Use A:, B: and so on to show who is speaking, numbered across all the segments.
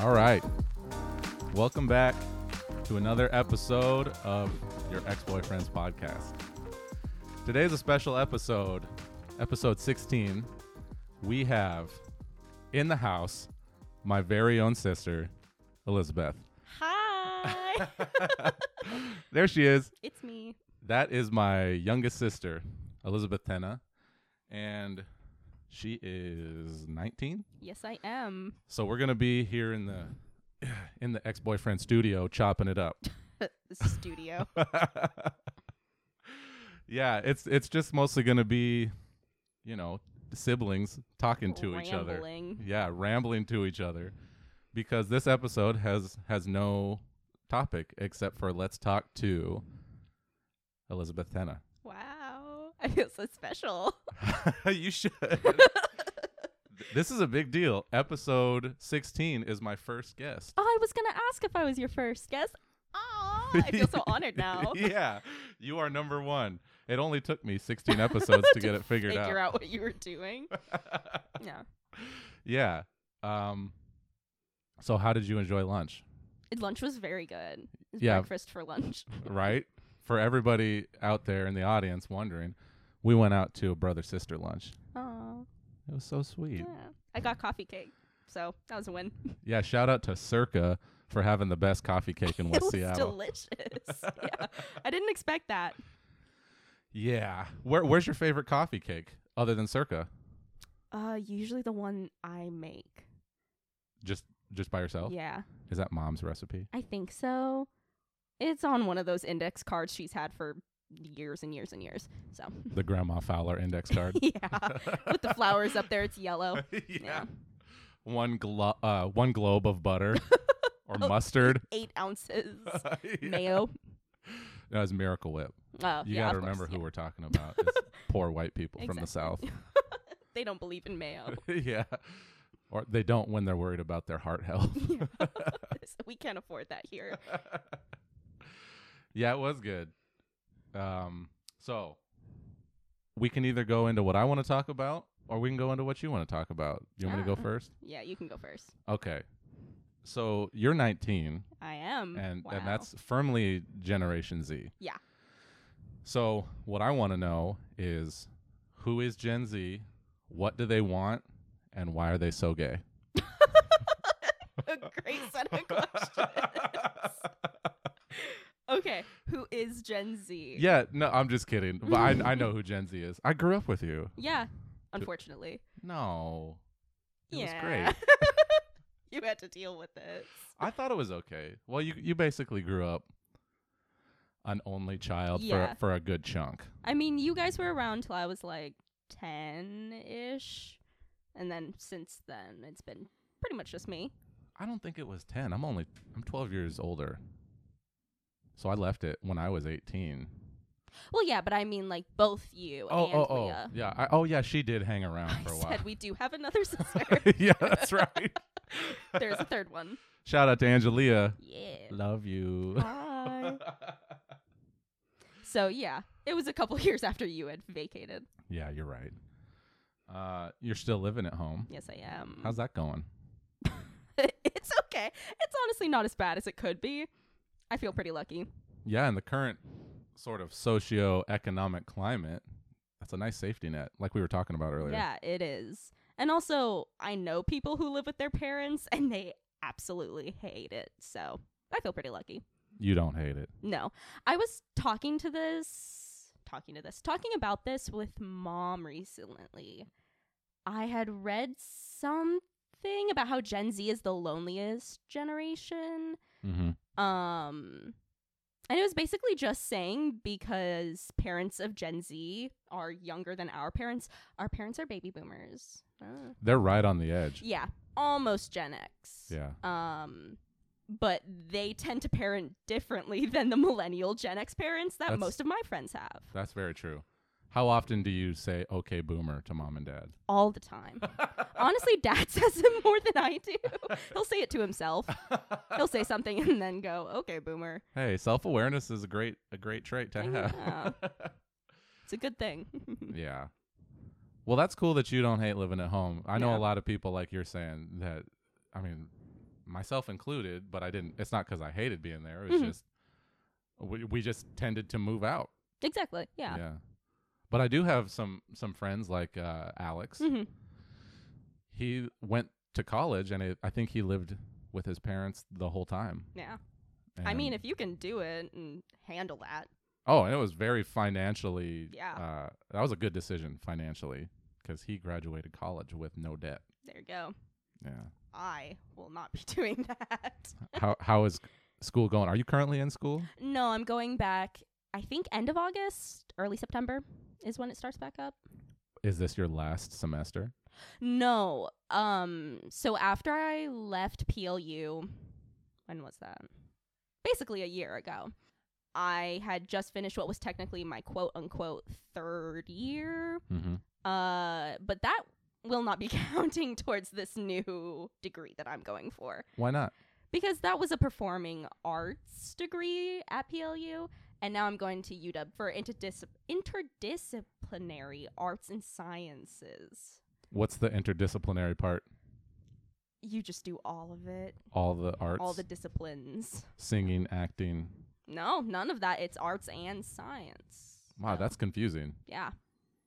A: All right. Welcome back to another episode of your ex boyfriend's podcast. Today's a special episode, episode 16. We have in the house my very own sister, Elizabeth.
B: Hi,
A: There she is.
B: it's me.
A: That is my youngest sister, Elizabeth Tenna. And she is 19.
B: Yes, I am.
A: So we're gonna be here in the in the ex boyfriend studio chopping it up.
B: Studio.
A: yeah, it's it's just mostly gonna be, you know, siblings talking to each other.
B: Rambling.
A: Yeah, rambling to each other, because this episode has has no topic except for let's talk to Elizabeth Tenna.
B: Wow, I feel so special.
A: you should. this is a big deal. Episode sixteen is my first guest.
B: Oh, I was gonna ask if I was your first guest. Oh, I feel so honored now.
A: yeah, you are number one. It only took me 16 episodes to get it figured
B: Figure
A: out.
B: out. what you were doing. yeah,
A: yeah. Um. So, how did you enjoy lunch?
B: lunch was very good. It's
A: Yeah.
B: breakfast for lunch.
A: Right? For everybody out there in the audience wondering, we went out to a brother sister lunch.
B: Oh,
A: It was so sweet.
B: yeah. I got coffee cake, so that was a win.
A: Yeah. Shout out to Circa for having the best coffee cake in
B: it
A: West
B: was
A: Seattle.
B: delicious. yeah, I didn't expect that.
A: yeah. Where, where's your favorite coffee cake other than Circa?
B: Uh, usually the one I make.
A: Just just by yourself?
B: Yeah.
A: Is that mom's recipe?
B: I think so. It's on one of those index cards she's had for years and years and years. So,
A: The Grandma Fowler index card.
B: yeah. With the flowers up there, it's yellow.
A: yeah.
B: Yeah.
A: One glo- uh, one globe of butter or
B: Oh,
A: mustard.
B: Eight ounces.
A: yeah.
B: Mayo.
A: That was Miracle Whip.
B: Oh,
A: You
B: yeah,
A: got to
B: of course,
A: remember
B: yeah.
A: who we're talking about. It's poor white people from the South.
B: Exactly. They don't believe in mayo.
A: yeah. Or they don't when they're worried about their heart health.
B: Yeah. So we can't afford that here.
A: yeah, it was good. Um, so we can either go into what I want to talk about or we can go into what you want to talk about. You want me to
B: Ah.
A: go first?
B: Yeah, you can go first.
A: Okay. So you're 19.
B: I am.
A: and
B: Mm, Wow.
A: and that's firmly Generation Z.
B: Yeah.
A: So what I want to know is who is Gen Z? What do they want? And why are they so gay?
B: a great set of questions. okay, who is Gen Z?
A: yeah, no, I'm just kidding. But I, I know who Gen Z is. I grew up with you.
B: Yeah, unfortunately.
A: No. It was
B: yeah.
A: great.
B: you had to deal with this.
A: I thought it was okay. Well, you you basically grew up an only child
B: Yeah.
A: for for a good chunk.
B: I mean, you guys were around till I was like 10 ish. And then since then, it's been pretty much just me.
A: I don't think it was 10. I'm only I'm 12 years older. So I left it when I was 18.
B: Well, yeah, but I mean, like, both you
A: Oh,
B: and
A: oh, oh,
B: Leah.
A: yeah. I, oh, yeah. She did hang around
B: I
A: for a while.
B: said we do have another sister.
A: yeah, that's right.
B: There's a third one.
A: Shout out to Angelia.
B: Yeah.
A: Love you.
B: Hi. So, yeah, it was a couple years after you had vacated.
A: yeah, you're right. Uh, you're still living at home.
B: Yes, I am.
A: How's that going?
B: it's okay. It's honestly not as bad as it could be. I feel pretty lucky.
A: Yeah, in the current sort of socio-economic climate, that's a nice safety net, like we were talking about earlier.
B: Yeah, it is. And also, I know people who live with their parents and they absolutely hate it. So I feel pretty lucky.
A: You don't hate it.
B: No, I was talking to this, talking to this, talking about this with mom recently. I had read something about how Gen Z is the loneliest generation.
A: Mm-hmm.
B: Um, and it was basically just saying because parents of Gen Z are younger than our parents, our parents are baby boomers. Uh,
A: They're right on the edge.
B: yeah, almost Gen X.
A: Yeah.
B: Um, but they tend to parent differently than the millennial Gen X parents that
A: That's-
B: most of my friends have
A: That's very true. How often do you say "Okay, boomer" to mom and dad?
B: all the time. Honestly, dad says it more than I do. He'll say it to himself. He'll say something and then go, okay, boomer.
A: Hey, self awareness is a great a great trait to
B: I
A: have.
B: It's a good thing.
A: yeah. Well, that's cool that you don't hate living at home. I know
B: Yeah.
A: a lot of people like you're saying that. I mean, myself included, but I didn't. It's not because I hated being there. It was
B: Mhm.
A: just we, we just tended to move out.
B: Exactly. Yeah.
A: But I do have some some friends like uh, Alex.
B: hmm
A: He went to college, and it, I think he lived with his parents the whole time.
B: Yeah. I
A: And-
B: mean, if you can do it and handle that.
A: Oh, and it was very financially.
B: Yeah.
A: Uh, that was a good decision financially because he graduated college with no debt.
B: There you go.
A: Yeah.
B: I will not be doing that.
A: how how is school going? Are you currently in school?
B: No, I'm going back. I think end of August, early September is when it starts back up.
A: Is this your last semester?
B: No. Um so after I left PLU, when was that? Basically a year ago. I had just finished what was technically my quote unquote third year.
A: Mm-hmm.
B: Uh but that will not be counting towards this new degree that I'm going for.
A: Why not?
B: because that was a performing arts degree at PLU, and now I'm going to UW for interdis- interdisciplinary arts and sciences.
A: What's the interdisciplinary part?
B: You just do all of it,
A: All the arts,
B: all the disciplines.
A: singing, acting.
B: No, none of that. It's arts and science.
A: Wow, that's confusing.
B: Yeah.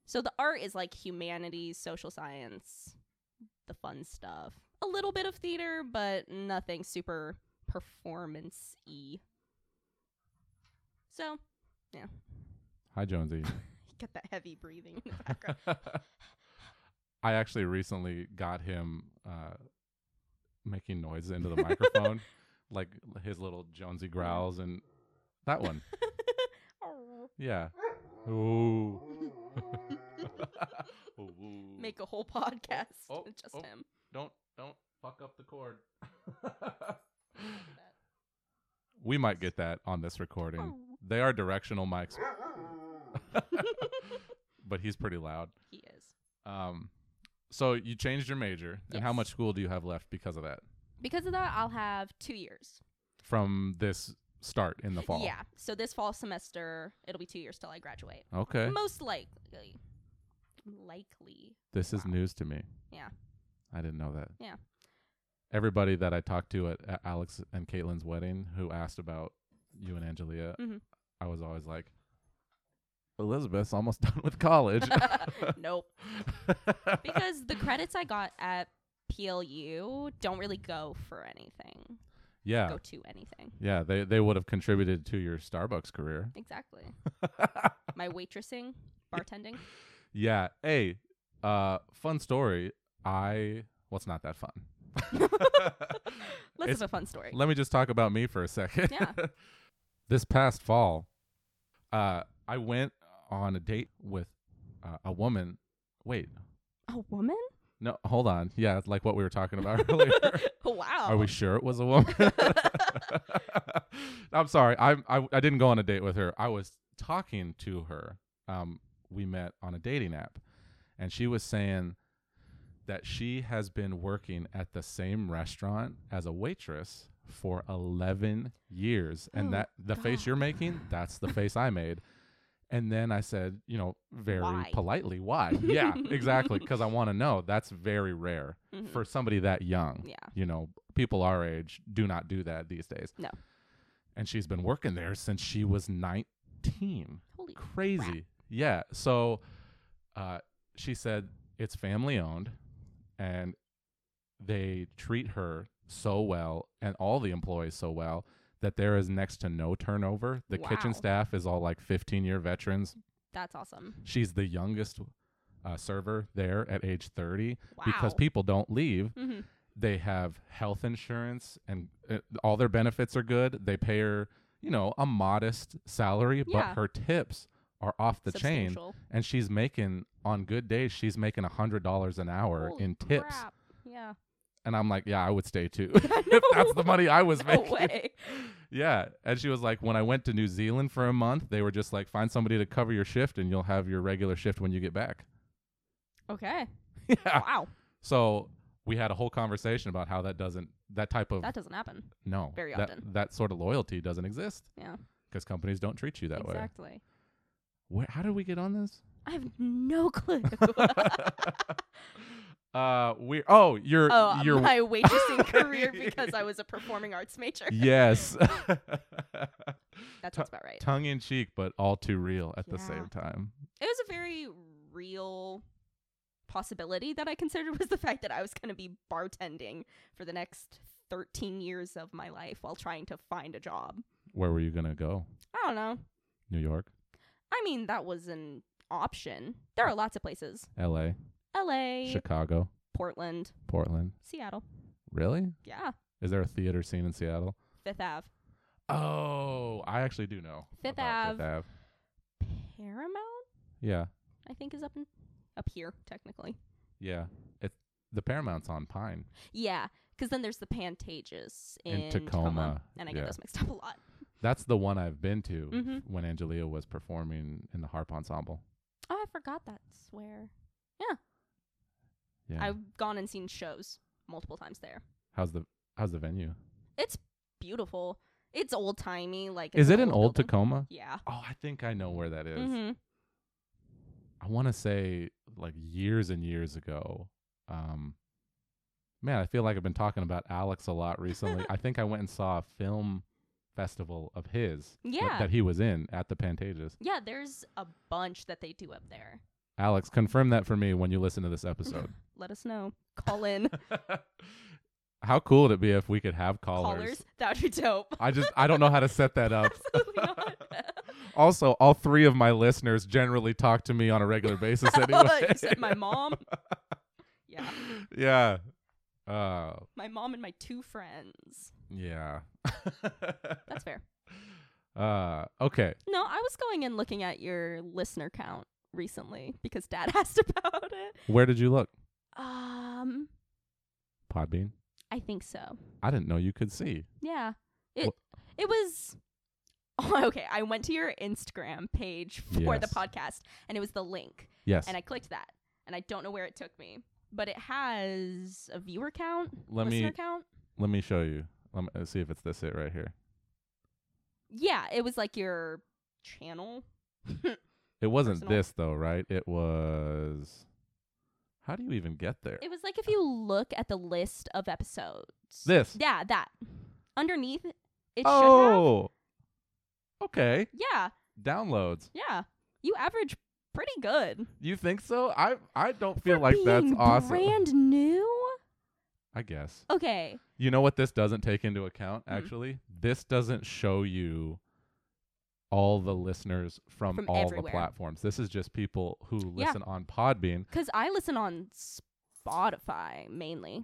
B: So the art is like humanities, social science, the fun stuff. A little bit of theater, but nothing super performance y. So,
A: Hi, Jonesy.
B: get that heavy breathing in the background.
A: I actually recently got him uh, making noise into the microphone, like his little Jonesy growls and that one.
B: Oh.
A: Yeah. Ooh. Ooh.
B: Make a whole podcast
A: Oh,
B: with just
A: oh.
B: him.
A: don't don't fuck up the cord. we might get that on this recording.
B: Oh.
A: They are directional mics, but he's pretty loud.
B: He is.
A: Um, so you changed your major, and how
B: Yes.
A: much school do you have left because of that?
B: Because of that, I'll have two years.
A: From this start in the fall.
B: Yeah. So this fall semester, it'll be two years till I graduate.
A: Okay.
B: Most likely. Likely.
A: This is
B: Wow.
A: news to me.
B: Yeah.
A: I didn't know that.
B: Yeah.
A: Everybody that I talked to at, at Alex and Caitlin's wedding who asked about you and Angelia,
B: Mhm.
A: I was always like, Elizabeth's almost done with college.
B: nope. Because the credits I got at PLU don't really go for anything,
A: yeah.
B: go to anything.
A: Yeah. They, they would have contributed to your Starbucks career.
B: Exactly. My waitressing, bartending.
A: yeah. Hey, uh, fun story. I, well, it's not that fun.
B: Less
A: It's-
B: of a fun story.
A: Let me just talk about me for a second.
B: Yeah.
A: this past fall, uh, I went on a date with uh, a woman. Wait,
B: A woman?
A: no, hold on. Yeah, it's like what we were talking about earlier.
B: wow.
A: Are we sure it was a woman? I'm sorry. I, I I didn't go on a date with her. I was talking to her. Um, we met on a dating app, and she was saying that she has been working at the same restaurant as a waitress for 11 years and
B: Oh,
A: that the face
B: God.
A: you're making that's the face i made and then i said you know very
B: Why?
A: politely why yeah exactly because i want to know that's very rare
B: Mhm.
A: for somebody that young.
B: Yeah.
A: You know, people our age do not do that these days.
B: No.
A: And she's been working there since she was 19.
B: Holy
A: Crazy. Yeah. So uh, she said it's family owned and they treat her so well and all the employees so well that there is next to no turnover. The
B: Wow.
A: kitchen staff is all like 15 year veterans.
B: That's awesome.
A: She's the youngest uh, server there at age 30
B: Wow.
A: because people don't leave
B: Mhm.
A: they have health insurance and uh, all their benefits are good. They pay her, you know, a modest salary,
B: Yeah.
A: but her tips are off the chain.
B: Substantial.
A: And she's making, on good days, she's making a $100 an hour
B: Holy
A: in tips.
B: crap. Yeah.
A: And I'm like, yeah, I would stay too.
B: I
A: if that's the
B: know.
A: money I was
B: No
A: making.
B: way.
A: Yeah. And she was like, when I went to New Zealand for a month, they were just like, find somebody to cover your shift and you'll have your regular shift when you get back.
B: Okay.
A: yeah.
B: Wow.
A: So we had a whole conversation about how that doesn't, that type of
B: That doesn't happen.
A: No.
B: Very
A: that,
B: often.
A: That sort of loyalty doesn't exist.
B: Yeah.
A: Because companies don't treat you that way.
B: exactly.
A: Where, how did we get on this?
B: I have no clue.
A: Uh, we. Oh, you're.
B: Oh,
A: you're.
B: my waitressing career because I was a performing arts major.
A: yes.
B: That's what's about right.
A: Tongue in cheek, but all too real at the
B: Yeah.
A: same time.
B: It was a very real possibility that I considered was the fact that I was going to be bartending for the next 13 years of my life while trying to find a job.
A: Where were you gonna go?
B: I don't know.
A: New York,
B: I mean, that was an option. There are lots of places
A: L.A.,
B: LA,
A: Chicago,
B: Portland,
A: Portland.
B: Seattle.
A: Really?
B: Yeah.
A: Is there a theater scene in Seattle?
B: Fifth Ave.
A: Oh, I actually do know.
B: Fifth
A: about Fifth Ave.
B: Paramount,
A: Yeah,
B: I think, is up in, up here, technically.
A: yeah. It the Paramount's on Pine.
B: Yeah. Because then there's the Pantages in,
A: In Tacoma,
B: And I get
A: yeah.
B: those mixed up a lot.
A: That's the one I've been to
B: Mhm.
A: when Angelia was performing in the harp ensemble.
B: Oh, I forgot that's where.
A: Yeah.
B: I've gone and seen shows multiple times there.
A: how's the How's the venue?
B: It's beautiful. It's old timey. Like
A: Is
B: it's
A: it an old
B: building.
A: Tacoma?
B: Yeah.
A: Oh, I think I know where that is.
B: hmm
A: I want to say like years and years ago. Um, man, I feel like I've been talking about Alex a lot recently. I think I went and saw a film festival of his that-
B: Yeah.
A: that he was in at the Pantages.
B: Yeah. There's a bunch that they do up there.
A: Alex, confirm that for me when you listen to this episode.
B: Let us know. Call in
A: How cool would it be if we could have callers?
B: callers. That would be dope.
A: I just I don't know how to set that up.
B: Absolutely not.
A: Also, all three of my listeners generally talk to me on a regular basis anyway.
B: you said my mom. Yeah,
A: yeah. Uh,
B: my mom and my two friends.
A: yeah.
B: That's fair.
A: uh, okay.
B: No, I was going and looking at your listener count recently because Dad asked about it.
A: Where did you look?
B: Um,
A: Podbean.
B: I think so.
A: I didn't know you could see.
B: Yeah. It it was oh, okay. I went to your Instagram page for the
A: Yes.
B: podcast and it was the link
A: Yes.
B: and I clicked that and I don't know where it took me, but it has a viewer count,
A: Let
B: listener
A: me-
B: count.
A: Let me show you. Let me let's see if it's this it right here.
B: Yeah, it was like your channel.
A: It wasn't
B: Personal.
A: this though, right? It was. How do you even get there?
B: It was like if you look at the list of episodes.
A: this.
B: Yeah, that. Underneath it should have.
A: oh. Okay.
B: Yeah,
A: Downloads.
B: yeah. You average pretty good.
A: You think so? I I don't feel
B: For
A: like that's
B: being
A: awesome.
B: Brand new?
A: I guess.
B: Okay.
A: You know what this doesn't take into account
B: Hmm.
A: actually? This doesn't show you all the listeners from,
B: From
A: all the
B: everywhere.
A: platforms. This is just people who
B: Yeah.
A: listen on Podbean.
B: Because I listen on Spotify mainly.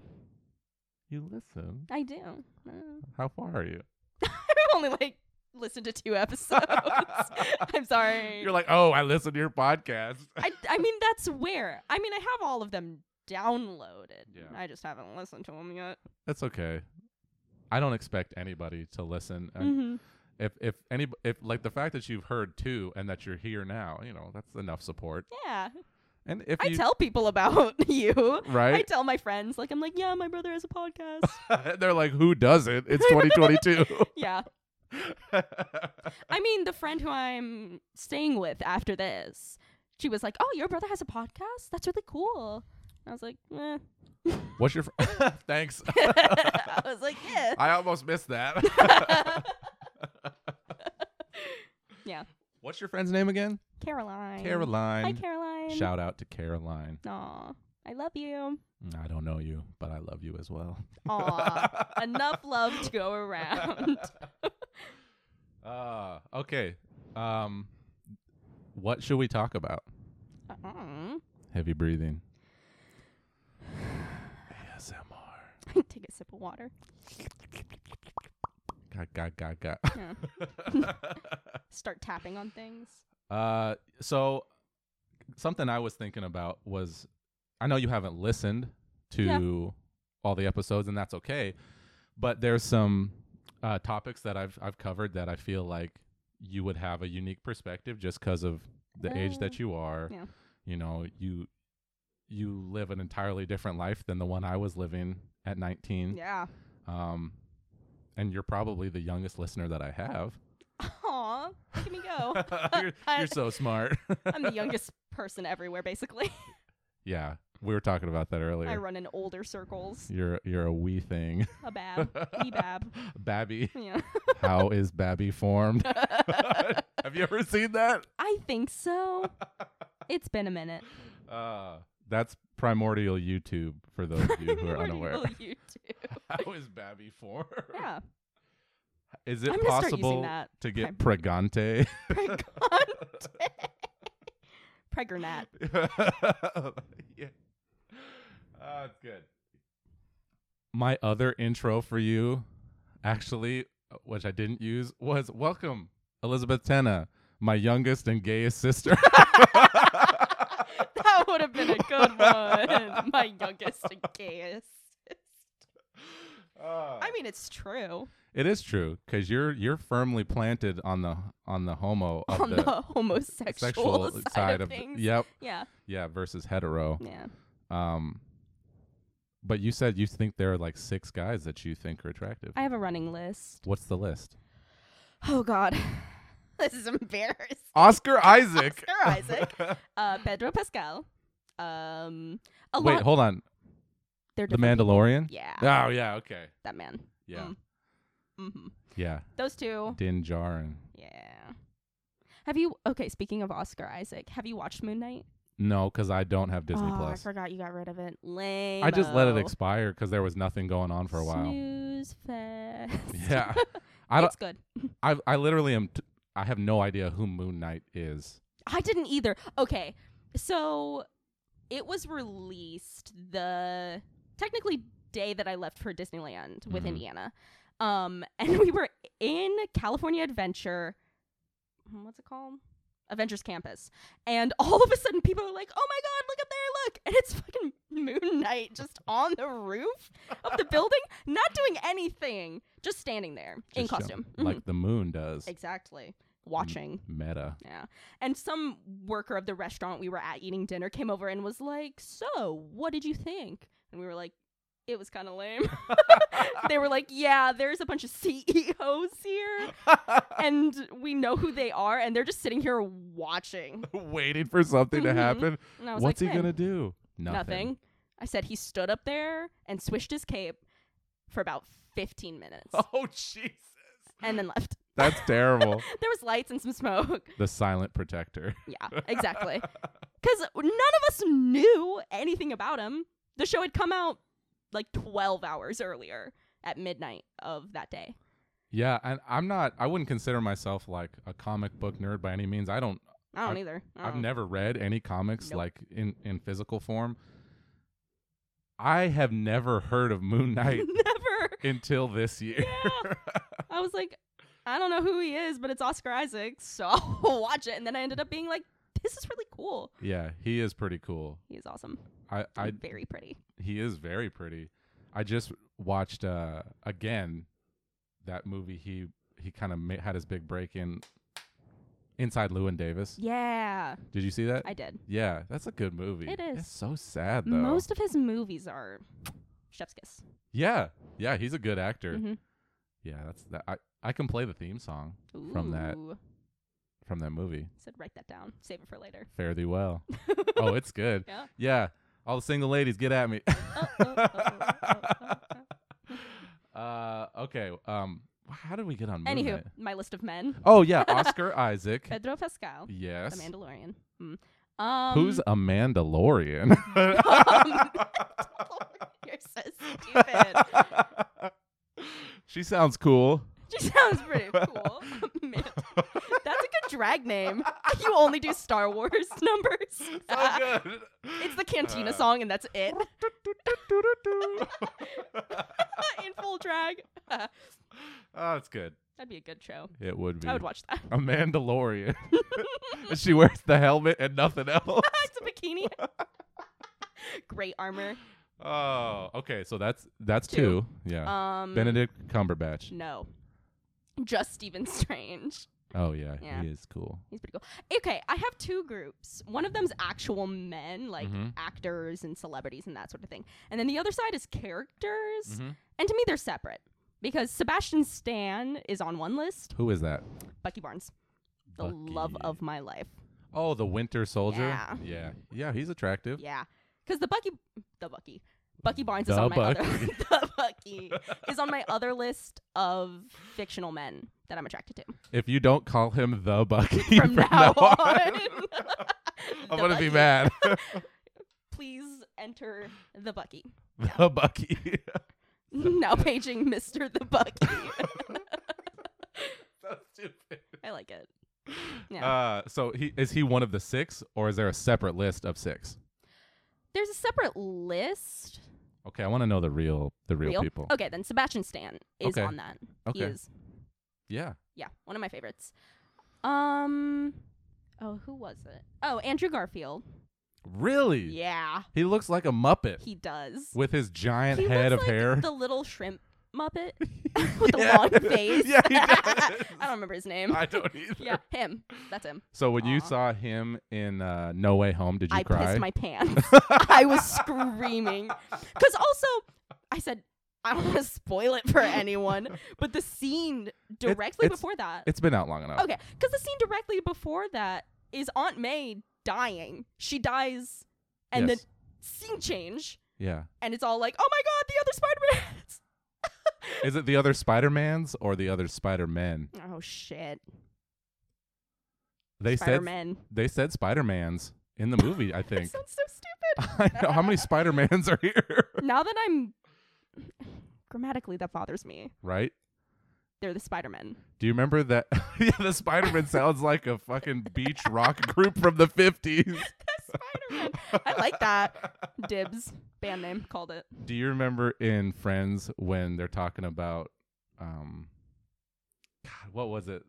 A: You listen.
B: I do. Uh,
A: How far are you?
B: I've only like listened to two episodes. I'm sorry.
A: You're like, "Oh, I listen to your podcast."
B: I, I mean, that's where. I mean, I have all of them downloaded.
A: Yeah.
B: I just haven't listened to them yet.
A: That's okay. I don't expect anybody to listen. I-
B: hmm
A: If if any if like the fact that you've heard two and that you're here now, you know, that's enough support.
B: Yeah.
A: And if
B: I
A: you
B: tell people about you. I
A: right?
B: tell my friends, like, I'm like, yeah, my brother has a podcast.
A: They're like, who does it? It's 2022.
B: yeah. I mean, the friend who I'm staying with after this, she was like, oh, your brother has a podcast? That's really cool. I was like, eh.
A: What's your? Fr- Thanks.
B: I was like, yeah.
A: I almost missed that.
B: Yeah.
A: What's your friend's name again?
B: Caroline.
A: Caroline.
B: Hi, Caroline.
A: Shout out to Caroline. Mm,
B: Aw, I love you.
A: I don't know you, but I love you as well.
B: Aw, enough love to go around.
A: uh, okay. Um, what should we talk about?
B: Uh-uh.
A: Heavy breathing. ASMR.
B: Take a sip of water.
A: God, God, God, God.
B: Yeah. Start tapping on things.
A: Uh, so something I was thinking about was I know you haven't listened to all the episodes, and that's okay. But there's some uh, topics that I've I've covered that I feel like you would have a unique perspective just because of the age
B: Oh.
A: that you are.
B: Yeah.
A: You know, you you live an entirely different life than the one I was living at 19.
B: Yeah.
A: Um, and you're probably the youngest listener that I have.
B: Aw, look at me go.
A: you're, you're so smart.
B: I'm the youngest person everywhere, basically.
A: Yeah. We were talking about that earlier.
B: I run in older circles.
A: You're you're a wee thing.
B: A bab. Me bab.
A: Babby.
B: Yeah.
A: How is Babby formed? Have you ever seen that?
B: I think so. It's been a minute.
A: Uh, that's primordial YouTube for those of you who are
B: Where do
A: unaware.
B: will you do?
A: How is Babby formed?
B: Yeah.
A: Is it
B: I'm gonna start using
A: possible
B: that.
A: to get pregante?
B: Pregante. Pregnant.
A: yeah. Uh, it's good. My other intro for you, actually, which I didn't use, was welcome, Elizabeth Tenna, my youngest and gayest sister.
B: That would have been a good one. My youngest and gayest.
A: Ah.
B: I mean, it's true.
A: it is true because you're you're firmly planted on the on the homo of
B: On the,
A: the,
B: homosexual side, of,
A: the-
B: things.
A: yep
B: Yeah.
A: yeah versus hetero.
B: Yeah.
A: Um, but you said you think there are like six guys that you think are attractive.
B: I have a running list.
A: What's the list?
B: Oh, God. this is embarrassing.
A: Oscar Isaac.
B: Oscar Isaac. Uh, Pedro Pascal. Um, a
A: Wait,
B: lot.
A: hold on.
B: They're
A: The
B: different people.
A: Mandalorian.
B: Yeah. Mm.
A: Oh yeah. Okay.
B: That man.
A: Yeah.
B: hmm
A: Yeah.
B: Those two.
A: Din Djarin.
B: Yeah. Have you okay? Speaking of Oscar Isaac, have you watched Moon Knight?
A: No, because I don't have Disney
B: oh, I
A: Plus.
B: forgot you got rid of it. Lame.
A: I just let it expire because there was nothing going on for a while.
B: Snooze fest.
A: Yeah. I don't.
B: it's good.
A: I I literally am. T- I have no idea who Moon Knight is.
B: I didn't either. Okay, so it was released the technically day that I left for Disneyland with
A: Mhm.
B: Indiana, um, and we were in California Adventure. hmm, What's it called? Adventures Campus, and all of a sudden people are like, "Oh my God, look up there! Look!" And it's fucking Moon Knight just on the roof of the building, not doing anything, just standing there in
A: Just, um,
B: costume, Mhm.
A: like the moon does.
B: exactly watching.
A: Meta.
B: Yeah. And some worker of the restaurant we were at eating dinner came over and was like, So, what did you think? And we were like, It was kind of lame. they were like, Yeah, there's a bunch of CEOs here, and we know who they are, and they're just sitting here watching.
A: Waiting for something to
B: Mhm.
A: happen.
B: And I was
A: What's
B: like,
A: he
B: "Hmm,
A: gonna do?
B: Nothing. I said he stood up there and swished his cape for about 15 minutes
A: Oh Jesus.
B: and then left.
A: That's terrible.
B: There was lights and some smoke.
A: the silent protector.
B: Yeah, exactly. Because none of us knew anything about him. The show had come out like 12 hours earlier at midnight of that day.
A: Yeah, and I'm not. I wouldn't consider myself like a comic book nerd by any means. I don't.
B: I don't
A: I've-
B: either. I
A: I've
B: don't-
A: never read any comics
B: Mm. Nope.
A: like in in physical form. I have never heard of Moon Knight
B: never.
A: until this year.
B: I was like, I don't know who he is, but it's Oscar Isaac, so I'll watch it. And then I ended up being like, this is really cool.
A: yeah, he is pretty cool.
B: He is awesome.
A: I I
B: And very pretty.
A: he is very pretty. I just watched uh again that movie he he kind of ma- had his big break in Inside Llewyn Davis.
B: Yeah,
A: Did you see that?
B: I did.
A: yeah, that's a good movie.
B: It is.
A: It's so sad though.
B: Most of his movies are chef's kiss.
A: Yeah, yeah, he's a good actor.
B: Mhm.
A: Yeah, that's that. I I can play the theme song From that.
B: Ooh.
A: from that movie.
B: Said, write that down. Save it for later.
A: Fare thee well. oh, it's good.
B: Yeah.
A: Yeah, all the single ladies, get at me.
B: oh, oh, oh, oh, oh, oh.
A: uh, okay. Um, how did we get on? Moon
B: Anywho,
A: Knight?
B: my list of men:
A: Oh yeah, Oscar Isaac.
B: Pedro Pascal,
A: Yes.
B: the Mandalorian. Mm. Um,
A: Who's a Mandalorian?
B: You're so stupid.
A: she sounds cool.
B: She sounds pretty cool. Man, that's a good drag name. You only do Star Wars numbers.
A: So good.
B: it's the Cantina
A: Uh,
B: song, and that's it. In full drag, that'd
A: oh, it's good.
B: be a good show.
A: It would be
B: I would watch that.
A: a Mandalorian. and she wears the helmet and nothing else.
B: Ah, it's a bikini. Great armor.
A: Oh, okay. So that's that's
B: Two.
A: two. Yeah.
B: Um,
A: Benedict Cumberbatch.
B: No, just Stephen Strange.
A: Oh yeah,
B: Yeah.
A: he is cool.
B: He's pretty cool. Okay, I have two groups. One of them's actual men, like
A: Mhm.
B: actors and celebrities and that sort of thing. And then the other side is characters.
A: Mhm.
B: And to me, they're separate because Sebastian Stan is on one list,
A: Who is that?
B: Bucky Barnes, the love
A: Bucky.
B: of my life.
A: Oh, the Winter Soldier.
B: Yeah.
A: yeah, Yeah, He's attractive.
B: Yeah. because the Bucky, the Bucky, Bucky Barnes is
A: The
B: on my other,
A: Bucky.
B: the Bucky is on my other list of fictional men that I'm attracted to.
A: If you don't call him the Bucky
B: From now on. The
A: I'm gonna be
B: Bucky.
A: mad.
B: Please enter the Bucky.
A: the Bucky.
B: now paging Mr. the Bucky.
A: so stupid.
B: I like it. Yeah.
A: Uh, so he is he one of the six, or is there a separate list of six?
B: There's a separate list.
A: Okay, I want to know the real the real, people.
B: Okay, then Sebastian Stan is
A: Okay.
B: on that. He
A: Okay.
B: is.
A: Yeah.
B: Yeah, one of my favorites. Um Oh, who was it? Oh, Andrew Garfield.
A: Really?
B: Yeah,
A: He looks like a Muppet
B: he does.
A: with his giant
B: he
A: head of
B: looks like
A: hair.
B: The little shrimp Muppet with the
A: Yeah.
B: long face.
A: Yeah, he does.
B: I don't remember his name.
A: I don't either.
B: yeah, him. That's him.
A: So when you
B: Aw.
A: saw him in uh, No Way Home, did you
B: I
A: cry?
B: pissed my pants. I was screaming. Because also, I said, I don't want to spoil it for anyone, but the scene directly
A: it's-
B: before that.
A: it's been out long enough.
B: Okay, because the scene directly before that is Aunt May dying. She dies, and
A: Yes.
B: then scene change,
A: Yeah.
B: and it's all like, oh my god, the other Spider Man's.
A: Is it the other Spider Mans or the other Spider Men?
B: Oh shit.
A: They
B: Spider
A: said
B: Man.
A: they said Spider Mans in the movie. I
B: That
A: think.
B: sounds so stupid.
A: I know how many Spider Mans are here,
B: now that I'm. Grammatically, that bothers me.
A: right?
B: They're the Spider Men.
A: Do you remember that? yeah, the Spider Man sounds like a fucking beach rock group from the fifties.
B: Spider Man. I like that. Dibs. Band name. Called it.
A: Do you remember in Friends when they're talking about, um, God, what was it?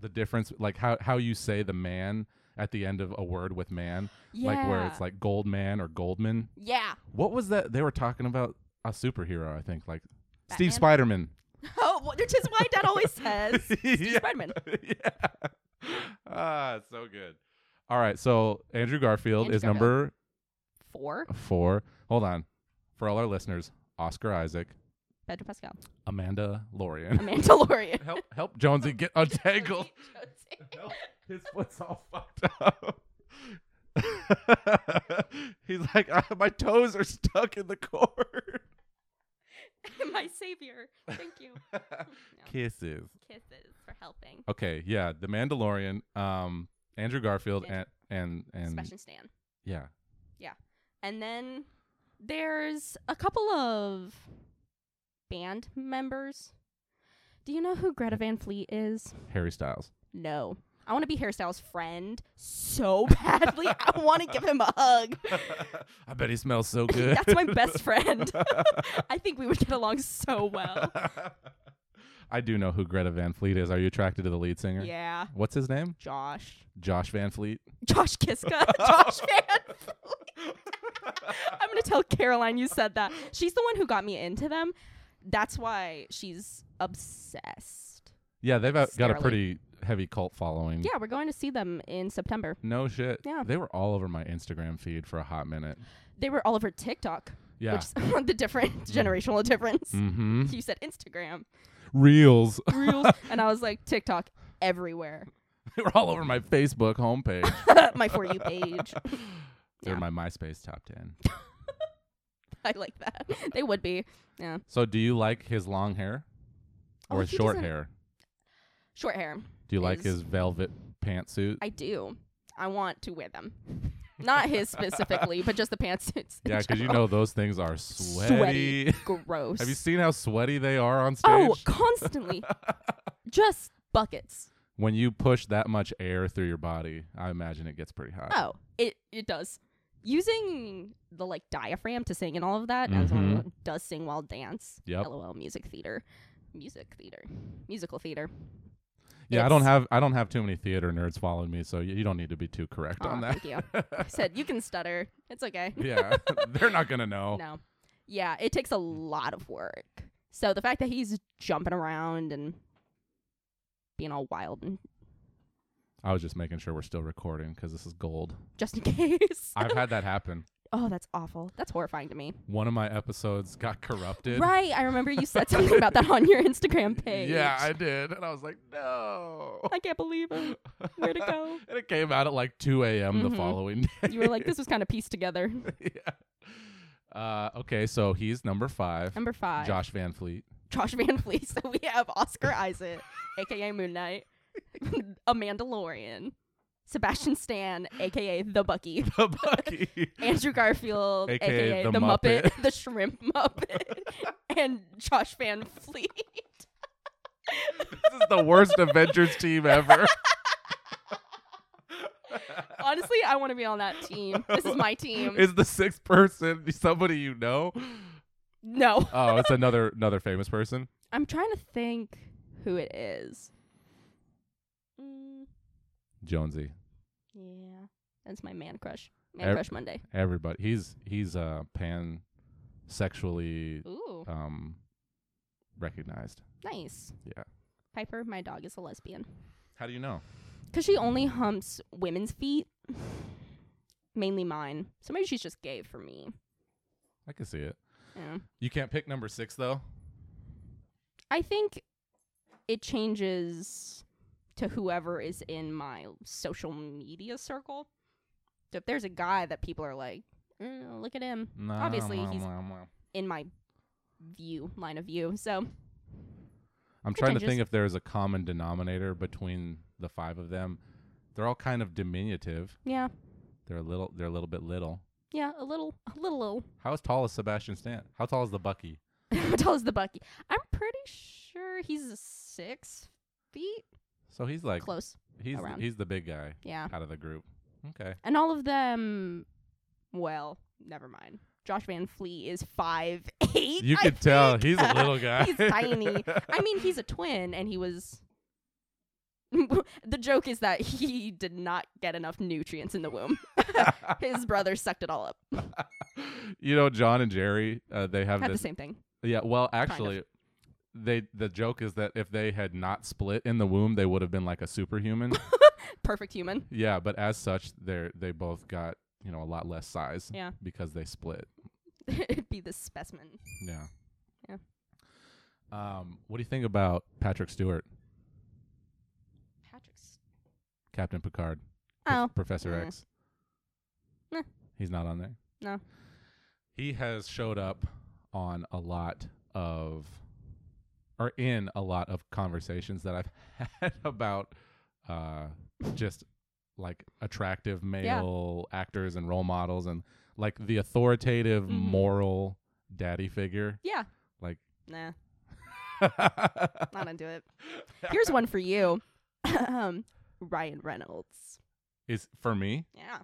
A: The difference, like how how you say the man at the end of a word with man,
B: Yeah.
A: like where it's like Goldman or Goldman.
B: Yeah.
A: What was that? They were talking about a superhero, I think, like Steve Spiderman.
B: Oh, wh- which is why Dad always says Steve
A: Yeah.
B: Spiderman.
A: yeah. Ah, it's so good. All right, so Andrew Garfield
B: Andrew
A: is number
B: Four.
A: four. Hold on, for all our listeners, Oscar Isaac,
B: Pedro Pascal.
A: Amanda
B: A
A: Lorian.
B: Mandalorian.
A: help, help, Jonesy, get untangled. Help, His foot's all fucked up. He's like, "Ah, my toes are stuck in the cord.
B: My savior. Thank you.
A: Kisses.
B: Kisses for helping.
A: Okay, yeah, The Mandalorian, um, Andrew Garfield, and
B: Andrew-
A: and and
B: Sebastian Stan.
A: yeah,
B: And then there's a couple of band members. Do you know who Greta Van Fleet is?
A: Harry Styles.
B: no. I want to be hairstyle's friend so badly. I want to give him a hug.
A: I bet he smells so good.
B: That's my best friend. I think we would get along so well.
A: I do know who Greta Van Fleet is. Are you attracted to the lead singer?
B: Yeah.
A: What's his name?
B: Josh.
A: Josh Van Fleet.
B: Josh Kiska. Josh Van. I'm going to tell Caroline you said that. She's the one who got me into them. That's why she's obsessed.
A: Yeah, they've out- got a
B: Sterling.
A: pretty heavy cult following.
B: Yeah, we're going to see them in September.
A: No shit.
B: Yeah.
A: They were all over my Instagram feed for a hot minute.
B: They were all over TikTok,
A: Yeah.
B: which is the different generational difference.
A: mm-hmm.
B: You said Instagram.
A: Reels.
B: reels and I was like TikTok everywhere.
A: they were all over my Facebook homepage.
B: my for you page.
A: They're my
B: Yeah.
A: MySpace top 10.
B: I like that. They would be
A: So do you like his long hair
B: Oh,
A: or his
B: he
A: short
B: doesn't-
A: hair?
B: short hair.
A: Do you like
B: is-
A: his velvet pantsuit?
B: I do. I want to wear them. Not his specifically, but just the pantsuits. in
A: Yeah, because you know
B: general.
A: those things are sweaty.
B: gross.
A: Have you seen how sweaty they are on stage?
B: oh, constantly. just buckets.
A: When you push that much air through your body, I imagine it gets pretty hot.
B: Oh, it it does. Using the like diaphragm to sing and all of that, and as
A: Mhm.
B: one who does sing while dance.
A: Yep.
B: LOL music theater, music theater, musical theater.
A: yeah, I don't
B: it's-
A: have I don't have too many theater nerds following me, so y- you don't need to be too correct
B: Aw,
A: on that.
B: Thank you. I said you can stutter. It's okay.
A: yeah, they're not gonna know.
B: No. Yeah, it takes a
A: Hmm.
B: lot of work. So the fact that he's jumping around and being all wild and
A: I was just making sure we're still recording because this is gold.
B: just in case.
A: I've had that happen.
B: Oh, that's awful. That's horrifying to me.
A: One of my episodes got corrupted.
B: Right. I remember you said something about that on your Instagram page.
A: Yeah, I did. And I was like, no.
B: I can't believe it. Where'd it go?
A: and it came out at like 2 a.m. the
B: Mhm.
A: following day.
B: You were like, this was kind of pieced together.
A: yeah. Uh, okay, so he's number five.
B: Number five.
A: Josh Van Fleet.
B: Josh Van Fleet. So we have Oscar Isaac, aka Moon Knight, a Mandalorian, Sebastian Stan, aka the Bucky,
A: The Bucky.
B: Andrew Garfield,
A: AKA
B: aka,
A: the
B: the, Muppet, the Shrimp Muppet, and Josh Van Fleet.
A: this is the worst Avengers team ever.
B: Honestly, I want to be on that team. This is my team.
A: is the sixth person somebody you know?
B: no,
A: Oh, it's another another famous person.
B: I'm trying to think who it is. Mm,
A: Jonesy.
B: yeah, that's my man crush. Man
A: Ev-
B: crush Monday.
A: Everybody. He's he's uh pan sexually
B: Ooh,
A: um recognized.
B: nice.
A: Yeah.
B: Piper, my dog, is a lesbian.
A: How do you know?
B: Because she only humps women's feet, mainly mine. So maybe she's just gay for me.
A: I can see it.
B: Yeah.
A: You can't pick number six though.
B: I think it changes to whoever is in my social media circle. So if there's a guy that people are like, "Mm, look at him,
A: No,
B: Obviously, he's-
A: I'm,
B: in my view, line of view. So
A: trying to
B: pretentious.
A: think if there is a common denominator between the five of them. They're all kind of diminutive.
B: yeah,
A: They're a little. They're a little bit little.
B: yeah, a little, a little, little.
A: How tall is Sebastian Stan? How tall is the Bucky?
B: How tall is the Bucky? I'm pretty sure he's six feet.
A: So he's like
B: Close.
A: he's the-
B: around.
A: he's the big guy
B: Yeah.
A: out of the group. Okay.
B: And all of them, well, never mind. Josh Van Fleet is five eight.
A: You could tell he's a little guy.
B: He's tiny. I mean, he's a twin, and he was. the joke is that he did not get enough nutrients in the womb. His brother sucked it all up.
A: you know, John and Jerry, uh, they have
B: Had the
A: this.
B: same thing.
A: yeah. Well,
B: of.
A: actually, they the joke is that if they had not split in the womb, they would have been like a superhuman.
B: Perfect human.
A: yeah. But as such, they're they both got you know a lot less size.
B: Yeah.
A: Because they split.
B: It'd be this specimen.
A: Yeah.
B: Yeah.
A: Um, what do you think about Patrick Stewart,
B: Patrick's.
A: Captain Picard? Prof-
B: Oh.
A: Professor
B: Yeah.
A: X.
B: Nah.
A: He's not on there.
B: No.
A: He has showed up on a lot of, or in a lot of conversations that I've had about uh, just like attractive male actors and role models and like the authoritative
B: Mhm.
A: moral daddy figure.
B: Yeah.
A: Like-
B: Nah, not into it. Here's one for you um, Ryan Reynolds.
A: is for me.
B: Yeah.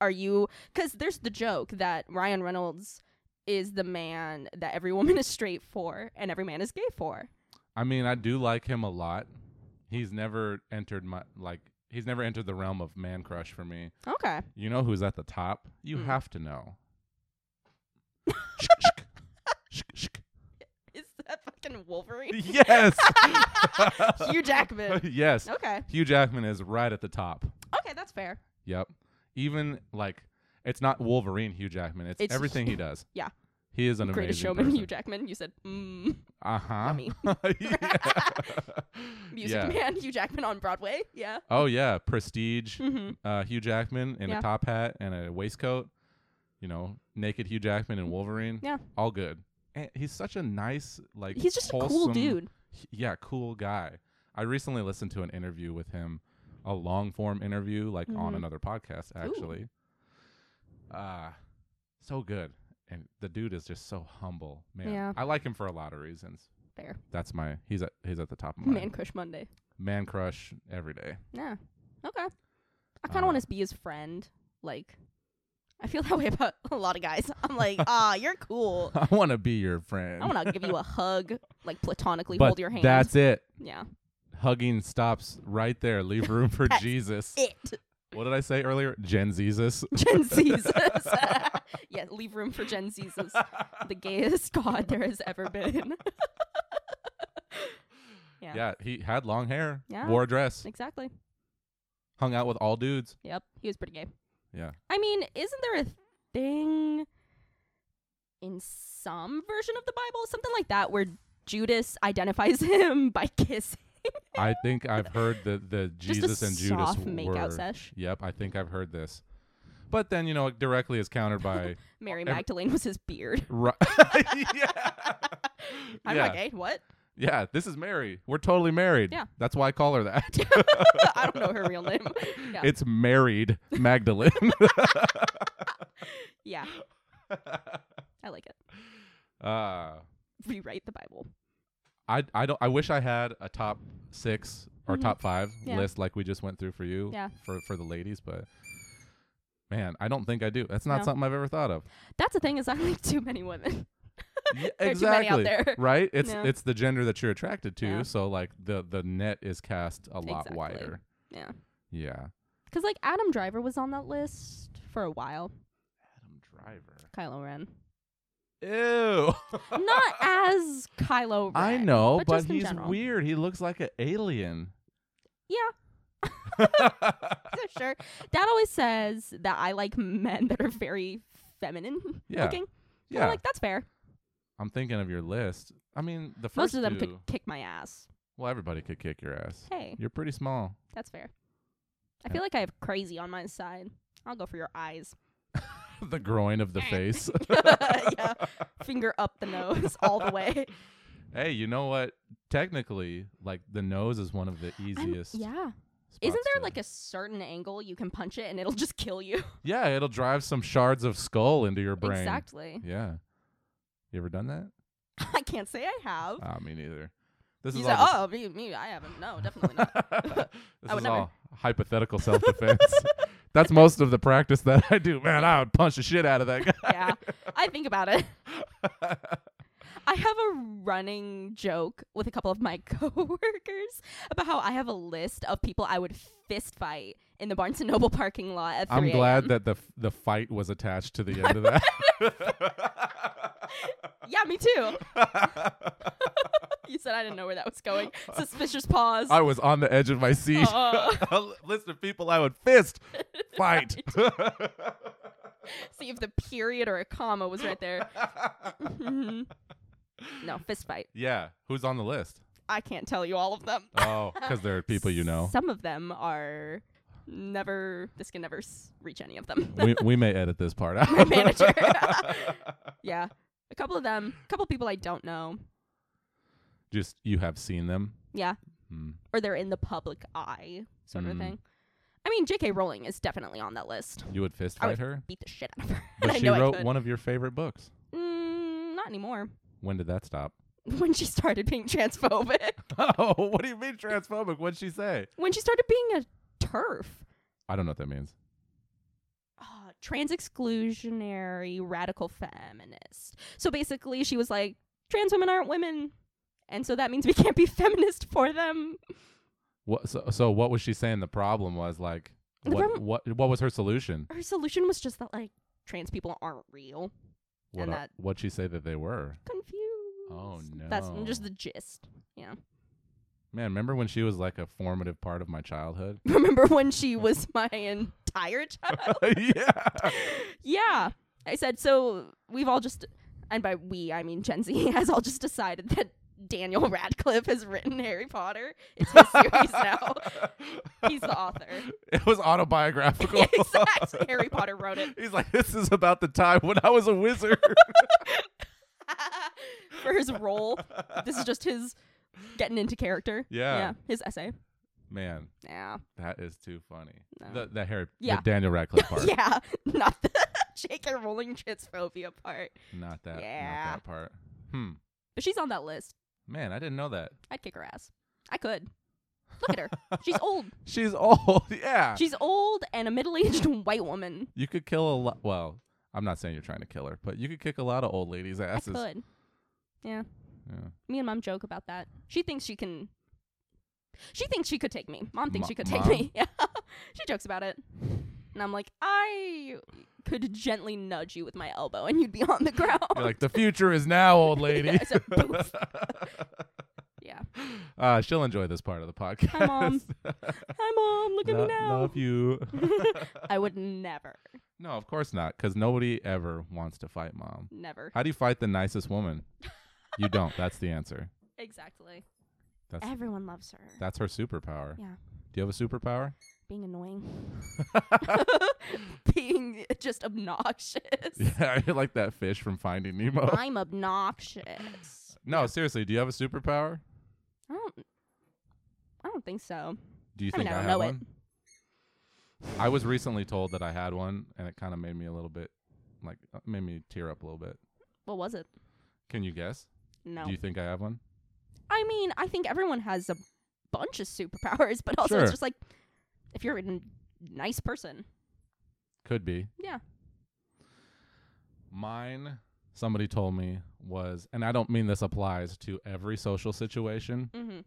B: Are you? Because there's the joke that Ryan Reynolds is the man that every woman is straight for and every man is gay for.
A: I mean, I do like him a lot. He's never entered my like he's never entered the realm of man crush for me.
B: Okay.
A: You know who's at the top? You
B: Hmm.
A: have to know.
B: Is that fucking Wolverine?
A: yes.
B: Hugh Jackman.
A: yes.
B: Okay.
A: Hugh Jackman is right at the top.
B: Okay, that's fair.
A: Yep. Even like it's not Wolverine Hugh Jackman. It's,
B: It's-
A: everything he does.
B: yeah.
A: He is an
B: Greatest
A: amazing
B: showman,
A: person.
B: Hugh Jackman. You said, mm,
A: uh-huh.
B: Dummy.
A: yeah.
B: music
A: Yeah.
B: man, Hugh Jackman on Broadway. Yeah.
A: Oh yeah, Prestige.
B: hmm
A: uh, Hugh Jackman in a
B: Yeah.
A: top hat and a waistcoat. You know, naked Hugh Jackman and Wolverine.
B: Yeah.
A: all good. And he's such a nice, like
B: He's just a cool
A: wholesome-
B: dude.
A: h- Yeah, cool guy. I recently listened to an interview with him, a long form interview, like on
B: Mhm.
A: another podcast, actually. Uh so good. And the dude is just so humble, man.
B: Yeah.
A: I like him for a lot of reasons.
B: Fair.
A: That's my he's at he's at the top of my
B: Man Crush Monday.
A: man crush every day.
B: Yeah. Okay. I kind of
A: Uh,
B: want to be his friend. Like, I feel that way about a lot of guys. I'm like, ah, you're cool.
A: I want to be your friend.
B: I want to give you a hug, like platonically
A: but
B: hold your hand.
A: That's it.
B: yeah,
A: Hugging stops right there. Leave room for
B: That's
A: Jesus.
B: it.
A: What did I say earlier? Gen Zesus.
B: Gen Z's. yeah, leave room for Gen Z's. The gayest god there has ever been.
A: Yeah.
B: Yeah.
A: he had long hair,
B: Yeah.
A: wore a dress,
B: exactly.
A: hung out with all dudes.
B: Yep, he was pretty gay.
A: Yeah.
B: I mean, isn't there a thing in some version of the Bible, something like that, where Judas identifies him by kissing.
A: I think I've heard that the Jesus
B: Just a
A: and Judas
B: soft
A: were.
B: makeout sesh.
A: Yep, I think I've heard this. But then you know, it directly is countered by.
B: Mary
A: Every-
B: Magdalene was his beard.
A: Ri- yeah.
B: I'm
A: yeah.
B: not gay. What?
A: Yeah, this is Mary. We're totally married.
B: Yeah.
A: That's why I call her that.
B: I don't know her real name. Yeah.
A: It's married Magdalene.
B: yeah, I like it.
A: uh,
B: Rewrite the Bible.
A: I I don't I wish I had a top 6 or
B: Mhm.
A: top 5
B: Yeah.
A: list like we just went through for you
B: Yeah.
A: for for the ladies, but man, I don't think I do. That's not
B: No.
A: something I've ever thought of.
B: That's the thing is I like too many women.
A: Yeah,
B: There are too many
A: exactly.
B: out there.
A: Right? It's
B: Yeah.
A: it's the gender that you're attracted to,
B: Yeah.
A: so like the the net is cast a lot
B: Exactly.
A: wider.
B: Yeah,
A: Yeah.
B: because like Adam Driver was on that list for a while.
A: Adam Driver.
B: Kylo Ren,
A: Ew.
B: not as Kylo. Ren,
A: I know, but,
B: just in
A: he's
B: general.
A: weird. He looks like an alien.
B: Yeah, sure. Dad always says that I like men that are very feminine
A: Yeah,
B: looking. And I'm
A: yeah.
B: like that's fair.
A: I'm thinking of your list. I mean, the first
B: Most of them
A: two,
B: could kick my ass.
A: Well, everybody could kick your ass.
B: Hey,
A: You're pretty small.
B: that's fair. I
A: Yeah.
B: feel like I have crazy on my side. I'll go for your eyes.
A: the groin of the face.
B: yeah. Finger up the nose all the way.
A: hey, you know what? Technically, like the nose is one of the easiest.
B: yeah.
A: spots
B: Isn't there
A: to-
B: like a certain angle you can punch it and it'll just kill you?
A: Yeah, it'll drive some shards of skull into your brain.
B: Exactly.
A: Yeah. You ever done that?
B: I can't say I have.
A: Ah, me neither. This
B: you
A: is
B: say,
A: all.
B: oh, me, me, I haven't. No, definitely not.
A: this
B: I would
A: is
B: never.
A: all hypothetical self defense. That's most of the practice that I do. Man, I would punch the shit out of that
B: yeah. I think about it.
A: guy.
B: I have a running joke with a couple of my coworkers about how I have a list of people I would fist fight in the Barnes and Noble parking lot at 3
A: I'm glad
B: a.m..
A: that the f- the fight was attached to the end of that.
B: Yeah, me too. You said I didn't know where that was going. Suspicious pause.
A: I was on the edge of my seat.
B: Oh.
A: List of people I would fist fight.
B: See if the period or a comma was right there. Mhm. no, fist fight.
A: yeah, who's on the list?
B: I can't tell you all of them.
A: Oh, because there are people you know.
B: Some of them are never, this can never s- reach any of them.
A: we, we may edit this part out.
B: My manager. yeah. A couple of them, a couple people I don't know.
A: Just you have seen them.
B: Yeah.
A: Hmm.
B: Or they're in the public eye, sort of
A: Mm.
B: a thing. I mean, J.K. Rowling is definitely on that list.
A: You would fist
B: I
A: fight
B: would
A: her,
B: Beat the shit out of her. and
A: but
B: I
A: she
B: know I
A: wrote
B: could.
A: one of your favorite books.
B: Mm, not anymore.
A: When did that stop?
B: When she started being transphobic.
A: Oh, what do you mean transphobic? What'd she say?
B: when she started being a turf.
A: I don't know what that means.
B: uh, trans exclusionary radical feminist. So basically, she was like, trans women aren't women. And so that means we can't be feminist for them.
A: What? So, so what was she saying? The problem was like,
B: The
A: what?
B: problem-
A: what? What was her solution?
B: Her solution was just that, like, trans people aren't real.
A: What?
B: And
A: are-
B: that-
A: What'd she say that they were?
B: Confused.
A: Oh,
B: That's just
A: no.
B: the gist. Yeah.
A: Man, remember when she was like a formative part of my childhood?
B: Remember when she was my entire child?
A: yeah.
B: yeah. I said, so we've all just, and by we, I mean Gen Z, has all just decided that Daniel Radcliffe has written Harry Potter. It's his series now. He's the author.
A: It was autobiographical.
B: exactly. Harry Potter wrote it
A: He's like, this is about the time when I was a wizard.
B: for his role. This is just his getting into character.
A: Yeah.
B: his essay.
A: Man,
B: Yeah.
A: that is too funny.
B: No.
A: The, the Harry,
B: Yeah.
A: the Daniel Radcliffe part.
B: Yeah. Not the J.K. Rowling transphobia part.
A: Not that.
B: Yeah.
A: Not that part. Hmm.
B: But she's on that list.
A: Man, I didn't know that.
B: I'd kick her ass. I could. Look at her. She's old.
A: She's old. yeah.
B: She's old and a middle aged white woman.
A: You could kill a lot. Well, I'm not saying you're trying to kill her, but you could kick a lot of old ladies' asses.
B: I could. Yeah.
A: Yeah.
B: Me and mom joke about that. She thinks she can. She thinks she could take me. Mom thinks
A: Mo-
B: she could take
A: Mom?
B: me. Yeah. she jokes about it. And I'm like, I could gently nudge you with my elbow and you'd be on the ground.
A: You're like, the future is now, old lady.
B: Yeah, it's a boof. yeah.
A: Uh, she'll enjoy this part of the podcast.
B: Hi, Mom. Hi, mom. Look at
A: Lo-
B: me now.
A: Love you.
B: I would never,
A: no, of course not, because nobody ever wants to fight mom.
B: never.
A: How do you fight the nicest woman? You don't. That's the answer.
B: Exactly.
A: That's
B: Everyone loves her.
A: that's her superpower.
B: Yeah.
A: Do you have a superpower?
B: Being annoying. Being just obnoxious.
A: yeah, you're like that fish from Finding Nemo.
B: I'm obnoxious.
A: no, seriously, do you have a superpower?
B: I don't. I don't think so.
A: Do you
B: I mean,
A: think
B: I
A: I,
B: don't
A: have
B: know it.
A: one? I was recently told that I had one, and it kind of made me a little bit, like, uh, made me tear up a little bit.
B: What was it?
A: Can you guess?
B: No.
A: Do you think I have one?
B: I mean, I think everyone has a bunch of superpowers, but also
A: Sure.
B: it's just like if you're a n- nice person.
A: Could be.
B: Yeah.
A: Mine, somebody told me, was, and I don't mean this applies to every social situation,
B: Mm-hmm.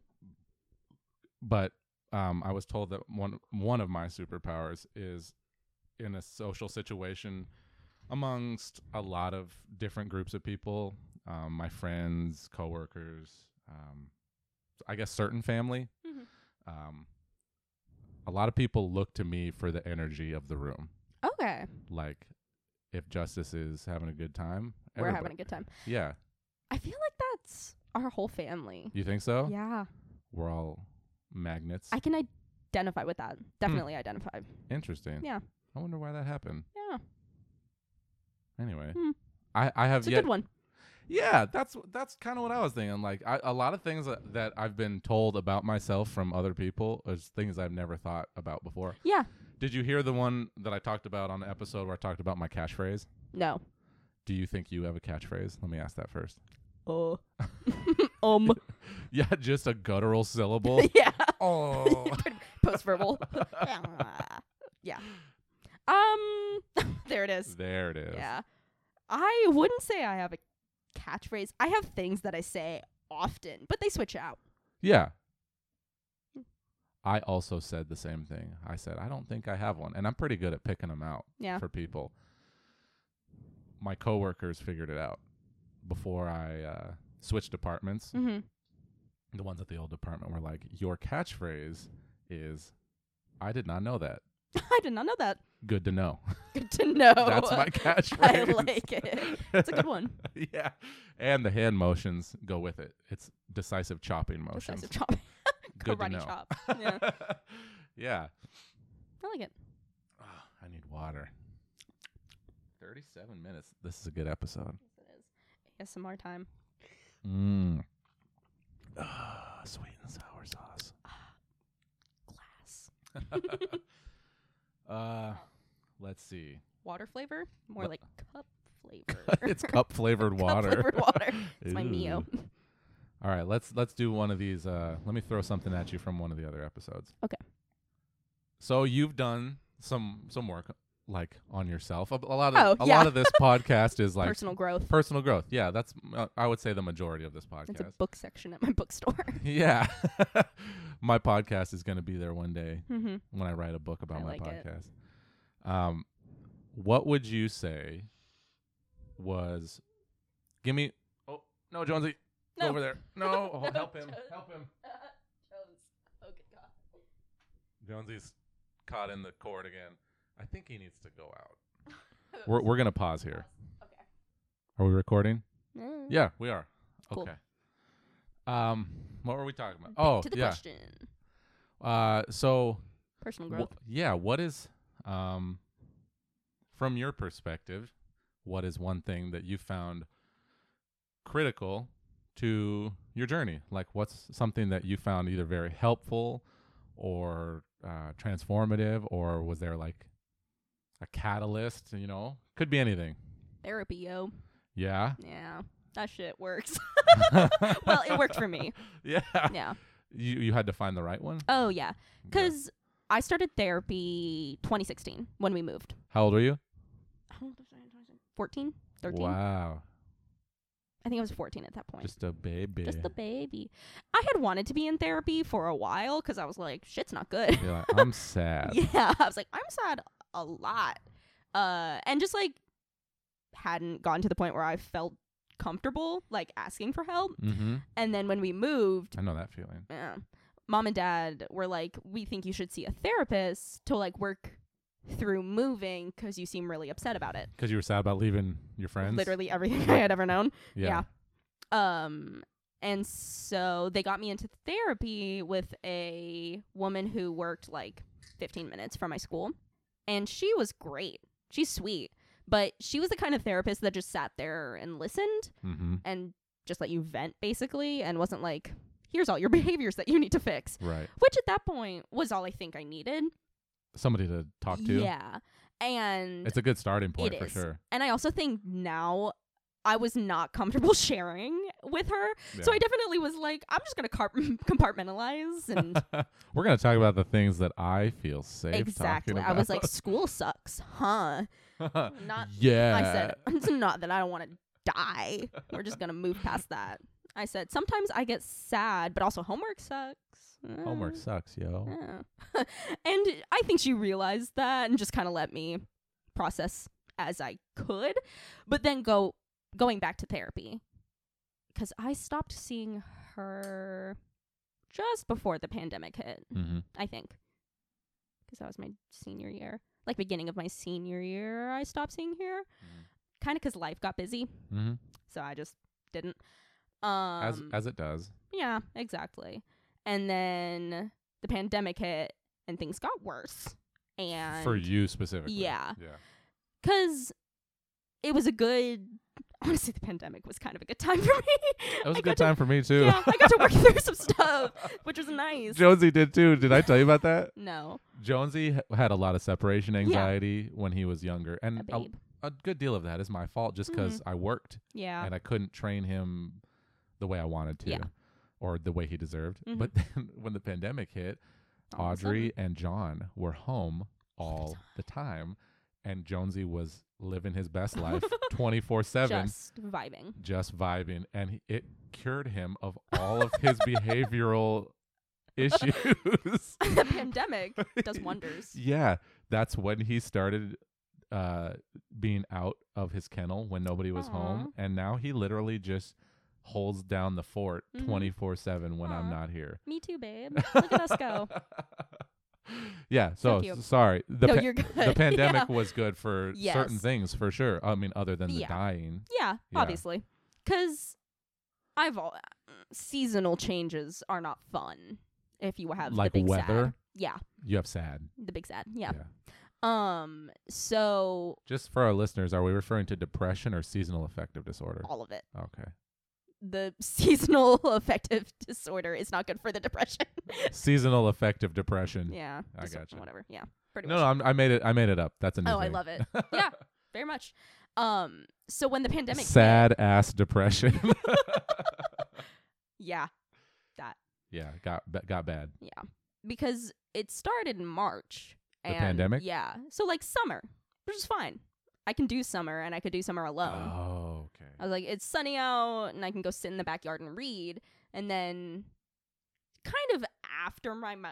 A: but um, I was told that one one of my superpowers is in a social situation amongst a lot of different groups of people, um, my friends, coworkers, um, I guess certain family.
B: Mhm.
A: Um, a lot of people look to me for the energy of the room.
B: Okay,
A: Like, if Justice is having a good time,
B: we're having a good time.
A: good- yeah.
B: I feel like that's our whole family.
A: You think so?
B: Yeah,
A: We're all magnets.
B: I can identify with that. Definitely identify.
A: Interesting.
B: Yeah.
A: I wonder why that happened.
B: Yeah,
A: Anyway,
B: Hmm.
A: I I have
B: it's a
A: yet.
B: good one.
A: Yeah, that's that's kind of what I was thinking. Like I, a lot of things that, that I've been told about myself from other people is things I've never thought about before.
B: Yeah.
A: Did you hear the one that I talked about on the episode where I talked about my catchphrase?
B: No.
A: Do you think you have a catchphrase? Let me ask that first.
B: Oh. um.
A: Yeah, just a guttural syllable.
B: yeah.
A: oh,
B: Post verbal. yeah. Um. there it is.
A: there it is.
B: Yeah. I wouldn't say I have a catchphrase. I have things that I say often, but they switch out.
A: Yeah. I also said the same thing. I said, I don't think I have one. And I'm pretty good at picking them out
B: Yeah.
A: for people. My coworkers figured it out before I uh, switched departments.
B: Mm-hmm.
A: The ones at the old department were like, Your catchphrase is, I did not know that.
B: I did not know that.
A: Good to know.
B: Good to know.
A: That's my
B: Oh, I
A: catchphrase.
B: like it. It's a good one.
A: yeah. And the hand motions go with it. It's decisive chopping motions.
B: Decisive chop.
A: Good to
B: Karate
A: know.
B: chop. Yeah.
A: yeah.
B: I like it.
A: Ah, I need water. 37 minutes. This is a good episode.
B: It is. ASMR time.
A: Mm. Ah, sweet and sour sauce.
B: Glass.
A: Uh, let's see.
B: Water flavor? More
A: Wha-
B: like cup flavor.
A: it's cup flavored water.
B: flavored water. It's my
A: Ooh.
B: Neo.
A: All right, let's let's do one of these. Uh, let me throw something at you from one of the other episodes.
B: Okay.
A: So you've done some some work like on yourself. A, a lot of
B: Oh,
A: a
B: yeah.
A: lot of this podcast is like
B: Personal growth.
A: personal growth. Yeah, that's uh, I would say the majority of this podcast.
B: It's a book section at my bookstore.
A: Yeah. my podcast is going to be there one day
B: mm-hmm.
A: when I write a book about
B: I
A: my
B: like it.
A: podcast. Um what would you say was Give me Oh, no, Jonesy.
B: No.
A: Go over there. No, oh,
B: No,
A: help him.
B: Jones.
A: Help him.
B: Uh, Jones. Oh, good God.
A: Jonesy's caught in the cord again. I think he needs to go out. We're we're going to pause here.
B: Okay.
A: Are we recording?
B: Mm.
A: Yeah, we are.
B: Cool.
A: Okay. Um what were we talking about? Oh,
B: to the
A: yeah.
B: question.
A: Uh so
B: Personal
A: Wha-
B: growth.
A: yeah, what is um from your perspective, what is one thing that you found critical to your journey? Like what's something that you found either very helpful or uh transformative or was there like a catalyst, you know? Could be anything.
B: Therapy, yo.
A: Yeah.
B: Yeah. That shit works. well, it worked for me.
A: Yeah.
B: Yeah.
A: You you had to find the right one?
B: Oh, yeah.
A: Yeah.
B: Because I started therapy 2016 when we moved.
A: How old are you?
B: How old was I in 2016? 14? 13?
A: Wow.
B: I think I was 14 at that point.
A: Just a baby.
B: Just the baby. I had wanted to be in therapy for a while because I was like, shit's not good.
A: You're like, I'm sad.
B: yeah i was like i'm sad a lot uh and just like hadn't gotten to the point where i felt comfortable like asking for help.
A: Mm-hmm.
B: And then when we moved,
A: I know that feeling.
B: yeah, mom and dad were like, we think you should see a therapist to like work through moving because you seem really upset about it.
A: Because you were sad about leaving your friends.
B: Literally everything I had ever known.
A: Yeah.
B: Um, and so they got me into therapy with a woman who worked like 15 minutes from my school. And she was great. She's sweet. But she was the kind of therapist that just sat there and listened
A: Mm-hmm.
B: and just let you vent, basically, and wasn't like, here's all your behaviors that you need to fix,
A: Right.
B: which at that point was all I think I needed.
A: Somebody to talk to.
B: Yeah. And
A: It's a good starting point
B: It
A: for
B: is.
A: sure.
B: and I also think now I was not comfortable sharing with her. So
A: Yeah.
B: I definitely was like, I'm just going to car- compartmentalize. And
A: We're gonna talk about the things that I feel safe. talking
B: exactly. I was like,
A: about.
B: school sucks, huh? not-
A: yeah.
B: I said,
A: Uh.
B: it's not that I don't want to die. We're just going to move past that. I said, sometimes I get sad, but also homework sucks. Uh,
A: homework sucks, yo.
B: yeah. and I think she realized that and just kind of let me process as I could, but then go going back to therapy because I stopped seeing her just before the pandemic hit.
A: Mm-hmm.
B: I think because that was my senior year, like beginning of my senior year, I stopped seeing her,
A: Mm.
B: kind of because life got busy,
A: Mm-hmm.
B: so I just didn't. Um,
A: As as it does.
B: yeah, exactly. And then the pandemic hit and things got worse. And
A: for you specifically.
B: yeah.
A: Yeah.
B: cuz it was a good honestly the pandemic was kind of a good time for me.
A: That was
B: I
A: a good
B: got to-
A: time for me too.
B: yeah, I got to work through some stuff, which was nice.
A: Jonesy did too. Did I tell you about that?
B: no,
A: Jonesy h- had a lot of separation anxiety when he was younger,
B: a
A: and a,
B: babe. Mm-hmm.
A: a good deal of that is my fault, just because I worked
B: yeah.
A: and I couldn't train him the way I wanted to,
B: Yeah.
A: or the way he deserved.
B: Mhm.
A: But then when the pandemic hit,
B: all of a
A: Audrey and John were home all the time, and Jonesy was living his best life 24 7,
B: sudden, just vibing.
A: just vibing. And he- it cured him of all of his behavioral issues.
B: the pandemic does wonders.
A: yeah, that's when he started uh, being out of his kennel when nobody was
B: Uh-huh.
A: home. And now he literally just holds down the fort
B: Mhm.
A: 24 7 when I'm
B: Aw.
A: not here.
B: Me too, babe. Look at us go.
A: yeah,
B: So
A: so,
B: cute.
A: s- sorry. The
B: no,
A: pa-
B: you're good.
A: the pandemic
B: Yeah,
A: was good for certain
B: Yes.
A: things for sure. I mean, other than the
B: Yeah.
A: dying.
B: yeah,
A: Yeah.
B: obviously. Cuz I've all seasonal changes are not fun if you have
A: Like
B: the big
A: weather?
B: Sad. Yeah,
A: You have sad.
B: the big sad. Yeah. Um so
A: Just for our listeners, are we referring to depression or seasonal affective disorder?
B: all of it.
A: Okay.
B: The seasonal affective disorder is not good for the depression.
A: seasonal affective depression.
B: yeah.
A: Mm, I
B: dis-
A: gotcha.
B: Whatever. Yeah. Pretty
A: No,
B: much.
A: no, I'm, I made it. I made it up. That's a new
B: Oh, I
A: thing.
B: love it. Yeah. Very much. Um so when the pandemic hit-
A: Sad ass depression.
B: yeah.
A: yeah, got ba- got bad.
B: Yeah. Because it started in March.
A: The
B: and
A: pandemic?
B: Yeah. So like summer, which is fine. I can do summer and I could do summer alone.
A: Oh,
B: I
A: okay.
B: was like, it's sunny out and I can go sit in the backyard and read. And then kind of after my, my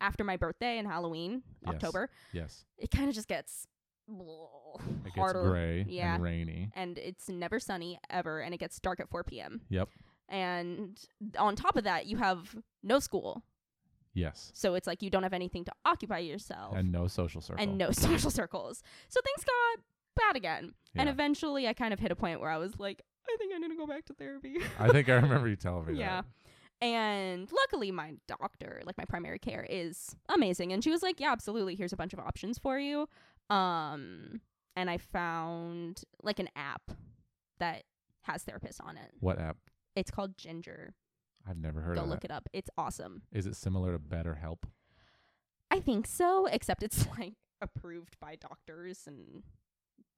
B: after my birthday and Halloween,
A: Yes.
B: October,
A: Yes,
B: it kind of just gets
A: it gets
B: harder
A: gray
B: Yeah.
A: and rainy.
B: and it's never sunny ever and it gets dark at 4 p.m.
A: Yep.
B: And on top of that, you have no school.
A: Yes,
B: So it's like you don't have anything to occupy yourself
A: and no social circle.
B: and no social circles. So things got bad again. And
A: Yeah.
B: eventually I kind of hit a point where I was like, I think I need to go back to therapy.
A: I think I remember you telling me
B: Yeah.
A: that.
B: and luckily my doctor, like my primary care is amazing and she was like, "Yeah, absolutely. Here's a bunch of options for you." Um and I found like an app that has therapists on it.
A: What app?
B: It's called Ginger.
A: I've never heard
B: Go
A: of
B: look
A: that.
B: it up. It's awesome.
A: Is it similar to BetterHelp?
B: I think so, except it's like approved by doctors and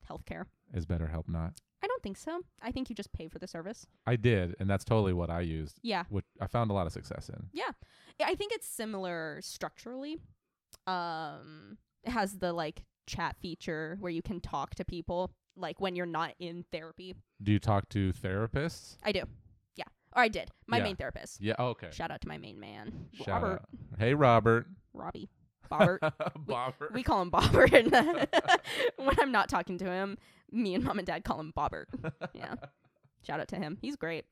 B: healthcare.
A: Is BetterHelp not?
B: I don't think so. I think you just pay for the service.
A: I did, and that's totally what I used,
B: Yeah.
A: which I found a lot of success in.
B: I- I think it's similar structurally. Um it has the like chat feature where you can talk to people like when you're not in therapy.
A: Do you talk to therapists?
B: I do. Yeah. Or I did. My
A: Yeah.
B: main therapist.
A: Yeah. oh, okay.
B: Shout out to my main man.
A: Shout
B: Robert.
A: out. Hey, Robert.
B: Robbie. Bobbert.
A: Bobbert.
B: we call him Bobbert. when I'm not talking to him, me and mom and dad call him Bobbert. Yeah. Shout out to him. He's great.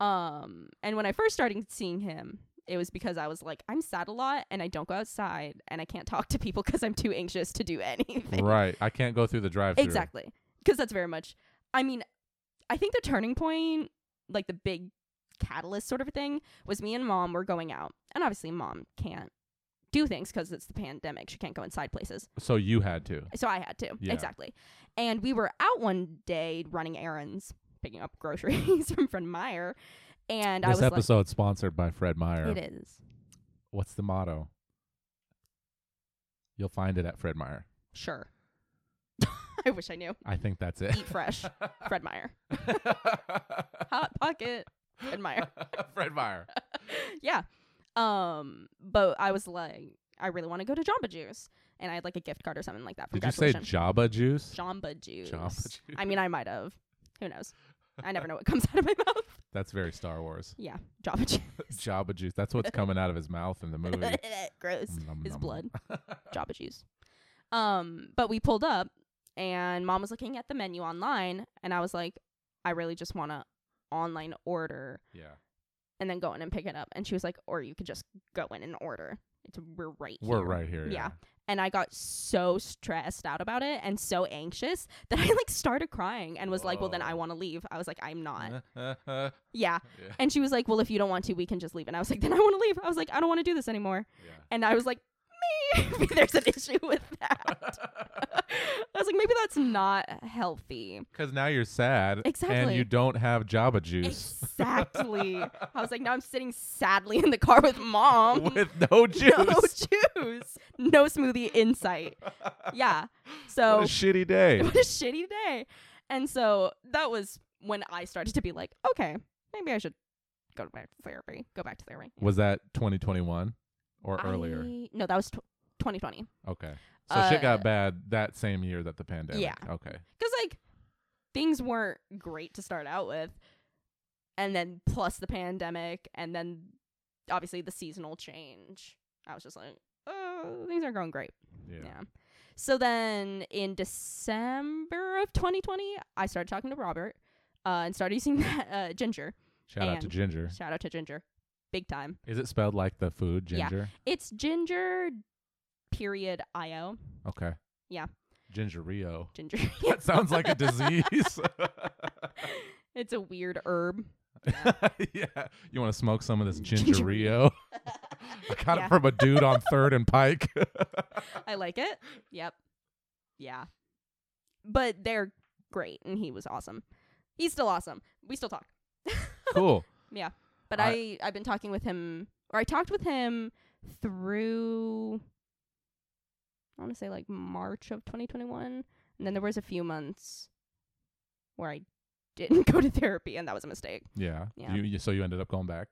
B: Um, and when I first started seeing him, it was because I was like, I'm sad a lot and I don't go outside and I can't talk to people because I'm too anxious to do anything.
A: Right. I can't go through the drive through.
B: Exactly. Because that's very much, I mean, I think the turning point, like the big catalyst sort of a thing, was me and mom were going out. And obviously, mom can't do things because it's the pandemic. She can't go inside places.
A: So you had to.
B: So I had to.
A: Yeah.
B: Exactly. And we were out one day running errands, picking up groceries from Fred Meyer. And I
A: this
B: was
A: episode sponsored by Fred Meyer.
B: like, it is.
A: What's the motto? You'll find it at Fred Meyer.
B: Sure. I wish I knew.
A: I think that's it.
B: Eat fresh. Fred Meyer.
A: Fred
B: Hot Pocket. Fred Meyer.
A: Fred Meyer.
B: yeah. Um, but I was like, I really want to go to Jamba Juice. And I had like a gift card or something like that. From
A: Did you say
B: graduation.
A: Java juice?
B: Jamba Juice?
A: Jamba Juice.
B: I mean, I might have. Who knows? I never know what comes out of my mouth.
A: That's very Star Wars.
B: Yeah, Jamba Juice.
A: Java juice. That's what's coming out of his mouth in the movie.
B: Gross.
A: Nom, nom,
B: His
A: nom.
B: blood. Jamba Juice. Um, but we pulled up, and mom was looking at the menu online, and I was like, I really just want to online order
A: Yeah.
B: and then go in and pick it up. And she was like, or you could just go in and order. It's we're right.
A: We're
B: here."
A: right here.
B: Yeah. And I got so stressed out about it and so anxious that I like started crying and was like, well, then I
A: Whoa.
B: want to leave. I was like, I'm not.
A: yeah.
B: yeah. And she was like, well, if you don't want to, we can just leave. And I was like, then I want to leave. I was like, I don't want to do this anymore. And I was like, maybe there's an issue with that. I was like, maybe that's not healthy.
A: Because now you're sad. And
B: Exactly.
A: you don't have Java juice.
B: Exactly. I was like, now I'm sitting sadly in the car with mom.
A: With no juice.
B: No juice. No smoothie insight. Yeah. So
A: What a shitty day.
B: what a shitty day. And so that was when I started to be like, okay, maybe I should go back to therapy. Go back to therapy.
A: Was that 2021 or earlier?
B: I- no, that was tw 2020.
A: Okay. So shit got
B: Uh,
A: bad that same year that the pandemic.
B: Yeah.
A: Okay.
B: Because, like, things weren't great to start out with. And then plus the pandemic, and then obviously the seasonal change. I was just like, oh, things aren't going great.
A: Yeah.
B: Yeah. So then in December of 2020, I started talking to Robert uh, and started using that, uh, Ginger.
A: Shout out to
B: And-
A: Ginger.
B: Shout out to Ginger. Big time.
A: Is it spelled like the food,
B: Yeah.
A: Ginger?
B: It's Ginger period IO.
A: Okay.
B: Yeah.
A: Ginger Rio.
B: Ginger.
A: That sounds like a disease.
B: it's a weird herb.
A: yeah. You want to smoke some of this Ginger,
B: Ginger
A: Rio? I got
B: Yeah.
A: it from a dude on 3rd and Pike.
B: I like it. Yep. Yeah. But they're great and he was awesome. He's still awesome. We still talk.
A: cool.
B: But I, I I've been talking with him or I talked with him through I want to say like March of 2021 and then there was a few months where I didn't go to therapy and that was a mistake.
A: Yeah.
B: Yeah.
A: You, you, so you ended up going back.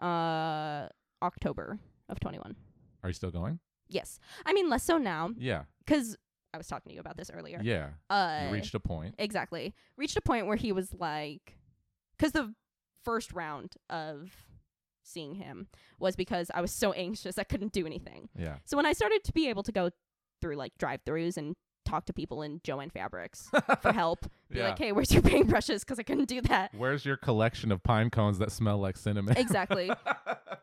B: Uh October of 21.
A: Are you still going?
B: Yes. I mean less so now
A: Yeah.
B: cuz I was talking to you about this earlier.
A: Yeah.
B: Uh
A: You reached a point.
B: exactly. Reached a point where he was like cuz the first round of seeing him was because I was so anxious I couldn't do anything.
A: Yeah.
B: So when I started to be able to go through like drive-throughs and talk to people in Joann Fabrics for help, be
A: yeah.
B: like, "Hey, where's your paintbrushes?" because I couldn't do that.
A: Where's your collection of pine cones that smell like cinnamon?
B: Exactly.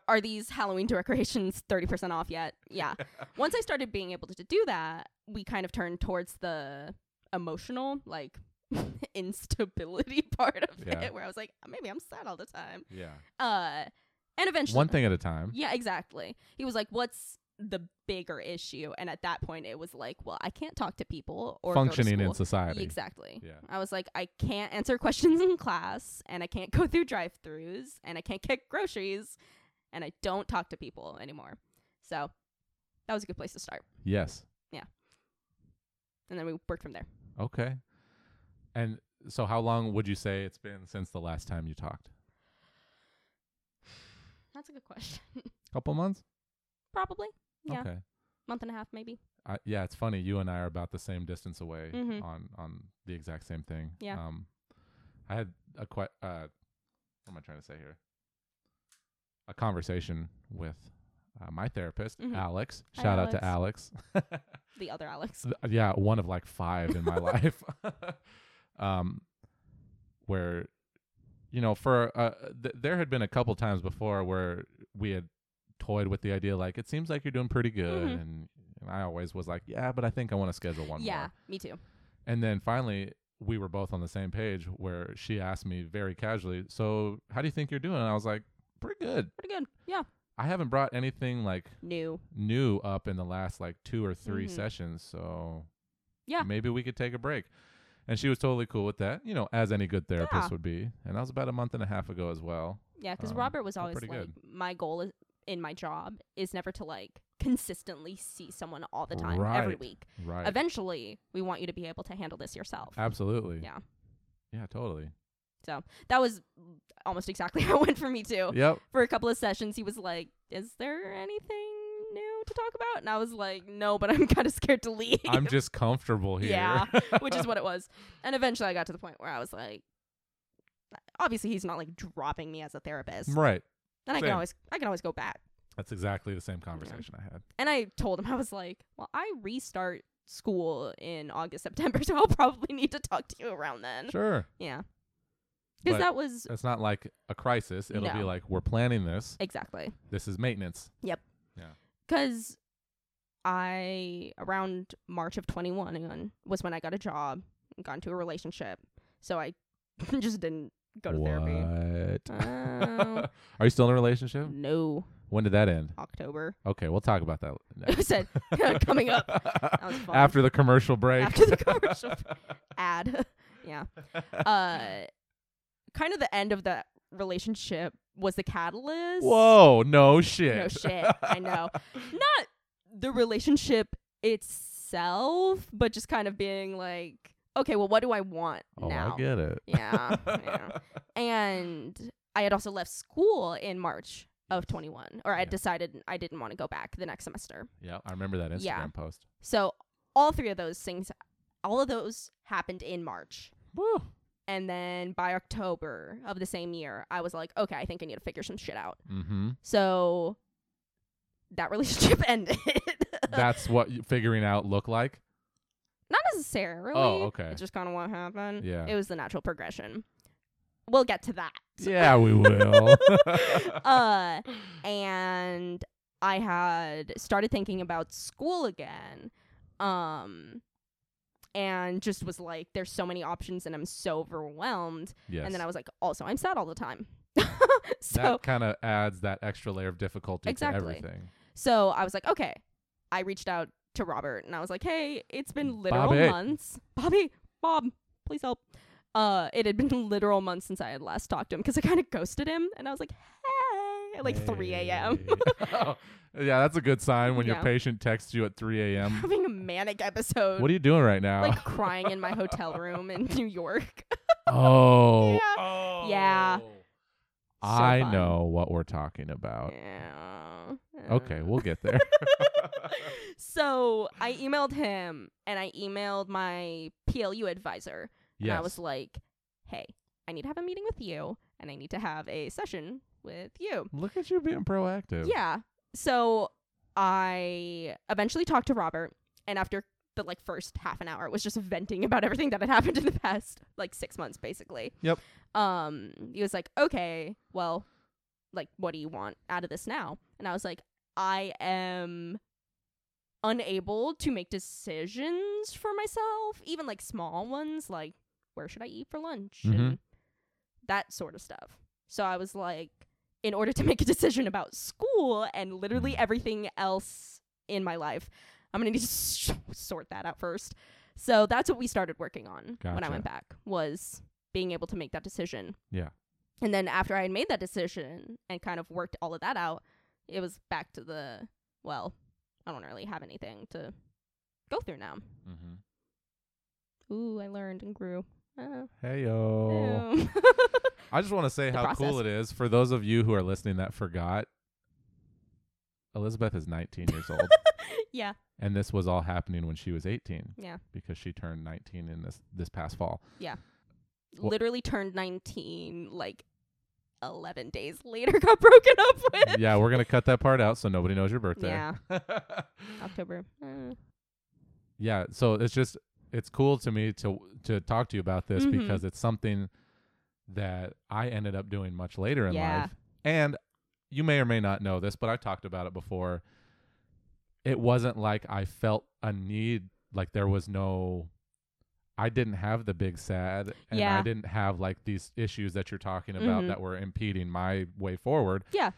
B: Are these Halloween decorations 30% off yet? Yeah. Once I started being able to do that, we kind of turned towards the emotional like instability part of
A: Yeah.
B: it where I was like, maybe I'm sad all the time.
A: yeah.
B: Uh and eventually
A: One thing at a time.
B: Yeah, exactly. He was like, "What's the bigger issue?" And at that point, it was like, "Well, I can't talk to people or go to
A: Functioning in
B: school."
A: society.
B: Exactly.
A: Yeah.
B: I was like, I can't answer questions in class, and I can't go through drive-throughs, and I can't get groceries, and I don't talk to people anymore. So that was a good place to start,
A: Yes.
B: and then we worked from there.
A: Okay. And so, how long would you say it's been since the last time you talked?
B: That's a good question.
A: couple months?
B: Probably Yeah.
A: Okay.
B: month and a half, maybe.
A: I, yeah, it's funny. You and I are about the same distance away
B: Mhm.
A: on on the exact same thing.
B: Yeah.
A: Um, I had a que- uh, what am I trying to say here? A conversation with uh, my therapist,
B: Mhm.
A: Alex.
B: Hi,
A: Shout out to Alex.
B: The other Alex.
A: Th- yeah, one of like five in my life. um, where you know, for uh, th- there had been a couple times before where we had toyed with the idea, like it seems like you're doing pretty good,
B: Mhm.
A: and, and I always was like, yeah, but I think I want to schedule one
B: yeah,
A: more.
B: me too.
A: And then finally, we were both on the same page where she asked me very casually, "So, how do you think you're doing?" And I was like, "Pretty good.
B: Pretty good. Yeah,
A: I haven't brought anything like
B: new.
A: new up in the last like two or 3
B: Mhm.
A: sessions, so
B: Yeah.
A: maybe we could take a break." And she was totally cool with that, you know, as any good therapist
B: Yeah.
A: would be. And that was about a month and a half ago as well.
B: Yeah, because
A: Um,
B: Robert was
A: we're
B: always
A: pretty
B: like,
A: good.
B: my goal is in my job is never to like consistently see someone all the time every
A: Right.
B: week.
A: Right.
B: Eventually, we want you to be able to handle this yourself.
A: Absolutely.
B: Yeah.
A: Yeah, totally.
B: that was almost exactly how it went for me too.
A: Yep.
B: For a couple of sessions, he was like, "Is there anything new to talk about?" And I was like, "No, but I'm kind of scared to leave."
A: I'm just comfortable here.
B: Yeah, which is what it was. And eventually, I got to the point where I was like, "Obviously, he's not like dropping me as a therapist."
A: right.
B: And I can
A: Same.
B: always, I can always go back.
A: That's exactly the same conversation I had.
B: And I told him, I was like, well, I restart school in August, September, so I'll probably need to talk to you around then.
A: Sure.
B: Yeah.
A: But-
B: Because that was
A: It's not like a crisis. It'll be
B: No.
A: like we're planning this.
B: exactly.
A: This is maintenance.
B: Because I, around March of 21, and was when I got a job and got into a relationship. So I just didn't go to therapy. Oh.
A: Are you still in a relationship?
B: no,
A: When did that end?
B: October.
A: Okay, we'll talk about that.
B: I said, coming up.
A: That
B: was fun.
A: After the commercial break.
B: After the commercial ad. yeah. Uh kind of the end of that relationship was the catalyst.
A: Whoa, no shit.
B: No shit. I know. Not the relationship itself, but just kind of being like, okay, well what do I want
A: Oh,
B: now? Oh,
A: I get it.
B: Yeah. yeah. And I had also left school in March of 21 or I
A: Yeah.
B: had decided I didn't want to go back the next semester.
A: Yeah, I remember that Instagram
B: Yeah.
A: post.
B: So all three of those things all of those happened in March.
A: Woo.
B: And then by October of the same year, I was like, okay, I think I need to figure some shit out.
A: Mm-hmm.
B: So that relationship ended.
A: That's what y- figuring out look like.
B: Not necessarily.
A: Oh, okay.
B: It's just kind of what happened.
A: Yeah.
B: It was the natural progression. We'll get to that.
A: Yeah, we will.
B: uh, and I had started thinking about school again. Um, and just was like, there's so many options and I'm so overwhelmed.
A: yes.
B: And then I was like, also, I'm sad all the time. so
A: that kind of adds that extra layer of difficulty
B: Exactly.
A: to everything.
B: So I was like, okay. I reached out to Robert and I was like, hey, it's been literal
A: Mm, Bobby.
B: months. Bobby, Bob, please help. Uh, it had been literal months since I had last talked to him because I kind of ghosted him and I was like, hey, at like 3 a.m.
A: Hey. yeah, that's a good sign when
B: Yeah.
A: your patient texts you at 3 a.m.
B: having a manic episode,
A: what are you doing right now?
B: like crying in my hotel room in New York.
A: oh.
B: Yeah.
A: oh.
B: Yeah. So
A: I
B: fun.
A: know what we're talking about.
B: Yeah.
A: Oh. Okay, we'll get there.
B: So I emailed him and I emailed my PLU advisor And
A: yes.
B: I was like, hey, I need to have a meeting with you and I need to have a session with you.
A: Look at you being proactive.
B: Yeah. So I eventually talked to Robert and after the like first half an hour it was just venting about everything that had happened in the past like 6 months basically.
A: Yep.
B: Um he was like, "Okay, well, like what do you want out of this now?" And I was like, "I am unable to make decisions for myself, even like small ones like where should I eat for lunch and that sort of stuff." So I was like, in order to make a decision about school and literally everything else in my life, I'm gonna need to s- sort that out first. So that's what we started working on when I
A: Gotcha.
B: went back was being able to make that decision.
A: Yeah.
B: And then after I had made that decision and kind of worked all of that out, it was back to the well, I don't really have anything to go through now.
A: Mm-hmm.
B: Ooh, I learned and grew. Uh,
A: Hey yo.
B: um,
A: I just want to say
B: The
A: how cool
B: process.
A: it is for those of you who are listening that forgot. Elizabeth is 19 years old,
B: yeah.
A: and this was all happening when she was 18.
B: Yeah.
A: because she turned 19 in this this past fall. Well-
B: literally turned 19 like 11 days later got broken up with
A: yeah, we're gonna cut that part out so nobody knows your birthday.
B: Yeah.
A: Yeah.
B: october Uh,
A: yeah so it's just it's cool to me to to talk to you about this
B: Mhm.
A: because it's something that I ended up doing much later in
B: Yeah.
A: life. And you may or may not know this, but I talked about it before. It wasn't like I felt a need, like there was no, I didn't have the big sad, and I
B: Yeah.
A: didn't have like these issues that you're talking about
B: Mhm.
A: that were impeding my way forward.
B: Yeah.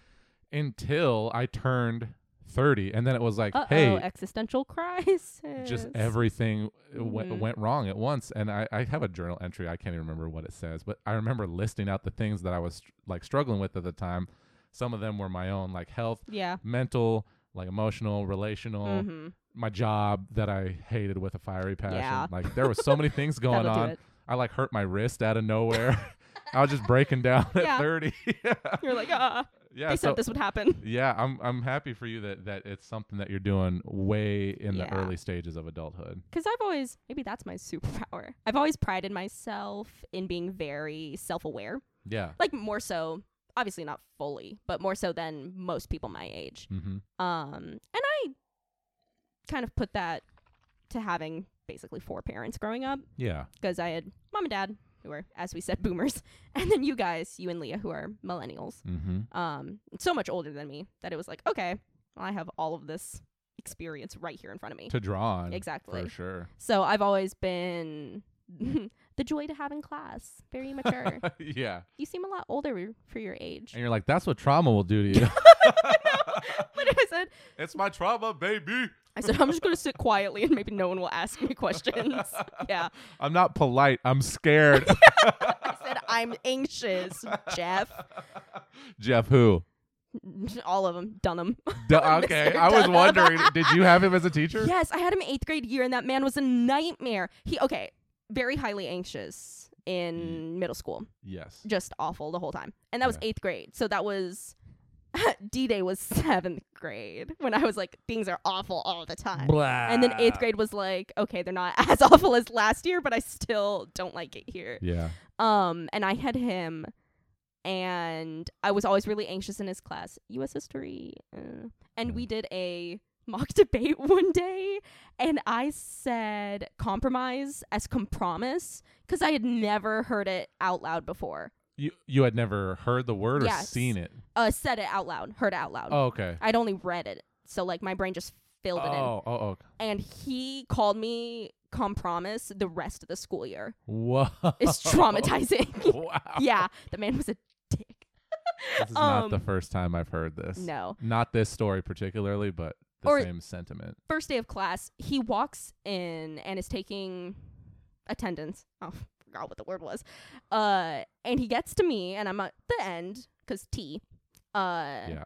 A: Until I turned 30, and then it was like,
B: Uh oh,
A: hey,
B: existential crisis.
A: just everything w-
B: Mhm.
A: went wrong at once. And I, I have a journal entry. I can't even remember what it says, but I remember listing out the things that I was str- like struggling with at the time. Some of them were my own, like health,
B: Yeah.
A: mental, like emotional, relational,
B: Mm-hmm.
A: my job that I hated with a fiery passion.
B: Yeah.
A: Like there was so many things going
B: That'll
A: on.
B: do it.
A: I like hurt my wrist out of nowhere. I was just breaking down at
B: Yeah.
A: 30. yeah.
B: You're like, ah,
A: Yeah,
B: they
A: so-
B: said this would happen.
A: yeah, I'm I'm happy for you that that it's something that you're doing way in the
B: Yeah.
A: early stages of adulthood.
B: Because I've always, maybe that's my superpower. I've always prided myself in being very self aware.
A: Yeah.
B: Like, more so, obviously not fully, but more so than most people my age.
A: Mm-hmm.
B: Um, and I kind of put that to having basically four parents growing up.
A: Yeah.
B: because I had mom and dad who are, as we said, boomers, and then you guys, you and Leah, who are millennials,
A: Mm-hmm.
B: um, so much older than me that it was like, okay, well, I have all of this experience right here in front of me.
A: To draw on.
B: Exactly.
A: For sure.
B: So I've always been the joy to have in class, very mature.
A: yeah.
B: you seem a lot older for your age.
A: And you're like, that's what trauma will do to you.
B: But I said,
A: it's my trauma, baby.
B: I said, I'm just gonna sit quietly and maybe no one will ask me questions. yeah,
A: I'm not polite. I'm scared.
B: I said I'm anxious, Jeff.
A: Jeff, who?
B: All of them, Dunham.
A: D- okay.
B: Mr.
A: I was
B: Dunn.
A: wondering, did you have him as a teacher?
B: Yes, I had him eighth grade year, and that man was a nightmare. He okay, very highly anxious in middle school,
A: Yes.
B: just awful the whole time, and that was
A: Yeah.
B: eighth grade. So that was D Day was seventh grade when I was like, things are awful all the time.
A: Blah.
B: And then eighth grade was like, okay, they're not as awful as last year, but I still don't like it here.
A: Yeah.
B: Um, and I had him, and I was always really anxious in his class, U.S. history. Uh, and we did a mock debate one day, and I said compromise as compromise because I had never heard it out loud before.
A: You you had never heard the word or
B: Yes.
A: seen it.
B: Uh, said it out loud, heard it out loud.
A: Oh, okay.
B: I'd only read it, so like my brain just filled it in.
A: Oh, oh, oh.
B: And he called me compromise the rest of the school year.
A: Whoa.
B: It's traumatizing.
A: wow.
B: yeah, the man was a dick.
A: This is not
B: Um,
A: the first time I've heard this.
B: No.
A: Not this story particularly, but the
B: Or-
A: same sentiment.
B: first day of class, he walks in and is taking attendance. Oh, forgot what the word was. Uh, and he gets to me, and I'm at the end because T. Uh,
A: Yeah.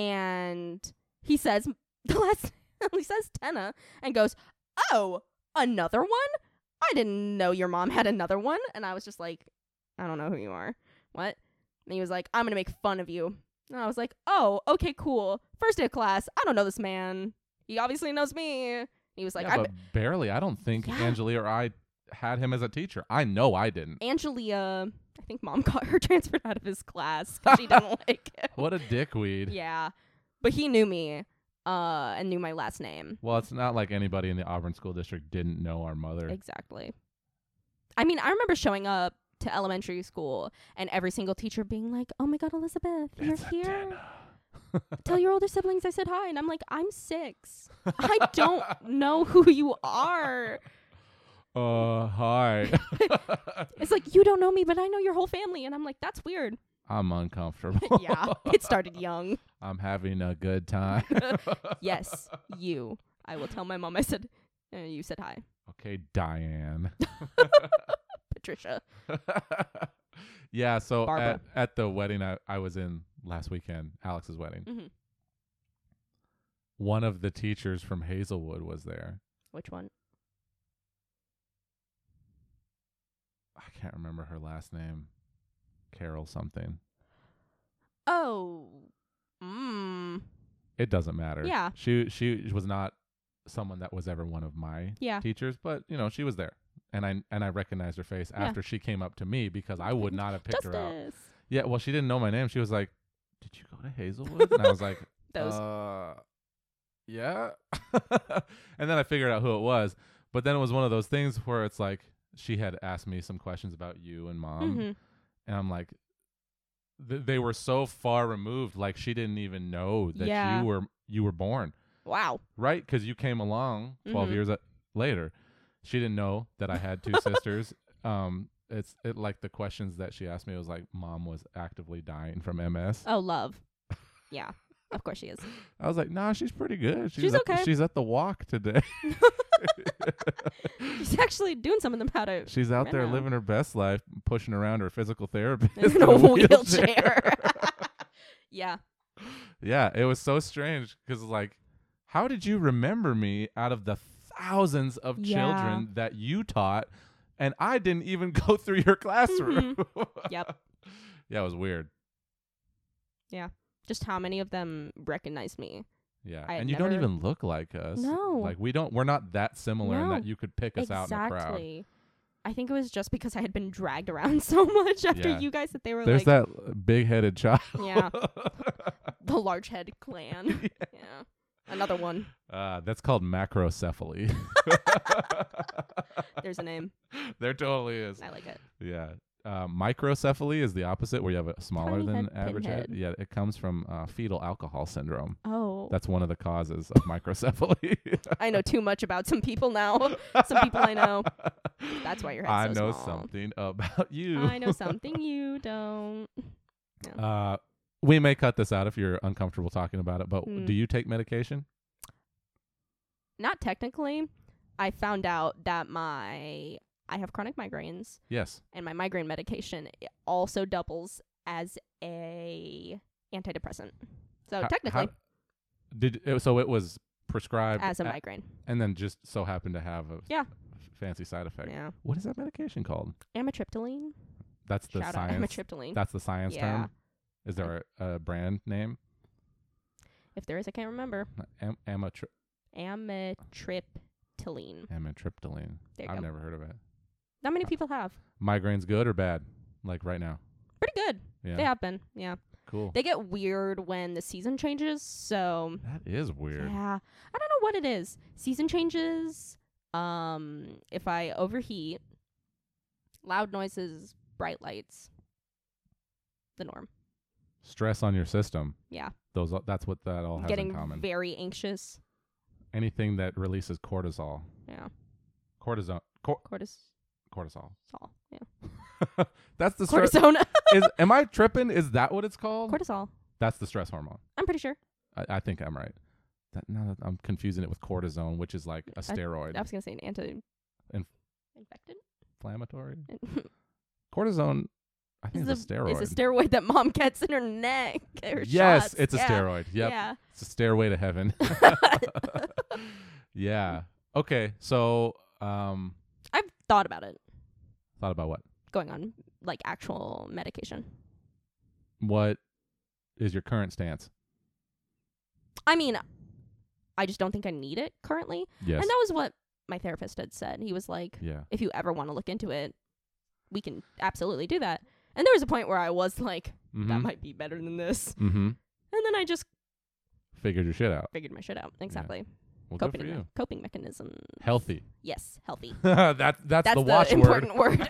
B: And he says the last. he says Tenna and goes, "Oh, another one? I didn't know your mom had another one." And I was just like, "I don't know who you are. What?" And he was like, "I'm gonna make fun of you." And I was like, "Oh, okay, cool. First day of class. I don't know this man. He obviously knows me." He was like,
A: yeah,
B: "I."
A: but barely. I don't think
B: Yeah.
A: Angelia or I had him as a teacher. I know I didn't.
B: Angelia, I think mom got her transferred out of his class because she didn't like him.
A: What a dickweed.
B: Yeah, but he knew me, uh, and knew my last name
A: Well, it's not like anybody in the Auburn school district didn't know our mother.
B: exactly. I mean, I remember showing up to elementary school and every single teacher being like, "Oh my God, Elizabeth, you're
A: It's a
B: here!
A: Dana.
B: Tell your older siblings I said hi." And I'm like, "I'm six. I don't know who you are."
A: Uh, hi.
B: It's like you don't know me, but I know your whole family, and I'm like, "That's weird."
A: I'm uncomfortable.
B: yeah, it started young.
A: I'm having a good time.
B: yes, you. I will tell my mom I said, uh, you said hi,
A: Okay, Diane.
B: Patricia.
A: yeah, so
B: Barbara.
A: at, at the wedding I, I was in last weekend, Alex's wedding,
B: Mhm.
A: one of the teachers from Hazelwood was there.
B: Which one?
A: I can't remember her last name. Carol something.
B: Oh, mm,
A: It doesn't matter.
B: Yeah.
A: She she was not someone that was ever one of my
B: yeah.
A: teachers, but you know, she was there. And I and I recognized her face
B: Yeah.
A: after she came up to me because I would not have picked her out.
B: Justice.
A: Yeah, well, she didn't know my name. She was like, "Did you go to Hazelwood?" and I was like,
B: Those.
A: Uh, yeah. and then I figured out who it was. But then it was one of those things where it's like she had asked me some questions about you and mom.
B: Mhm.
A: and I'm like, th- they were so far removed. Like she didn't even know that
B: Yeah.
A: you were you were born,
B: Wow.
A: right? Because you came along 12
B: Mhm.
A: years a- later. She didn't know that I had two sisters. Um, it's it like the questions that she asked me was like, mom was actively dying from MS.
B: Oh, love. Yeah. Of course she is.
A: I was like, nah, she's pretty good. She's,
B: She's
A: at the-
B: okay.
A: she's at the walk today.
B: She's actually doing something about it.
A: She's out there
B: Wow.
A: living her best life, pushing around her physical therapist
B: in a wheelchair. yeah.
A: yeah, it was so strange because like, how did you remember me out of the thousands of children that you taught, and I didn't even go through your classroom?
B: Mm-hmm. Yep.
A: Yeah, it was weird.
B: Just how many of them recognize me?
A: Yeah,
B: I had
A: and you don't
B: never-
A: even look like us.
B: No.
A: like we don't. We're not that similar in
B: No.
A: that you could pick us out in a crowd.
B: exactly. I think it was just because I had been dragged around so much after
A: Yeah.
B: you guys that they were
A: There's
B: like
A: that big-headed child.
B: Yeah. the large head clan. yeah. Another one.
A: Uh, that's called macrocephaly.
B: There's a name.
A: there totally is.
B: I like it.
A: Yeah. Uh, microcephaly is the opposite, where you have a smaller
B: Tiny
A: than
B: head,
A: average head.
B: pinhead.
A: Yeah, it comes from uh, fetal alcohol syndrome.
B: Oh.
A: That's one of the causes of microcephaly.
B: I know too much about some people now. some people I know. That's why your head's
A: I
B: so
A: know
B: small.
A: something about you.
B: I know something you don't.
A: Uh, we may cut this out if you're uncomfortable talking about it, but
B: Mm.
A: do you take medication?
B: Not technically. I found out that my I have chronic migraines
A: Yes.
B: and my migraine medication i- also doubles as a antidepressant. So
A: Ho-
B: Oh, technically
A: how- did it, so it was prescribed
B: as a
A: a-
B: migraine.
A: and then just so happened to have a
B: Yeah.
A: f- fancy side effect.
B: Yeah.
A: What is that medication called?
B: Amitriptyline.
A: That's the
B: Shout out
A: science.
B: amitriptyline.
A: That's the science
B: Yeah.
A: term. Is there a, a brand name?
B: if there is I can't remember.
A: Am- amitri-
B: Amitriptyline.
A: amitriptyline.
B: There you
A: I've
B: go.
A: never heard of it.
B: Not many people have.
A: Migraines good or bad? Like right now.
B: Pretty good.
A: Yeah.
B: They have been. Yeah.
A: Cool.
B: They get weird when the season changes, so
A: that is weird.
B: Yeah. I don't know what it is. Season changes. Um, if I overheat, loud noises, bright lights. The norm.
A: Stress on your system.
B: Yeah.
A: Those a- that's what that all has in
B: Getting
A: common.
B: very anxious.
A: Anything that releases cortisol.
B: Yeah.
A: Cortisol. Cor-
B: Cortisol.
A: cortisol.
B: Yeah.
A: That's the stress.
B: Cortisone.
A: is, am I tripping? Is that what it's called?
B: Cortisol.
A: that's the stress hormone.
B: I'm pretty sure.
A: I, I think I'm right. That, now that I'm confusing it with cortisone, which is like a
B: I-
A: steroid,
B: I was gonna say an anti
A: Inf-
B: infected.
A: inflammatory.
B: Is
A: Cortisone, I think it's a steroid.
B: It's a steroid that mom gets in her neck. Or
A: yes,
B: shots.
A: it's a
B: Yeah.
A: steroid. Yep,
B: Yeah.
A: it's a stairway to heaven. yeah. Okay. So, um,
B: I've thought about it.
A: thought about what?
B: Going on like actual medication.
A: What is your current stance?
B: I mean, I just don't think I need it currently.
A: Yes.
B: And that was what my therapist had said. He was like,
A: Yeah.
B: if you ever want to look into it, we can absolutely do that. And there was a point where I was like, that
A: Mm-hmm.
B: might be better than this.
A: mm-hmm.
B: And then I just
A: Figured your shit out.
B: figured my shit out. Exactly.
A: Well, good
B: coping,
A: for
B: me-
A: you.
B: coping mechanism.
A: Healthy.
B: Yes, healthy.
A: that that's,
B: That's
A: the
B: the,
A: watchword.
B: important word.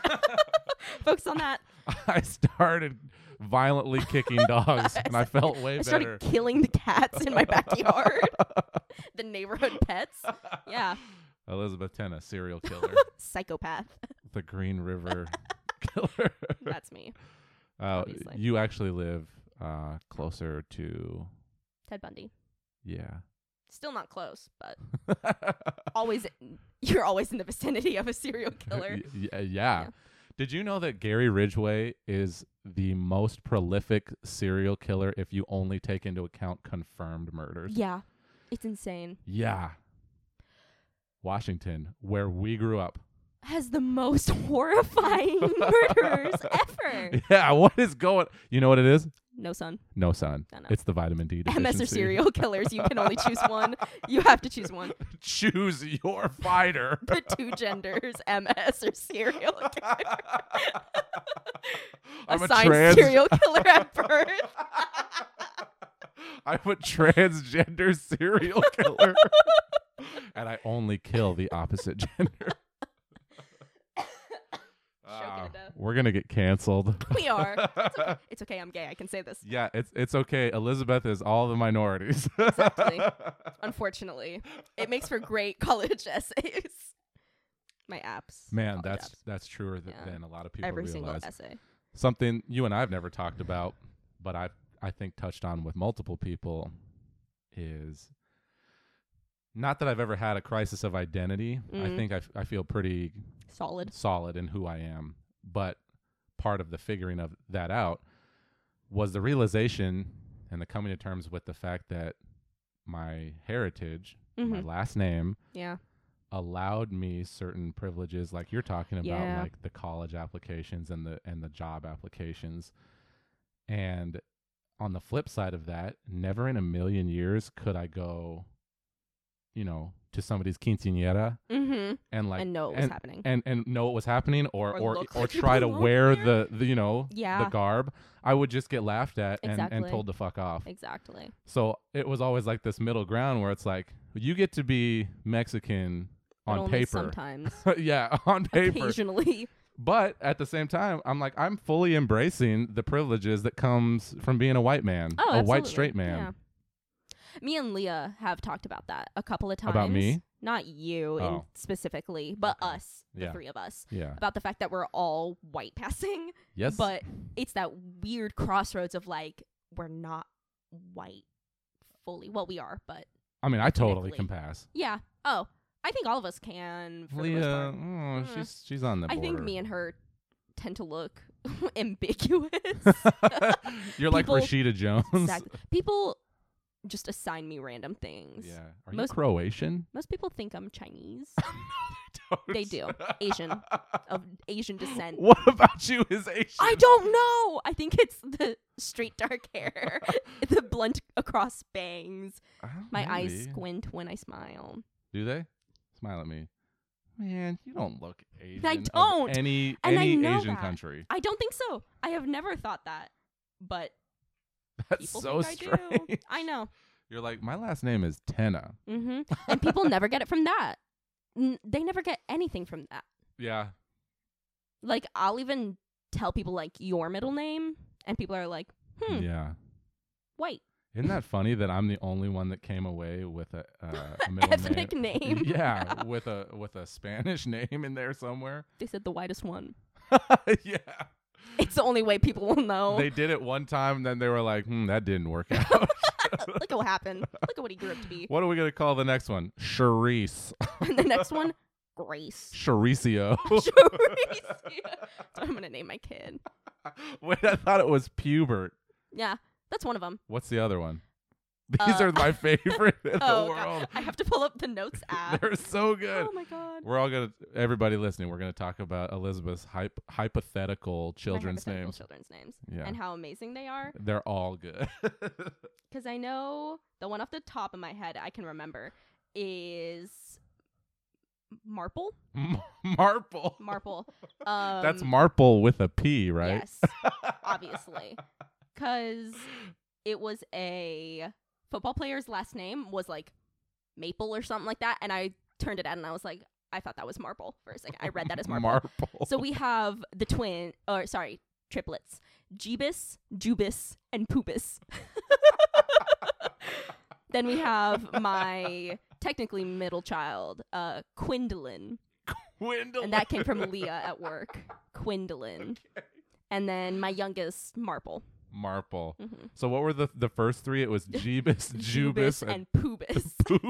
B: Focus on that.
A: I started violently kicking dogs, and I felt way
B: I
A: better.
B: started killing the cats in my backyard, the neighborhood pets. Yeah,
A: Elizabeth Tenna, serial killer,
B: psychopath.
A: the Green River killer.
B: That's me.
A: Uh,
B: obviously.
A: you actually live uh, closer to,
B: Ted Bundy.
A: yeah.
B: Still not close, but always you're always in the vicinity of a serial killer.
A: Y- y- yeah. Did you know that Gary Ridgway is the most prolific serial killer if you only take into account confirmed murders?
B: yeah. It's insane.
A: Yeah. Washington, where we grew up.
B: Has the most horrifying murders ever.
A: Yeah, what is going? You know what it is?
B: No son.
A: No sun.
B: No, no.
A: It's the vitamin D deficiency.
B: MS or serial killers, you can only choose one. You have to choose one.
A: Choose your fighter.
B: The two genders, MS or serial killer.
A: I'm a
B: Assigned
A: trans.
B: serial killer at birth.
A: I'm a transgender serial killer, and I only kill the opposite gender. Ah, we're Ah,
B: to death.
A: We're gonna get canceled.
B: We are. It's okay. It's okay, I'm gay. I can say this.
A: yeah, it's it's okay. Elizabeth is all the minorities.
B: Exactly. Unfortunately, it makes for great college essays. My apps.
A: Man,
B: college
A: that's
B: apps.
A: that's truer th-
B: Yeah.
A: than a lot of people
B: every single
A: realize.
B: essay.
A: Something you and I have never talked about, but I've I think touched on with multiple people is not that I've ever had a crisis of identity. I
B: Mm.
A: think I, f- I feel pretty
B: Solid.
A: solid in who I am. But part of the figuring of that out was the realization and the coming to terms with the fact that my heritage, my
B: Mhm.
A: last name,
B: Yeah.
A: allowed me certain privileges like you're talking about
B: Yeah.
A: like the college applications and the and the job applications and on the flip side of that never in a million years could i go you know to somebody's quinceanera
B: Mm-hmm.
A: and like
B: and know it was
A: and,
B: happening.
A: and and know what was happening or
B: Or
A: or or,
B: look like
A: try
B: you
A: to
B: belong
A: wear
B: there.
A: the, the you know the
B: Yeah.
A: garb i would just get laughed at and, and
B: Exactly.
A: told to fuck off
B: exactly.
A: so it was always like this middle ground where it's like you get to be mexican
B: But
A: on
B: only
A: paper
B: Sometimes.
A: yeah on paper
B: Occasionally.
A: but at the same time i'm like i'm fully embracing the privileges that comes from being a white man
B: Oh,
A: a white
B: absolutely.
A: straight man
B: Yeah. Me and Leah have talked about that a couple of times.
A: About me?
B: Not you in-
A: Oh.
B: specifically, but
A: Okay.
B: us, the
A: Yeah.
B: three of us.
A: yeah,
B: About the fact that we're all white passing,
A: yes
B: but it's that weird crossroads of like, we're not white fully. Well, we are, but
A: i mean i totally
B: technically.
A: can pass
B: yeah. Oh, I think all of us can. For the most
A: leah
B: part.
A: oh,
B: Mm.
A: she's she's on the
B: I think
A: border.
B: me and her tend to look ambiguous.
A: You're like
B: People-
A: Rashida Jones.
B: exactly. People just assign me random things.
A: Yeah. Are
B: Most-
A: you Croatian?
B: Most people think I'm Chinese, They do. Asian, of Asian descent.
A: What about you is Asian?
B: I don't know. I think it's the straight dark hair, the blunt across bangs.
A: Oh,
B: My eyes
A: maybe.
B: squint when I smile.
A: Do they? Smile at me. Man, you don't look Asian. of
B: don't.
A: any
B: And I
A: any
B: know
A: Asian
B: that.
A: country.
B: I don't think so. I have never thought that, but
A: That's
B: people
A: so
B: think
A: strange.
B: I do. I know.
A: You're like, my last name is Tena.
B: hmm And people never get it from that. N- they never get anything from that.
A: Yeah.
B: Like I'll even tell people like your middle name, and people are like, "Hmm,
A: Yeah.
B: white
A: Isn't that funny that I'm the only one that came away with a, uh, a middle
B: ethnic
A: name?
B: name."
A: Yeah, with a with a Spanish name in there somewhere.
B: They said the whitest one.
A: yeah.
B: It's the only way people will know.
A: They did it one time, then they were like, hmm, that didn't work out.
B: Look at what happened. Look at what he grew up to be.
A: what are we going to call the next one? Charisse.
B: And the next one, Grace.
A: Charicio.
B: Grace. That's what I'm gonna name my kid.
A: Wait, I thought it was Pubert.
B: Yeah, that's one of them.
A: What's the other one? These
B: Uh,
A: are my favorite in
B: oh,
A: the
B: God.
A: world.
B: I have to pull up the notes app.
A: They're so good.
B: Oh my god.
A: We're all gonna everybody listening. We're gonna talk about Elizabeth's hyp- hypothetical
B: My
A: children's
B: hypothetical
A: names.
B: Children's names.
A: Yeah,
B: And how amazing they are.
A: they're all good.
B: Because I know the one off the top of my head I can remember is Marple.
A: M- Marple.
B: Marple. Um,
A: That's Marple with a P, right?
B: Yes, obviously. Because it was a football player's last name was like Maple or something like that. And I turned it out and I was like, I thought that was Marple for a second. I read that as Marple.
A: Marple.
B: so we have the twin, or sorry, triplets Jeebus, Jubis, and Poopus. then we have my technically middle child, uh, Quindolin.
A: Gwendolyn.
B: And that came from Leah at work. Quindolin. And then my youngest, Marple.
A: Marple.
B: Mhm.
A: So what were the the first three? It was Jeebus, Jubus, and
B: and Poobus.
A: Poop.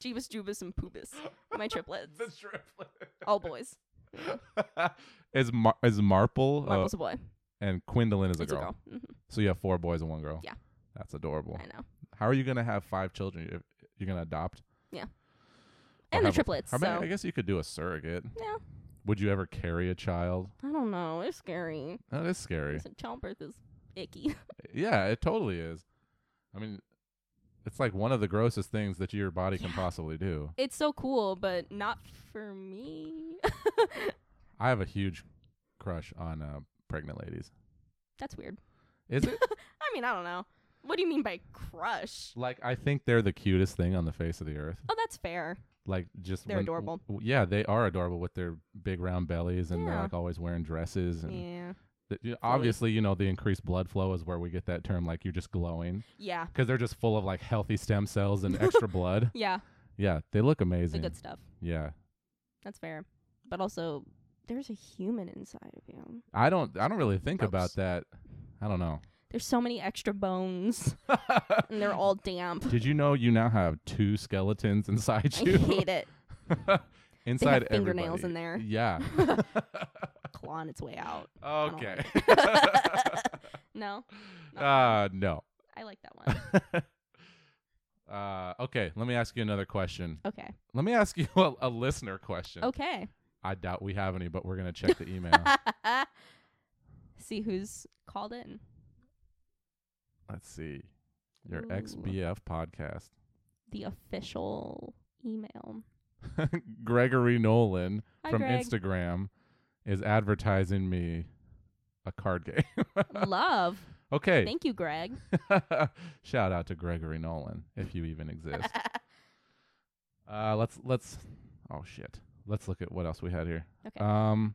B: Jeebus, Jubus, and Poobus. My triplets.
A: the triplet.
B: All boys.
A: is Mar- is Marple uh,
B: Marple's a boy.
A: and Quindolin is a
B: It's a
A: girl.
B: girl. Mhm.
A: So you have four boys and one girl.
B: Yeah.
A: That's adorable.
B: I know.
A: How are you gonna have five children? You're, you're gonna adopt Or
B: And the
A: have-
B: triplets.
A: I mean, I
B: so.
A: guess you could do a surrogate.
B: Yeah.
A: Would you ever carry a child?
B: I don't know. It's scary.
A: That is scary.
B: Listen, Childbirth is icky.
A: Yeah, it totally is. I mean, it's like one of the grossest things that your body can
B: Yeah.
A: possibly do.
B: It's so cool, but not for me.
A: I have a huge crush on uh, pregnant ladies.
B: That's weird.
A: Is it
B: I mean, I don't know. What do you mean by crush?
A: like I think they're the cutest thing on the face of the earth.
B: Oh, that's fair.
A: like just
B: They're
A: when-
B: adorable.
A: w- yeah, they are adorable with their big round bellies and they're
B: Yeah.
A: like always wearing dresses and
B: Yeah.
A: th- you- obviously you know the increased blood flow is where we get that term like you're just glowing
B: Yeah.
A: because they're just full of like healthy stem cells and extra blood.
B: Yeah.
A: Yeah, they look
B: The
A: amazing.
B: good stuff.
A: yeah.
B: That's fair. But also, there's a human inside of you.
A: I don't I don't really think about
B: Gross.
A: that. I don't know.
B: There's so many extra bones, and they're all damp.
A: Did you know you now have two skeletons inside
B: I
A: you?
B: hate it. They
A: Inside
B: have fingernails in
A: everybody.
B: there,
A: Yeah.
B: clawing its way out. don't
A: okay.
B: No,
A: uh no.
B: I like that one.
A: Uh okay, let me ask you another question.
B: Okay.
A: Let me ask you a, a listener question.
B: Okay.
A: I doubt we have any, but we're going to check the email.
B: See who's called in.
A: Let's see. Your
B: Ooh.
A: XBF podcast.
B: The official email.
A: Gregory Nolan
B: Hi,
A: from
B: Greg.
A: Instagram is advertising me a card game.
B: Love.
A: okay.
B: Thank you, Greg.
A: Shout out to Gregory Nolan if you even exist. uh, let's let's oh shit. Let's look at what else we had here.
B: Okay.
A: Um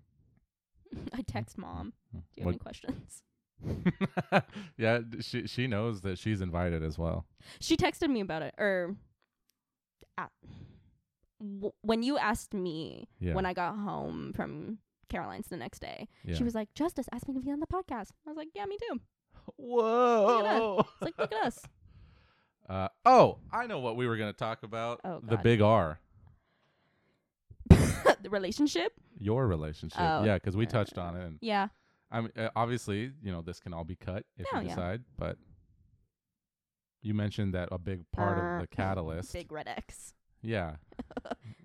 B: I text mom. Do you have
A: what-
B: any questions?
A: yeah, d- she she knows that she's invited as well.
B: She texted me about it. Or uh, w- when you asked me
A: Yeah.
B: when I got home from Caroline's the next day,
A: yeah.
B: she was like, Justice asked me to be on the podcast. I was like, Yeah, me too.
A: Whoa.
B: It's like, look at us.
A: Uh, oh, I know what we were going to talk about.
B: Oh,
A: the
B: God.
A: big R,
B: the relationship.
A: your relationship.
B: Oh.
A: Yeah, because we touched on it. And
B: Yeah.
A: I mean, uh, obviously, you know, this can all be cut if
B: Oh,
A: you
B: yeah.
A: decide, but you mentioned that a big part
B: Err,
A: of the catalyst.
B: Big red X.
A: Yeah.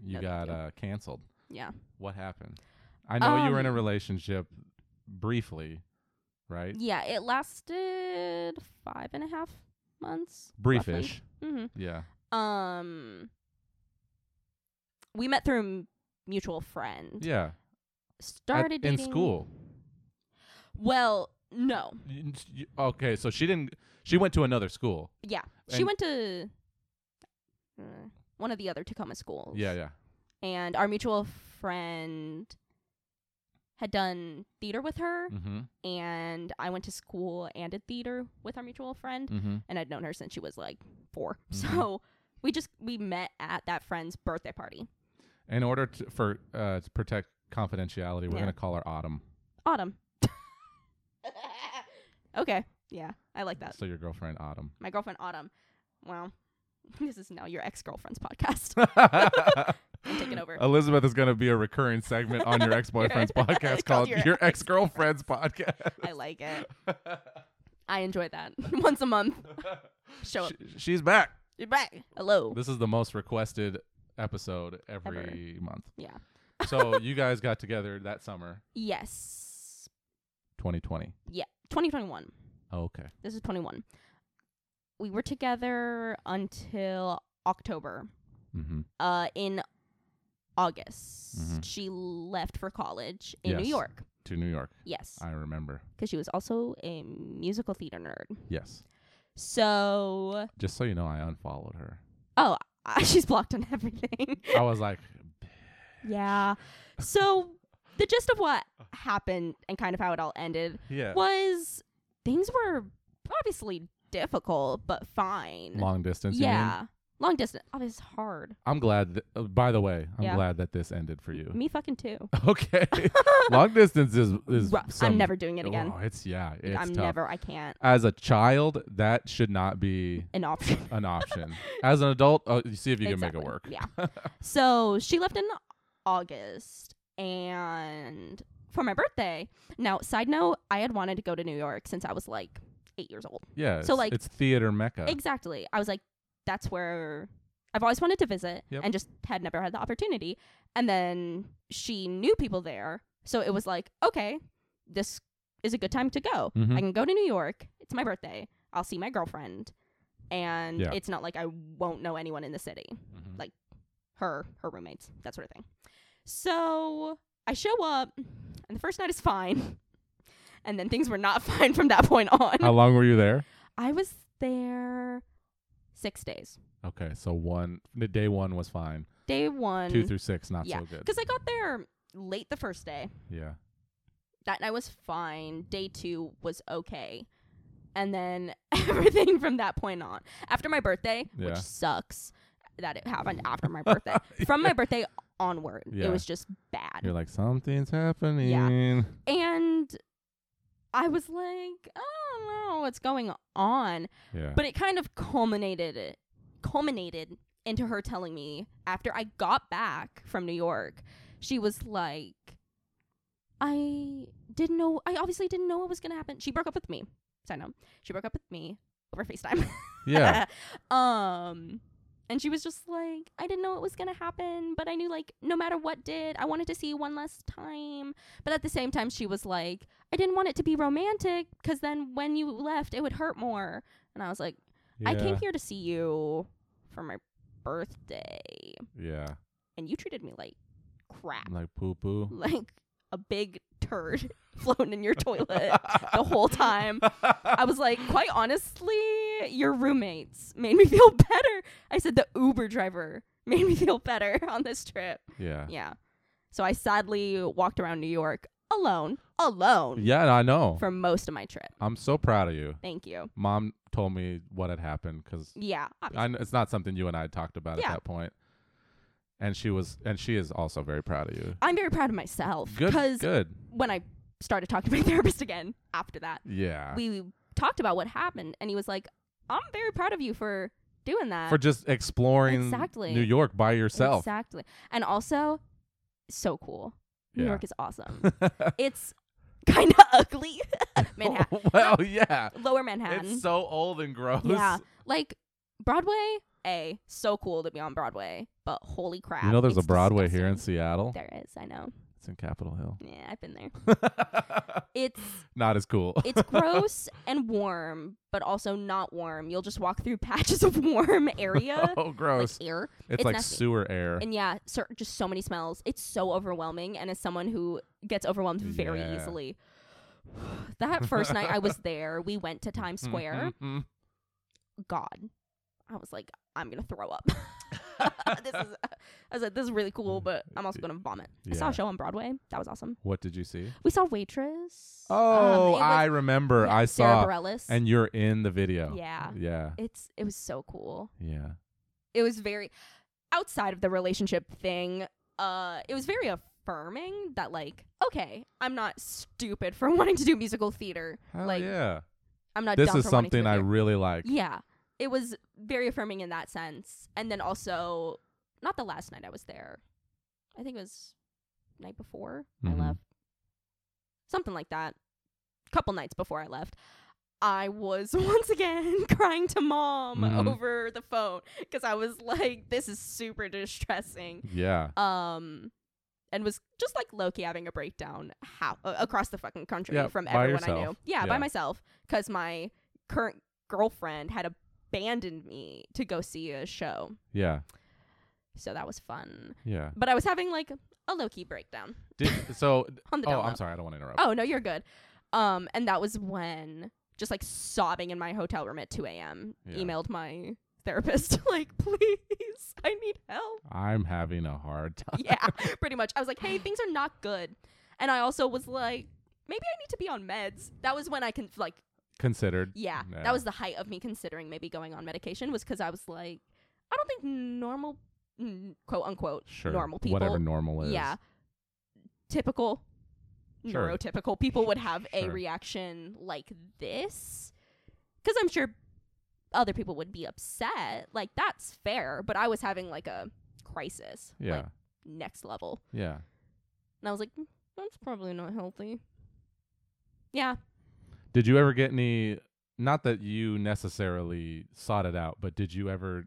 A: You
B: No, thank
A: got
B: you.
A: uh, canceled.
B: Yeah.
A: What happened? I know you were in a
B: Um,
A: relationship briefly, right?
B: Yeah, it lasted five and a half months.
A: Briefish.
B: Mm-hmm.
A: Yeah.
B: Um, we met through a m- mutual friend.
A: Yeah. At-
B: Started
A: in
B: dating-
A: school.
B: Well, no.
A: You- you- Okay, so she didn't. She went to another school.
B: Yeah, she
A: And-
B: went to uh, one of the other Tacoma schools.
A: Yeah, yeah.
B: and our mutual friend had done theater with her,
A: Mm-hmm.
B: and I went to school and did theater with our mutual friend.
A: Mm-hmm.
B: and I'd known her since she was like 4
A: Mhm.
B: So we just we met at that friend's birthday party.
A: In order to, for uh, to protect confidentiality, we're
B: Yeah.
A: gonna call her Autumn.
B: Autumn. okay. Yeah, I like that.
A: So your girlfriend Autumn.
B: My girlfriend Autumn. Well, this is now your ex girlfriend's podcast. taking over.
A: Elizabeth is gonna be a recurring segment on your ex boyfriend's podcast called
B: Your
A: Your Ex Girlfriend's Podcast.
B: I like it. I enjoy that. Once a month. Show up.
A: She- she's back.
B: You're back. Hello.
A: This is the most requested episode every month.
B: Yeah.
A: so you guys got together that summer,
B: Yes.
A: 2020.
B: 2021.
A: Okay.
B: This is 21. We were together until October.
A: Mm-hmm.
B: uh, in August.
A: Mhm.
B: She left for college in
A: Yes.
B: New York.
A: To New York.
B: Yes.
A: I remember.
B: Because she was also a musical theater nerd.
A: Yes.
B: So,
A: Just so you know, I unfollowed her.
B: oh, I, she's blocked on everything.
A: I was like,
B: yeah. So, the gist of what happened and kind of how it all ended
A: yeah.
B: was things were obviously difficult, but fine.
A: Long distance. you mean?
B: yeah. Long distance. Oh, it's hard.
A: I'm glad. Th- uh, by the way, I'm
B: Yeah.
A: glad that this ended for you.
B: Me fucking too.
A: Okay. Long distance is is.
B: Rough.
A: some-
B: I'm never doing it again.
A: Oh, it's yeah. It's
B: I'm
A: tough.
B: never, I can't.
A: As a child, that should not be
B: An option.
A: an option. As an adult, uh, you see if you can make it work.
B: Exactly, Yeah. so she left in August and for my birthday. Now, side note, I had wanted to go to New York since I was like eight years old.
A: Yeah.
B: So,
A: it's-
B: like-
A: it's theater mecca.
B: Exactly. I was like, that's where I've always wanted to visit
A: Yep.
B: and just had never had the opportunity. And then she knew people there. So it was like, okay, this is a good time to go.
A: Mhm.
B: I can go to New York. It's my birthday. I'll see my girlfriend. And
A: Yeah.
B: it's not like I won't know anyone in the city
A: Mhm.
B: her, her roommates, that sort of thing. So I show up, and the first night is fine. And then things were not fine from that point on.
A: How long were you there?
B: I was there six days.
A: Okay, so one the day one was fine.
B: day one.
A: Two through six, not
B: yeah,
A: so good.
B: because I got there late the first day.
A: Yeah.
B: That night was fine. Day two was okay, and then everything from that point on, after my birthday,
A: Yeah.
B: which sucks that it happened after my birthday. From my birthday onward,
A: Yeah.
B: it was just bad.
A: You're like, something's happening.
B: and I was like, I don't know what's going on.
A: Yeah.
B: But it kind of culminated it culminated into her telling me after I got back from New York, she was like I didn't know I obviously didn't know what was gonna happen. She broke up with me. Side note. She broke up with me over FaceTime.
A: yeah.
B: um and she was just like, I didn't know what was gonna happen, but I knew like no matter what did, I wanted to see you one last time. But at the same time, she was like, I didn't want it to be romantic because then when you left, it would hurt more. And I was like, I came
A: yeah,
B: here to see you for my birthday,
A: Yeah.
B: and you treated me like crap,
A: I'm like poo poo.
B: like a big turd floating in your toilet the whole time. I was like, quite honestly, your roommates made me feel better. I said the Uber driver made me feel better on this trip.
A: Yeah.
B: Yeah. So I sadly walked around New York alone, alone
A: Yeah, I know.
B: for most of my trip.
A: I'm so proud of you.
B: Thank you.
A: Mom told me what had happened because
B: Yeah. obviously.
A: it's not something you and I had talked about at
B: Yeah.
A: that point. And she was, and she is also very proud of you.
B: I'm very proud of myself
A: Good.
B: because
A: Good.
B: when I started talking to my therapist again after that,
A: Yeah.
B: we talked about what happened, and he was like, "I'm very proud of you for doing that."
A: For just exploring
B: Exactly.
A: New York by yourself.
B: exactly, and also so cool. New
A: Yeah.
B: York is awesome. it's kind of ugly, Manhattan,
A: well, yeah.
B: Lower Manhattan.
A: It's so old and gross.
B: yeah, like Broadway. A so cool to be on Broadway, but holy crap!
A: You know, there's a
B: it's
A: Broadway here in
B: disgusting.
A: Seattle.
B: There is, I know.
A: It's in Capitol Hill.
B: Yeah, I've been there. It's
A: Not as cool.
B: it's gross and warm, but also not warm. You'll just walk through patches of warm area,
A: oh,
B: like
A: gross.
B: air,
A: it's,
B: it's
A: like
B: nasty.
A: sewer air.
B: and yeah, cer just so many smells. It's so overwhelming, and as someone who gets overwhelmed very
A: Yeah.
B: easily, that first night I was there, we went to Times Square.
A: Mhm.
B: God, I was like, I'm gonna throw up. this is, I was like, this is really cool, but I'm also gonna vomit. I saw
A: Yeah.
B: a show on Broadway. That was awesome.
A: What did you see?
B: We saw Waitress. Um,
A: Oh,
B: it Um, was-
A: I remember.
B: yeah,
A: I
B: Sarah
A: saw.
B: Bareilles.
A: And you're in the video.
B: Yeah.
A: Yeah.
B: it's it was so cool.
A: Yeah.
B: It was very outside of the relationship thing. Uh it was very affirming that like okay, I'm not stupid for wanting to do musical theater.
A: Hell
B: like
A: yeah.
B: I'm not
A: This
B: dumb
A: is
B: for wanting to
A: something
B: do
A: I
B: it.
A: really like.
B: Yeah. It was very affirming in that sense. And then also not the last night I was there. I think it was night before
A: Mhm.
B: I left. Something like that. Couple nights before I left. I was once again crying to mom
A: Mhm.
B: over the phone because I was like, this is super distressing.
A: Yeah.
B: Um and was just like Loki having a breakdown how uh, across the fucking country
A: Yeah,
B: from
A: by
B: everyone I
A: yourself.
B: knew. Yeah,
A: Yeah.
B: by myself cuz my current girlfriend had abandoned me to go see a show.
A: Yeah.
B: So that was fun.
A: Yeah.
B: But I was having like a Loki breakdown
A: Did, so,
B: on the
A: oh,
B: down
A: I'm
B: low.
A: sorry. I don't want to interrupt.
B: Oh no, you're good. Um, and that was when just like sobbing in my hotel room at 2 a.m.
A: Yeah.
B: Emailed my therapist like, please, I need help.
A: I'm having a hard time.
B: yeah, pretty much. I was like, hey, things are not good, and I also was like, maybe I need to be on meds. That was when I can like,
A: Considered.
B: yeah,
A: Yeah.
B: that was the height of me considering maybe going on medication was because I was like, I don't think normal, mm, quote unquote,
A: Sure.
B: normal people
A: Whatever normal is.
B: yeah typical
A: Sure.
B: neurotypical people would have a
A: Sure.
B: reaction like this because i'm sure other people would be upset like that's fair but i was having like a crisis
A: Yeah.
B: like next level
A: yeah.
B: and i was like "Mm, that's probably not healthy yeah
A: Did you ever get any? Not that you necessarily sought it out, but did you ever?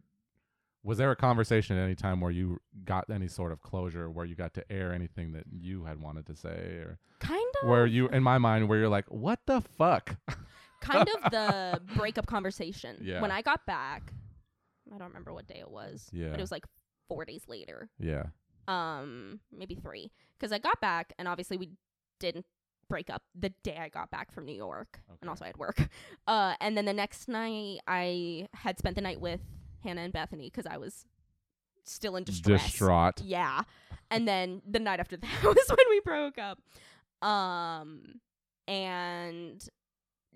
A: Was there a conversation at any time where you got any sort of closure, where you got to air anything that you had wanted to say, or
B: kind of
A: where you, in my mind, where you're like, "What the fuck?"
B: kind of the breakup conversation
A: Yeah.
B: when i got back i don't remember what day it was
A: Yeah.
B: but it was like four days later
A: Yeah,
B: um maybe three because i got back and obviously we didn't break up the day i got back from new york
A: Okay.
B: and also i had work uh and then the next night i had spent the night with hannah and bethany because i was still in distress.
A: distraught.
B: Yeah. And then the night after that was when we broke up. Um and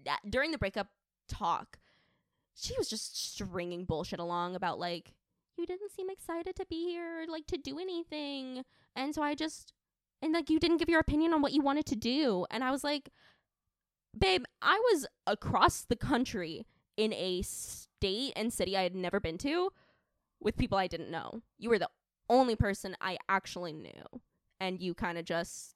B: that, during the breakup talk, she was just stringing bullshit along about like you didn't seem excited to be here, like to do anything. And so I just and like you didn't give your opinion on what you wanted to do. And I was like, babe, I was across the country in a state and city I had never been to with people I didn't know. You were the only person I actually knew. And you kind of just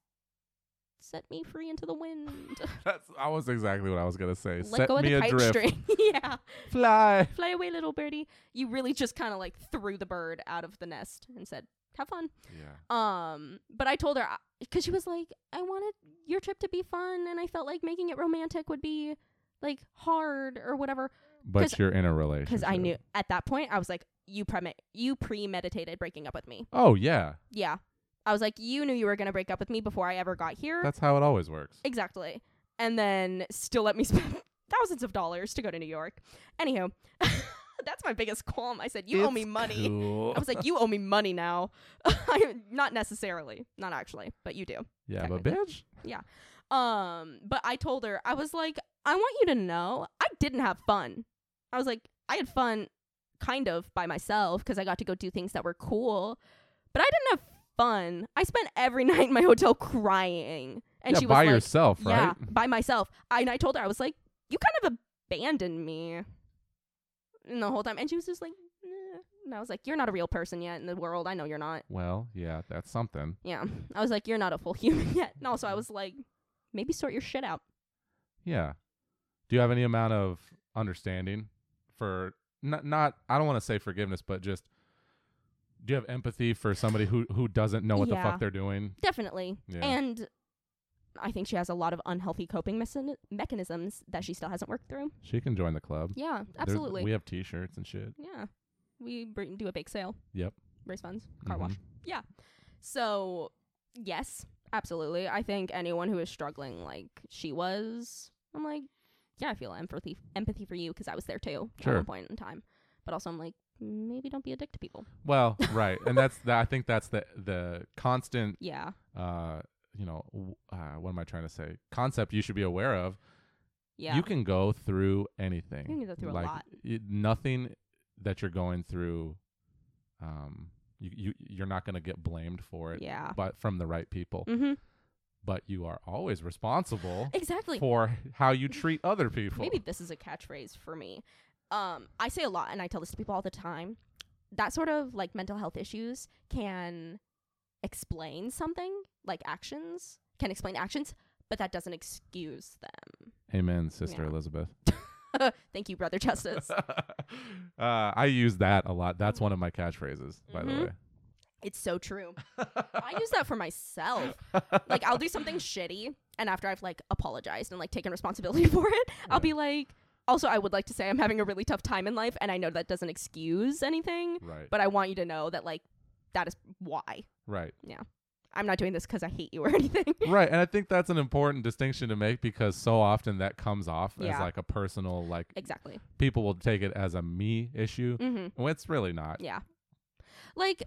B: set me free into the wind.
A: That's almost exactly what I was gonna say.
B: Let
A: Set
B: go of
A: me
B: the kite
A: adrift.
B: string. yeah.
A: Fly.
B: Fly away, little birdie. You really just kind of like threw the bird out of the nest and said, have fun.
A: Yeah.
B: Um, but I told her because she was like, I wanted your trip to be fun, and I felt like making it romantic would be like hard or whatever.
A: But
B: 'Cause-
A: you're in a relationship.
B: Because I knew at that point, I was like, you premit, you premeditated breaking up with me.
A: Oh yeah,
B: Yeah, I was like, you knew you were gonna break up with me before I ever got here.
A: that's how it always works.
B: exactly, and then still let me spend thousands of dollars to go to New York. Anywho, that's my biggest qualm. I said, you owe me money.
A: Cool.
B: I was like, you owe me money now. I, not necessarily, not actually, but you do.
A: yeah, but
B: technically.
A: bitch.
B: Um, but I told her, I was like, I want you to know I didn't have fun. I was like, I had fun kind of by myself because I got to go do things that were cool, but I didn't have fun. I spent every night in my hotel crying. And
A: yeah,
B: she was
A: by
B: like,
A: yourself,
B: Yeah,
A: right?
B: by myself. I, and I told her, I was like, you kind of abandoned me and the whole time. And she was just like, "Nah." and I was like, you're not a real person yet in the world. I know you're not.
A: Well, yeah, that's something.
B: Yeah. I was like, you're not a full human yet. And also, I was like, maybe sort your shit out.
A: Yeah. Do you have any amount of understanding for not not I don't want to say forgiveness, but just do you have empathy for somebody who who doesn't know what the
B: Yeah.
A: fuck they're doing?
B: Definitely.
A: Yeah.
B: And I think she has a lot of unhealthy coping mechan- mechanisms that she still hasn't worked through.
A: She can join the club.
B: Yeah,
A: There's-
B: absolutely.
A: we have T-shirts and shit.
B: yeah. We br- do a bake sale.
A: Yep.
B: Raise funds, car
A: Mhm.
B: wash. Yeah. So, yes, absolutely. I think anyone who is struggling like she was, I'm like, yeah, I feel empathy empathy for you because I was there too at
A: Sure.
B: one point in time. But also, I'm like, maybe don't be a dick to people.
A: Well, right, and that's the, I think that's the the constant
B: Yeah.
A: uh you know w- uh, what am I trying to say concept you should be aware of
B: Yeah.
A: You can go through anything.
B: You can go through a
A: like,
B: lot.
A: It, nothing that you're going through, um, you, you you're not going to get blamed for it,
B: yeah.
A: but from the right people.
B: Mm-hmm.
A: But you are always responsible
B: Exactly.
A: for how you treat other people.
B: Maybe this is a catchphrase for me. Um, I say a lot, and I tell this to people all the time. That sort of like mental health issues can explain something, like actions can explain actions, but that doesn't excuse
A: Amen, Sister
B: Yeah.
A: Elizabeth.
B: them. Thank you, brother justice.
A: uh, I use that a lot.
B: Mm-hmm.
A: That's one of my catchphrases, by the
B: Mhm.
A: way.
B: it's so true. I use that for myself. Like I'll do something shitty, and after I've like apologized and like taken responsibility for it,
A: Yeah.
B: I'll be like. Also, I would like to say I'm having a really tough time in life, and I know that doesn't excuse anything,
A: right,
B: but I want you to know that like that is why.
A: right.
B: I'm not doing this because I hate you or anything.
A: right and i think that's an important distinction to make because so often that comes off as
B: Yeah.
A: like a personal like
B: exactly.
A: people will take it as a me issue
B: hmm
A: when it's really not
B: Yeah. Like,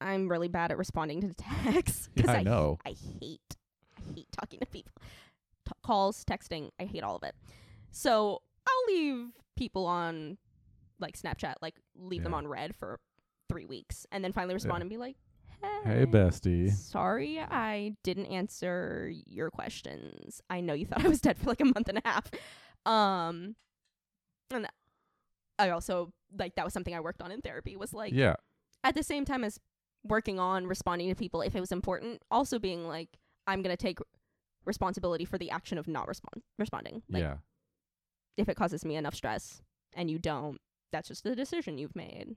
B: I'm really bad at responding to texts. 'cause
A: Yeah, I know.
B: I hate, I hate talking to people. T- calls, texting, I hate all of it. So I'll leave people on, like Snapchat, like leave them
A: Yeah.
B: on red for three weeks, and then finally respond and be like, "Hey,
A: hey bestie
B: Sorry, I didn't answer your questions. I know you thought I was dead for like a month and a half. Um, and I also like that was something I worked on in therapy was like
A: yeah
B: at the same time as working on responding to people if it was important, also being like I'm gonna take responsibility for the action of not respond responding. Like
A: yeah
B: if it causes me enough stress and you don't, that's just the decision you've made.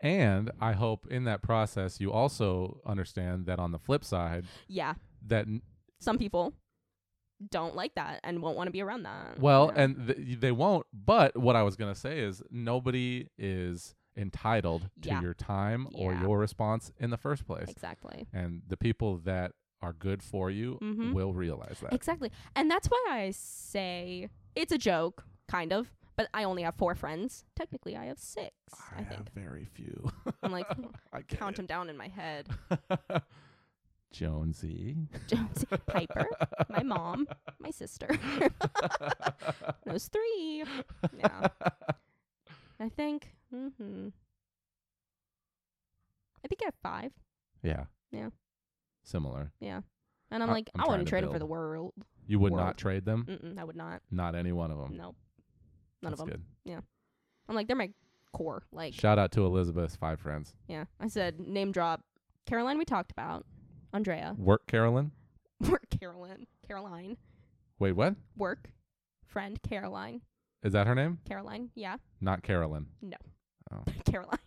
A: and i hope in that process you also understand that on the flip side
B: Yeah,
A: that n-
B: some people don't like that and won't want to be around that.
A: well
B: Uh, Yeah.
A: and th- they won't but what i was going to say is nobody is entitled
B: Yeah.
A: to your time or
B: Yeah.
A: your response in the first place
B: exactly.
A: and the people that are good for you
B: Mhm.
A: will realize that
B: Exactly. And that's why I say it's a joke, kind of. but I only have four friends. Technically, I have six. I,
A: I
B: think
A: have very few.
B: I'm like
A: I get
B: count
A: it.
B: them down in my head.
A: Jonesy.
B: Jonesy, Piper, my mom, my sister. Those three. Yeah. I think. Mm-hmm. I think I have five,
A: Yeah.
B: Yeah.
A: Similar.
B: and I'm
A: I-
B: like,
A: I'm
B: I
A: trying
B: wouldn't
A: to
B: trade them for
A: build.
B: the world.
A: You would
B: World.
A: not trade them?
B: Mm-mm, I would not.
A: Not any one of them.
B: No, none of
A: That's
B: them.
A: Good.
B: I'm like, they're my core. Like,
A: Shout out to Elizabeth's five friends.
B: yeah. I said name drop. Caroline, we talked about. Andrea,
A: Work Carolyn.
B: work Caroline, Caroline,
A: Wait, what?
B: work, friend Caroline,
A: Is that her name?
B: Caroline, yeah,
A: Not Carolyn.
B: Caroline,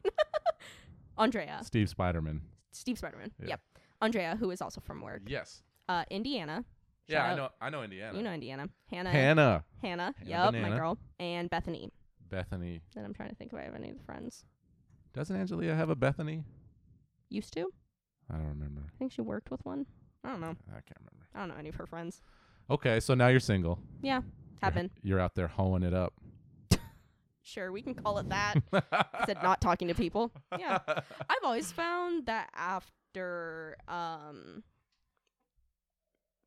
B: Andrea,
A: Steve Spiderman.
B: Steve Spiderman,
A: Yeah.
B: yep, Andrea, who is also from work,
A: Yes.
B: uh, Indiana,
A: Yeah,
B: Shout
A: I
B: out.
A: know. I know Indiana.
B: you know Indiana, Hannah,
A: Hannah,
B: Hannah,
A: Hannah
B: yep,
A: Banana.
B: my girl, and Bethany.
A: Bethany.
B: Then I'm trying to think if I have any of the friends.
A: Doesn't Angelia have a Bethany?
B: Used to, I
A: I don't remember.
B: think she worked with one. I don't know.
A: I can't remember.
B: I don't know any of her friends.
A: Okay, so now you're single.
B: Yeah, happen.
A: You're out there hoeing it up.
B: Sure, we can call it that. I said not talking to people. Yeah. I've always found that after um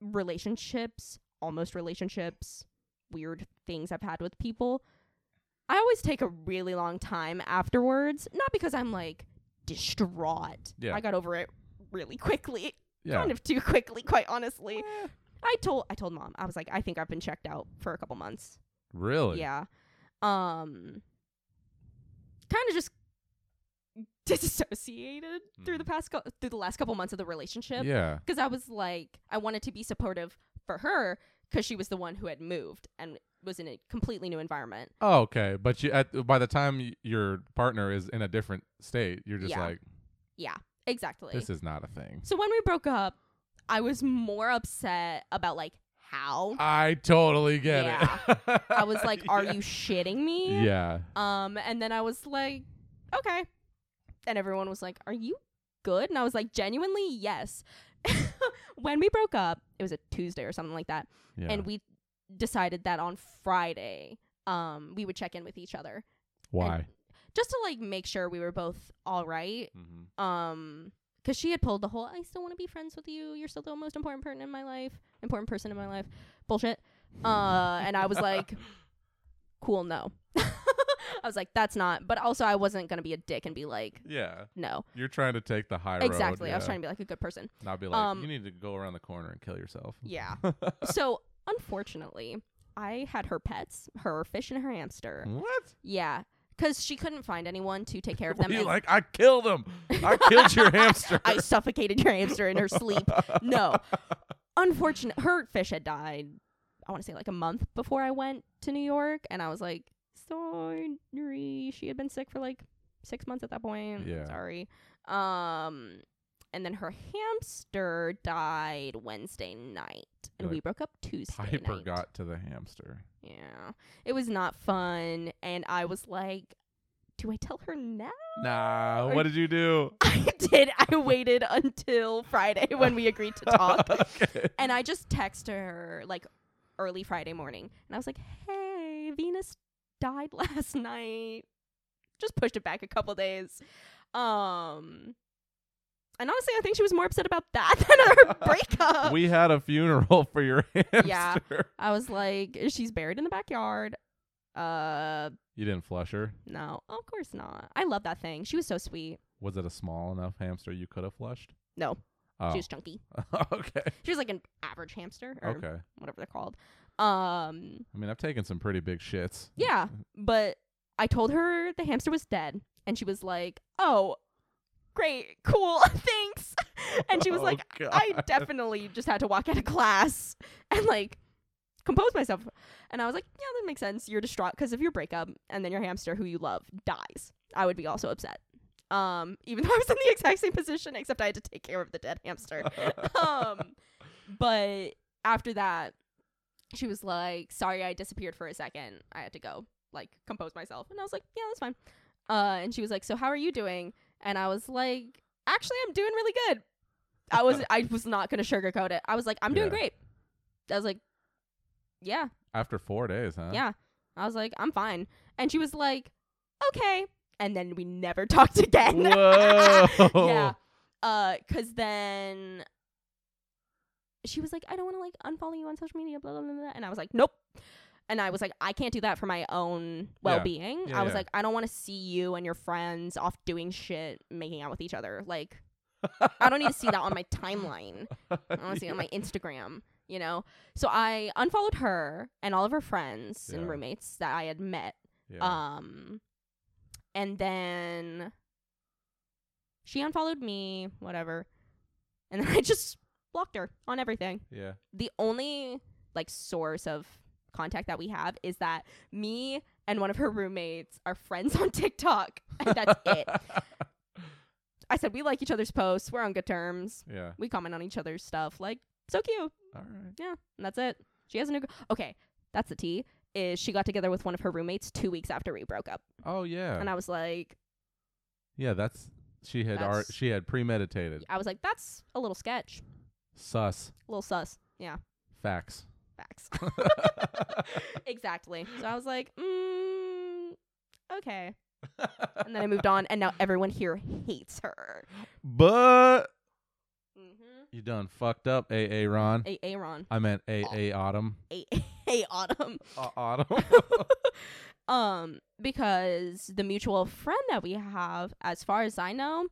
B: relationships, almost relationships, weird things I've had with people, I always take a really long time afterwards, not because I'm like distraught.
A: Yeah.
B: I got over it really quickly.
A: yeah. Eh,
B: Kind of too quickly, quite honestly. I told I told mom. I was like, I think I've been checked out for a couple months.
A: Really?
B: Yeah. Um kind of just disassociated through the past cou- through the last couple months of the relationship
A: Mm-hmm. Yeah.
B: cuz I was like I wanted to be supportive for her cuz she was the one who had moved and was in a completely new environment.
A: Oh, okay. But you at by the time y- your partner is in a different state, you're just
B: Yeah.
A: like,
B: Exactly.
A: this is not a thing.
B: so when we broke up, I was more upset about like how
A: I totally get it.
B: I was like, "Are
A: Yeah.
B: you shitting me?"
A: Yeah.
B: Um, and then I was like, okay. And everyone was like, are you good? And I was like, genuinely, yes. when we broke up, it was a Tuesday or something like that.
A: Yeah.
B: And we decided that on Friday, um, we would check in with each other
A: Why?
B: just to like make sure we were both all right.
A: mm-hmm.
B: Um, because she had pulled the whole I still want to be friends with you. You're still the most important person in my life, important person in my life. Bullshit. Uh, and I was like, cool, no. I was like, that's not. But also, I wasn't gonna be a dick and be like,
A: Yeah.
B: no,
A: You're trying to take the high road.
B: exactly. I was
A: yeah.
B: trying to be like a good person.
A: Not be like,
B: Um,
A: you need to go around the corner and kill yourself.
B: Yeah. so unfortunately, I had her pets, her fish and her hamster.
A: What?
B: Yeah, because she couldn't find anyone to take care of
A: Were
B: them.
A: you
B: and-
A: like, I killed him. I killed your hamster.
B: I suffocated your hamster in her sleep. No. Unfortunate her fish had died I want to say like a month before I went to New York and I was like, sorry. She had been sick for like six months at that point.
A: Yeah.
B: Sorry. Um and then her hamster died Wednesday night. And
A: You're
B: we broke up Tuesday.
A: Piper
B: night.
A: got to the hamster.
B: Yeah. It was not fun. And I was like, do I tell her now?
A: Nah,
B: Are
A: what did you do?
B: I did. I waited until Friday when we agreed to talk.
A: okay.
B: And I just texted her like early Friday morning. And I was like, hey, Venus died last night. Just pushed it back a couple days. Um and honestly, I think she was more upset about that than her breakup.
A: we had a funeral for your hamster.
B: uh, Yeah. I was like, she's buried in the backyard. Uh
A: You didn't flush her.
B: no, of course not. I love that thing. She was so sweet.
A: Was it a small enough hamster you could have flushed?
B: No.
A: Oh.
B: She was chunky.
A: okay.
B: She was like an average hamster or
A: Okay.
B: whatever they're called. Um
A: I mean, I've taken some pretty big shits.
B: Yeah,
A: Mm-hmm.
B: but I told her the hamster was dead, and she was like, "Oh, great, cool, thanks." And she was
A: Oh,
B: like,
A: God.
B: "I definitely just had to walk out of class and like compose myself." And I was like, "Yeah, that makes sense. You're distraught because of your breakup, and then your hamster, who you love, dies. I would be also upset." Um, even though I was in the exact same position, except I had to take care of the dead hamster um, but after that, she was like, "Sorry, I disappeared for a second. I had to go like compose myself." And I was like, "Yeah, that's fine." Uh, and she was like, "So how are you doing?" And I was like, "Actually, I'm doing really good." I was I was not gonna sugarcoat it. I was like, "I'm doing
A: Yeah.
B: great." I was like, "Yeah,
A: After four days, huh?
B: yeah." I was like, I'm fine. And she was like, okay. And then we never talked again.
A: Whoa.
B: yeah. Uh, cause then she was like, I don't want to like unfollow you on social media, blah blah blah. blah. And I was like, nope. And I was like, I can't do that for my own well being.
A: Yeah,
B: I was
A: yeah.
B: like, I don't want to see you and your friends off doing shit, making out with each other. Like, I don't need to see that on my timeline. I want to see it on my Instagram. You know. So I unfollowed her and all of her friends
A: Yeah.
B: and roommates that I had met
A: Yeah.
B: um, and then she unfollowed me, whatever. And then I just blocked her on everything.
A: yeah.
B: The only like source of contact that we have is that me and one of her roommates are friends on TikTok. And that's it. I said we like each other's posts. We're on good terms.
A: Yeah.
B: We comment on each other's stuff. Like so cute.
A: All right.
B: Yeah, and that's it. She has a new. Gr- okay, that's the T. Is she got together with one of her roommates two weeks after we broke up?
A: Oh yeah.
B: And I was like,
A: yeah, that's she had ar-
B: That's-
A: she had premeditated.
B: I was like, that's a little sketch,
A: Sus
B: a little sus. Yeah,
A: facts.
B: facts. exactly. So I was like, mm, okay. And then I moved on, and now everyone here hates her.
A: but
B: Mm-hmm.
A: you done fucked up, AA Ron.
B: A Aaron,
A: I meant AA Autumn.
B: a a Autumn.
A: Uh, autumn.
B: um, because the mutual friend that we have, as far as I know,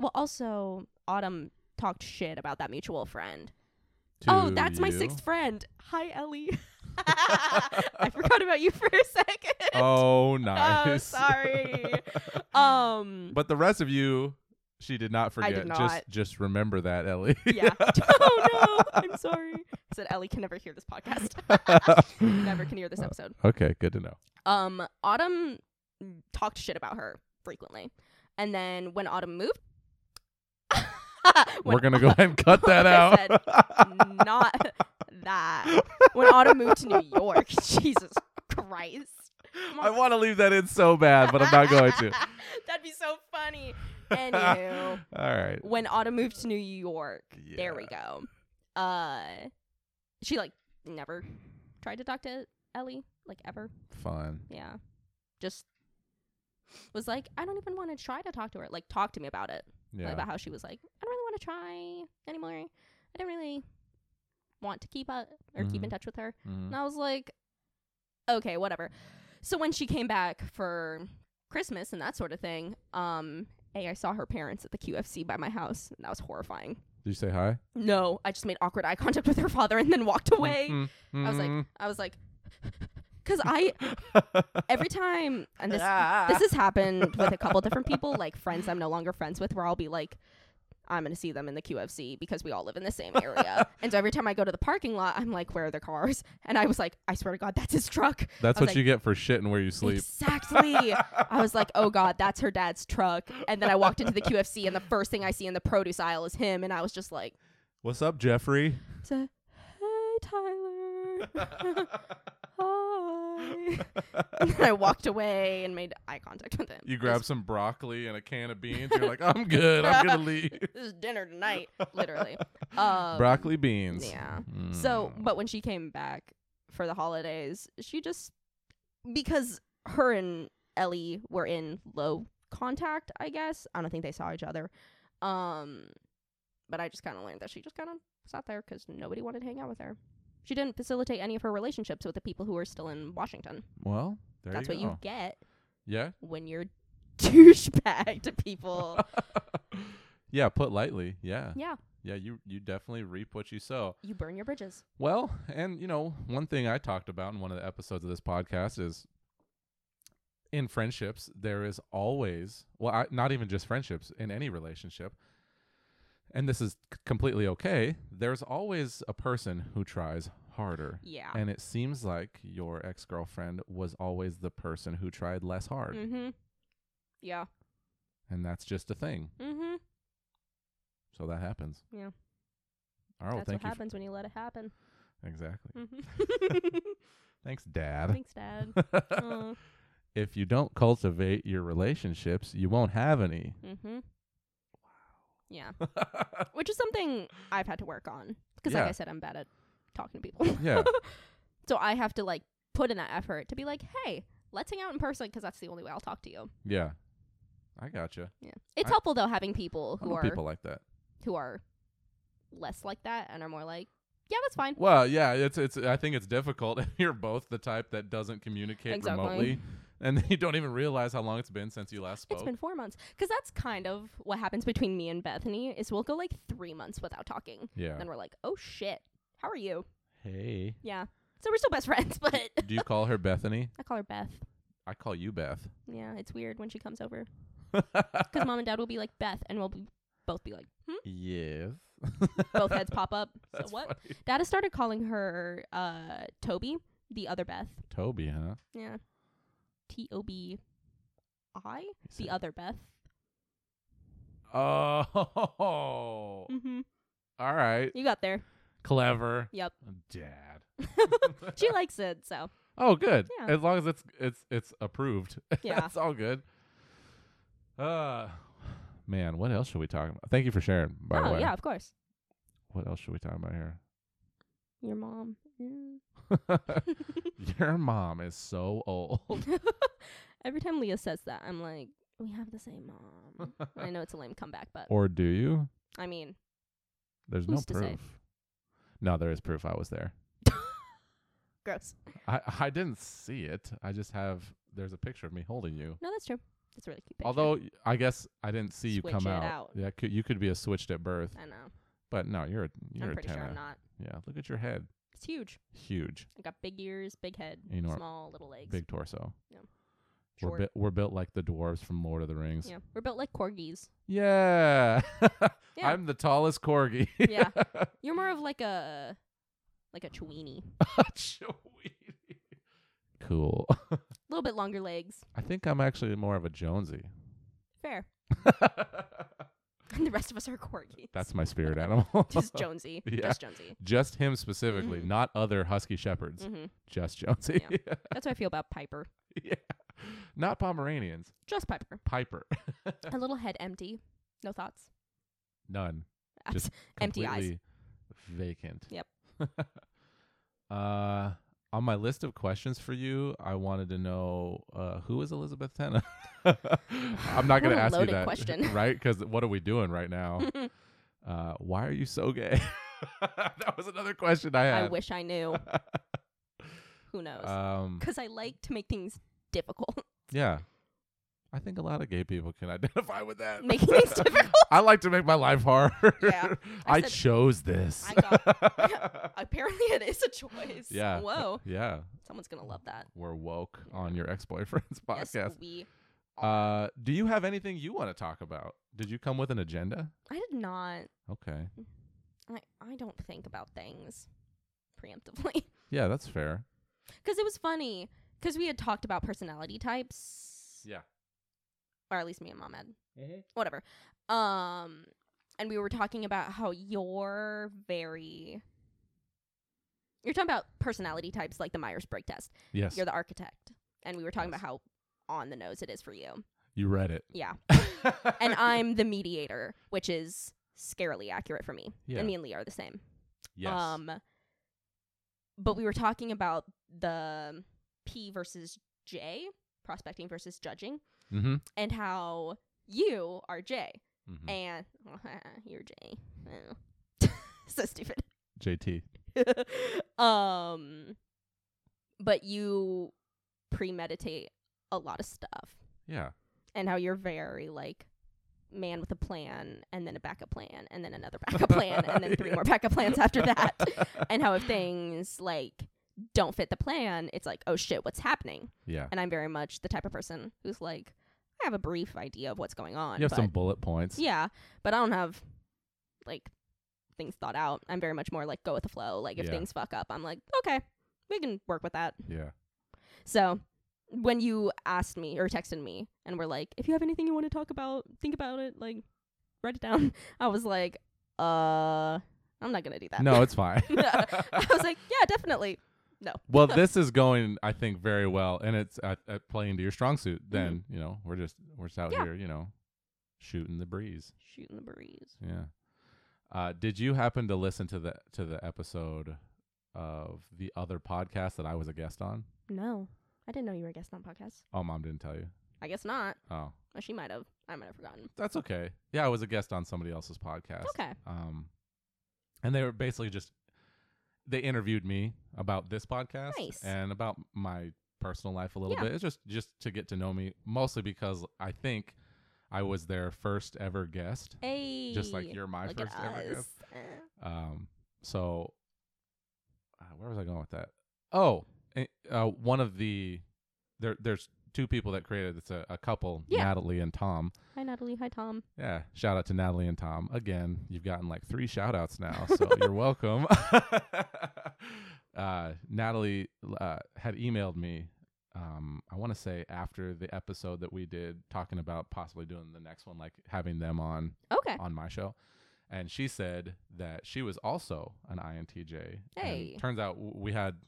B: well, also Autumn talked shit about that mutual friend. oh,
A: To
B: that's my
A: you.
B: sixth friend. Hi, Ellie. I forgot about you for a second.
A: Oh, nice.
B: sorry. Um,
A: But the rest of you, she did not forget.
B: did
A: Just
B: not.
A: just remember that, Ellie.
B: yeah. oh no, I'm sorry. I said Ellie can never hear this podcast. never can hear
A: Oh.
B: this episode.
A: Okay, good to know.
B: Um, Autumn talked shit about her frequently, and then when Autumn moved, when
A: We're gonna go ahead and cut that out.
B: I not that when Autumn moved to New York. Jesus Christ.
A: I want to leave that in so bad, but I'm not going to.
B: That'd be so funny. Anywho.
A: All right.
B: when Autumn moved to New York, there we
A: Yeah.
B: go. Uh, she like never tried to talk to Ellie, like ever.
A: Fun.
B: Yeah, just was like, I don't even want to try to talk to her. Like, talk to me about it, like,
A: Yeah.
B: about how she was like, I don't really want to try anymore. I don't really want to keep up or keep in
A: Mhm.
B: touch with her.
A: Mhm.
B: And I was like, okay, whatever. So when she came back for Christmas and that sort of thing, um, A, I saw her parents at the QFC by my house, and that was horrifying.
A: Did you say hi?
B: No, I just made awkward eye contact with her father and then walked away.
A: Mm, mm,
B: I was like-
A: mm.
B: I was like, because I, every time, and this,
A: Ah.
B: this has happened with a couple different people, like friends I'm no longer friends with, where I'll be like, I'm going to see them in the QFC because we all live in the same area. and so every time I go to the parking lot, I'm like, where are their cars? And I was like, I swear to God, that's his truck.
A: That's
B: I was
A: what
B: like-
A: you get for shitting where you sleep.
B: Exactly. I was like, oh God, that's her dad's truck. And then I walked into the QFC, and the first thing I see in the produce aisle is him. And I was just like,
A: What's up, Jeffrey?
B: so, hey, Tyler. Hi. And then I walked away and made eye contact with him.
A: You
B: It was
A: grab some broccoli and a can of beans. You're like, I'm good. I'm gonna leave.
B: this is dinner tonight, literally. Um,
A: broccoli beans.
B: yeah. So,
A: Mm.
B: but when she came back for the holidays, she just because her and Ellie were in low contact, I guess. I don't think they saw each other. Um, but I just kind of learned that she just kind of sat there because nobody wanted to hang out with her. She didn't facilitate any of her relationships with the people who are still in Washington.
A: well, there
B: That's
A: you
B: what
A: go.
B: you get
A: yeah.
B: when you're douchebag to people.
A: yeah, put lightly. Yeah.
B: yeah,
A: Yeah, you you definitely reap what you sow.
B: you burn your bridges.
A: Well, and you know, one thing I talked about in one of the episodes of this podcast is in friendships, there is always, well, I, not even just friendships, in any relationship, and this is c- completely okay, there's always a person who tries harder.
B: Yeah.
A: And it seems like your ex girlfriend was always the person who tried less hard.
B: Mm-hmm. Yeah.
A: And that's just a thing.
B: Mm-hmm.
A: So that happens.
B: Yeah.
A: All right. Well,
B: That's what
A: thank you. f-
B: happens when you let it happen.
A: exactly.
B: Mhm.
A: Thanks, Dad.
B: Thanks, Dad. Uh,
A: if you don't cultivate your relationships, you won't have any.
B: mm-hmm. Yeah, which is something I've had to work on because,
A: Yeah.
B: like I said, I'm bad at talking to people.
A: yeah.
B: so I have to like put in that effort to be like, hey, let's hang out in person because that's the only way I'll talk to you.
A: Yeah. I gotcha.
B: Yeah, it's
A: I-
B: helpful though having people
A: I
B: who
A: know
B: are
A: people like that.
B: who are less like that and are more like, yeah, that's fine.
A: Well, yeah, it's it's. I think it's difficult if you're both the type that doesn't communicate
B: Exactly.
A: remotely, and then you don't even realize how long it's been since you last spoke.
B: It's been four months because that's kind of what happens between me and Bethany is we'll go like three months without talking,
A: yeah.
B: and we're like, oh shit, how are you?
A: Hey.
B: Yeah, so we're still best friends, but
A: Do you call her Bethany?
B: I call her Beth.
A: I call you Beth.
B: Yeah, it's weird when she comes over because mom and dad will be like Beth, and we'll be both be like, hmm?
A: yes.
B: both heads pop up. So
A: That's
B: what?
A: funny.
B: Dad has started calling her uh Toby, the other Beth.
A: Toby, huh?
B: Yeah, T O B I,
A: You
B: the
A: said-
B: other Beth.
A: Oh.
B: Mm-hmm.
A: All right.
B: You got there.
A: Clever.
B: Yep.
A: Dad.
B: she likes it, so
A: Oh, good.
B: Yeah.
A: As long as it's it's it's approved.
B: Yeah.
A: That's all good. Uh man, what else should we talk about? Thank you for sharing, by the
B: oh
A: way.
B: yeah, of course.
A: What else should we talk about here?
B: Your mom. Mm.
A: Your mom is so old.
B: Every time Leah says that, I'm like, we have the same mom. I know it's a lame comeback, but
A: or do you?
B: I mean,
A: There's
B: Who's to
A: no
B: say?
A: proof. No, there is proof I was there.
B: gross.
A: I I didn't see it. I just have there's a picture of me holding you.
B: No, that's true. That's a really cute. Picture.
A: Although y- I guess I didn't see you
B: Switch
A: come
B: it
A: out.
B: out.
A: Yeah, could, you could be a switched at birth,
B: I know,
A: but no, you're a you're
B: I'm
A: a
B: pretty
A: tenna.
B: sure I'm not.
A: Yeah, look at your head.
B: It's huge.
A: Huge,
B: I got big ears, big head,
A: Enor-
B: small little legs.
A: big torso. We're
B: short.
A: bui- we're built like the dwarves from Lord of the Rings.
B: yeah, we're built like corgis.
A: Yeah.
B: Yeah.
A: I'm the tallest corgi.
B: yeah, you're more of like a like a chweenie. A
A: Chweetie. cool.
B: little bit longer legs.
A: I think I'm actually more of a Jonesy.
B: Fair. And the rest of us are corgis.
A: That's my spirit animal.
B: just Jonesy.
A: Yeah.
B: Just Jonesy.
A: Just him specifically,
B: Mhm.
A: not other husky shepherds.
B: hmm
A: Just Jonesy.
B: That's how I feel about Piper.
A: yeah. Not Pomeranians.
B: Just Piper.
A: Piper.
B: A little head empty. No thoughts.
A: None. Just
B: empty eyes.
A: completely Vacant.
B: Yep.
A: uh, on my list of questions for you, I wanted to know uh, who is Elizabeth Tenna. I'm not
B: What
A: going
B: a
A: to ask you
B: loaded
A: that,
B: question.
A: right? Because what are we doing right now? uh, why are you so gay? that was another question I
B: I
A: had.
B: wish I knew. Who knows?
A: Um,
B: Because I like to make things difficult.
A: yeah, I think a lot of gay people can identify with that.
B: Making things difficult.
A: I like to make my life hard.
B: Yeah.
A: I,
B: I said-
A: chose this.
B: I Apparently, it is a choice.
A: Yeah.
B: Whoa.
A: yeah,
B: Someone's gonna love that.
A: we're woke on your ex-boyfriend's
B: Yes,
A: podcast.
B: we.
A: uh, do you have anything you want to talk about? Did you come with an agenda?
B: I did not.
A: Okay.
B: I I don't think about things preemptively.
A: Yeah, that's fair.
B: because it was funny because we had talked about personality types
A: Yeah.
B: or at least me and mom had whatever um and we were talking about how you're very you're talking about personality types like the myers-briggs test
A: Yes.
B: you're the architect and we were talking
A: Yes.
B: about how on the nose it is for you
A: you read it.
B: yeah and i'm the mediator which is scarily accurate for me
A: Yeah.
B: and me and lee are the same
A: yes.
B: e, um, but we were talking about the P versus J, prospecting versus judging,
A: mm-hmm.
B: and how you are J
A: Mm-hmm.
B: and you're J. so stupid.
A: JT.
B: um, but you premeditate a lot of stuff,
A: Yeah.
B: and how you're very like man with a plan and then a backup plan and then another backup plan and then three
A: Yeah.
B: more backup plans after that and how if things like don't fit the plan, it's like, oh shit, what's happening?
A: yeah.
B: And I'm very much the type of person who's like, I have a brief idea of what's going on.
A: You have
B: but
A: some bullet points.
B: yeah, but I don't have like things thought out. I'm very much more like go with the flow. Like if
A: Yeah.
B: things fuck up, I'm like, okay, we can work with that.
A: Yeah.
B: So when you asked me or texted me and were like, if you have anything you want to talk about, think about it, like write it down. I was like, uh, I'm not gonna do that.
A: No, it's fine.
B: I was like, yeah, definitely.
A: well, this is going, I think, very well, and it's at, at playing to your strong suit. Then you know we're just we're just out
B: Mm-hmm. Yeah.
A: here, you know, shooting the breeze.
B: Shooting the breeze.
A: Yeah. Uh, did you happen to listen to the to the episode of the other podcast that I was a guest on?
B: No, I didn't know you were a guest on podcasts.
A: Oh, mom didn't tell you.
B: I guess not.
A: Oh,
B: Well, she might have. I might have forgotten.
A: that's okay. Yeah, I was a guest on somebody else's podcast.
B: Okay.
A: Um, and they were basically just they interviewed me about this podcast
B: Nice.
A: and about my personal life a little
B: Yeah.
A: bit. It's just just to get to know me, mostly because I think I was their first ever guest,
B: Hey.
A: just like you're my
B: look at
A: first ever guest.
B: us. Eh.
A: Um, so uh, where was I going with that? Oh, eh, uh, one of the there there's two people that created it's a, a couple,
B: Yeah.
A: Natalie and Tom.
B: Hi Natalie. Hi Tom.
A: Yeah, shout out to Natalie and Tom. Again, you've gotten like three shout outs now, so you're welcome. uh, Natalie uh, had emailed me, um, I want to say after the episode that we did talking about possibly doing the next one, like having them on
B: Okay.
A: on my show. And she said that she was also an INTJ. And
B: Hey.
A: turns out w- we had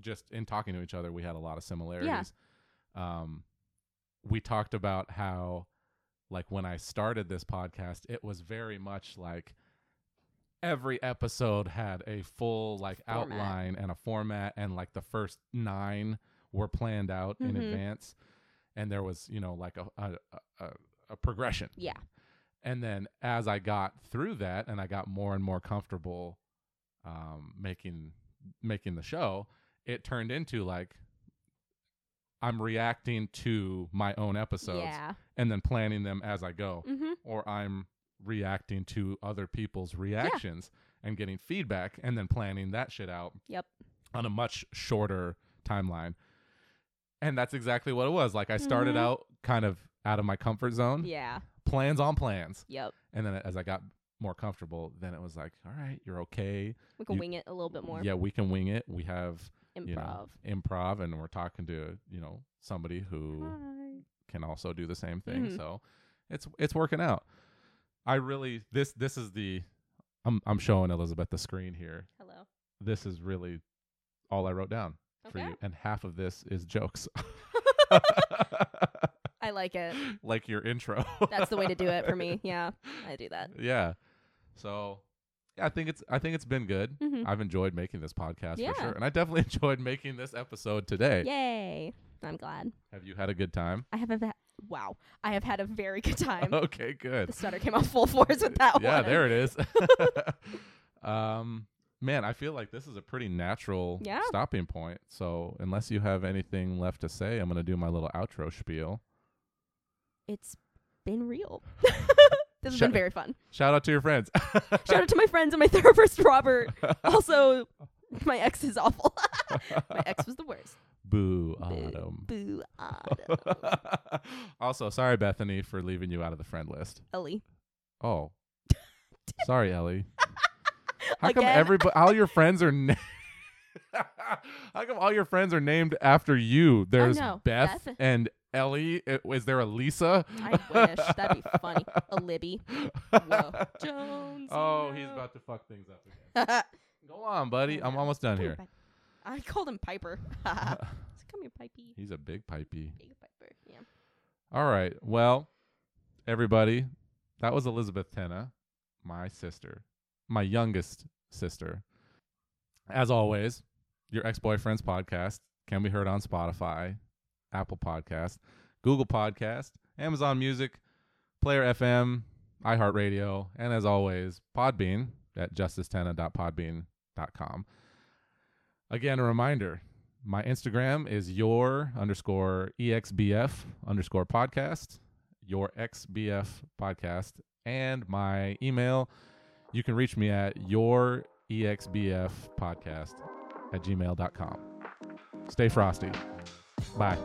A: just in talking to each other, we had a lot of similarities. Um, we talked about how, like, when I started this podcast, it was very much like every episode had a full like
B: Format.
A: outline and a format, and like the first nine were planned out in
B: Mhm.
A: advance, and there was you know like a a, a, a progression.
B: Yeah.
A: And then as I got through that and I got more and more comfortable um, making making the show, it turned into like I'm reacting to my own episodes
B: yeah.
A: and then planning them as I go,
B: Mm-hmm.
A: or I'm reacting to other people's reactions and getting feedback and then planning that shit out
B: Yep.
A: on a much shorter timeline. And that's exactly what it was. Like I started
B: Mhm.
A: out kind of out of my comfort zone,
B: Yeah.
A: plans on plans.
B: Yep.
A: And then as I got more comfortable, then it was like, all right, you're okay.
B: We can
A: You-
B: wing it a little bit more.
A: Yeah, we can wing it. We have
B: Improv.
A: you know, improv, and we're talking to you know somebody who
B: Hi.
A: can also do the same thing.
B: Mhm.
A: So it's it's working out. I really this this is the I'm I'm showing Elizabeth the screen here.
B: Hello.
A: This is really all I wrote down for
B: Okay.
A: you, and half of this is jokes,
B: I like it.
A: like your intro.
B: That's the way to do it for me. Yeah. I do that.
A: yeah. So yeah, I think it's I think it's been good.
B: Mm-hmm.
A: I've enjoyed making this podcast
B: Yeah.
A: for sure. And I definitely enjoyed making this episode today.
B: Yay. I'm glad.
A: Have you had a good time?
B: I have a va- wow. I have had a very good time.
A: okay, good.
B: The stutter came out full force with that
A: yeah,
B: one.
A: there it is. um man, I feel like this is a pretty natural
B: Yeah.
A: stopping point. So unless you have anything left to say, I'm gonna do my little outro spiel.
B: It's been real. this has
A: Shut-
B: been very fun.
A: Shout out to your friends.
B: Shout out to my friends and my therapist, Robert. Also, my ex is awful. my ex was the worst.
A: Boo Autumn.
B: Boo. Odd.
A: also, sorry Bethany for leaving you out of the friend list.
B: Ellie.
A: Oh. Sorry, Ellie. How come
B: Again?
A: everybody all your friends are na- How come all your friends are named after you? There's
B: know,
A: Beth,
B: Beth.
A: and Ellie. I- Is there a Lisa?
B: I wish. That'd be funny. A Libby. Whoa. Jones.
A: oh, he's about to fuck things up again. Go on, buddy.
B: Oh,
A: I'm
B: no.
A: almost done here.
B: I called him Piper. Come here, Pipey.
A: he's a big pipey.
B: Big Piper. Yeah.
A: All right. Well, everybody, that was Elizabeth Tenna, my sister, my youngest sister. As always, your ex boyfriend's podcast can be heard on Spotify, Apple Podcast, Google Podcast, Amazon Music, Player FM, iHeartRadio, and as always, Podbean at justicetenna.podbean.com. Again, a reminder my Instagram is your underscore E exbf underscore podcast, your xbf podcast, and my email. You can reach me at your E exbf podcast at gmail.com. Stay frosty. Bye.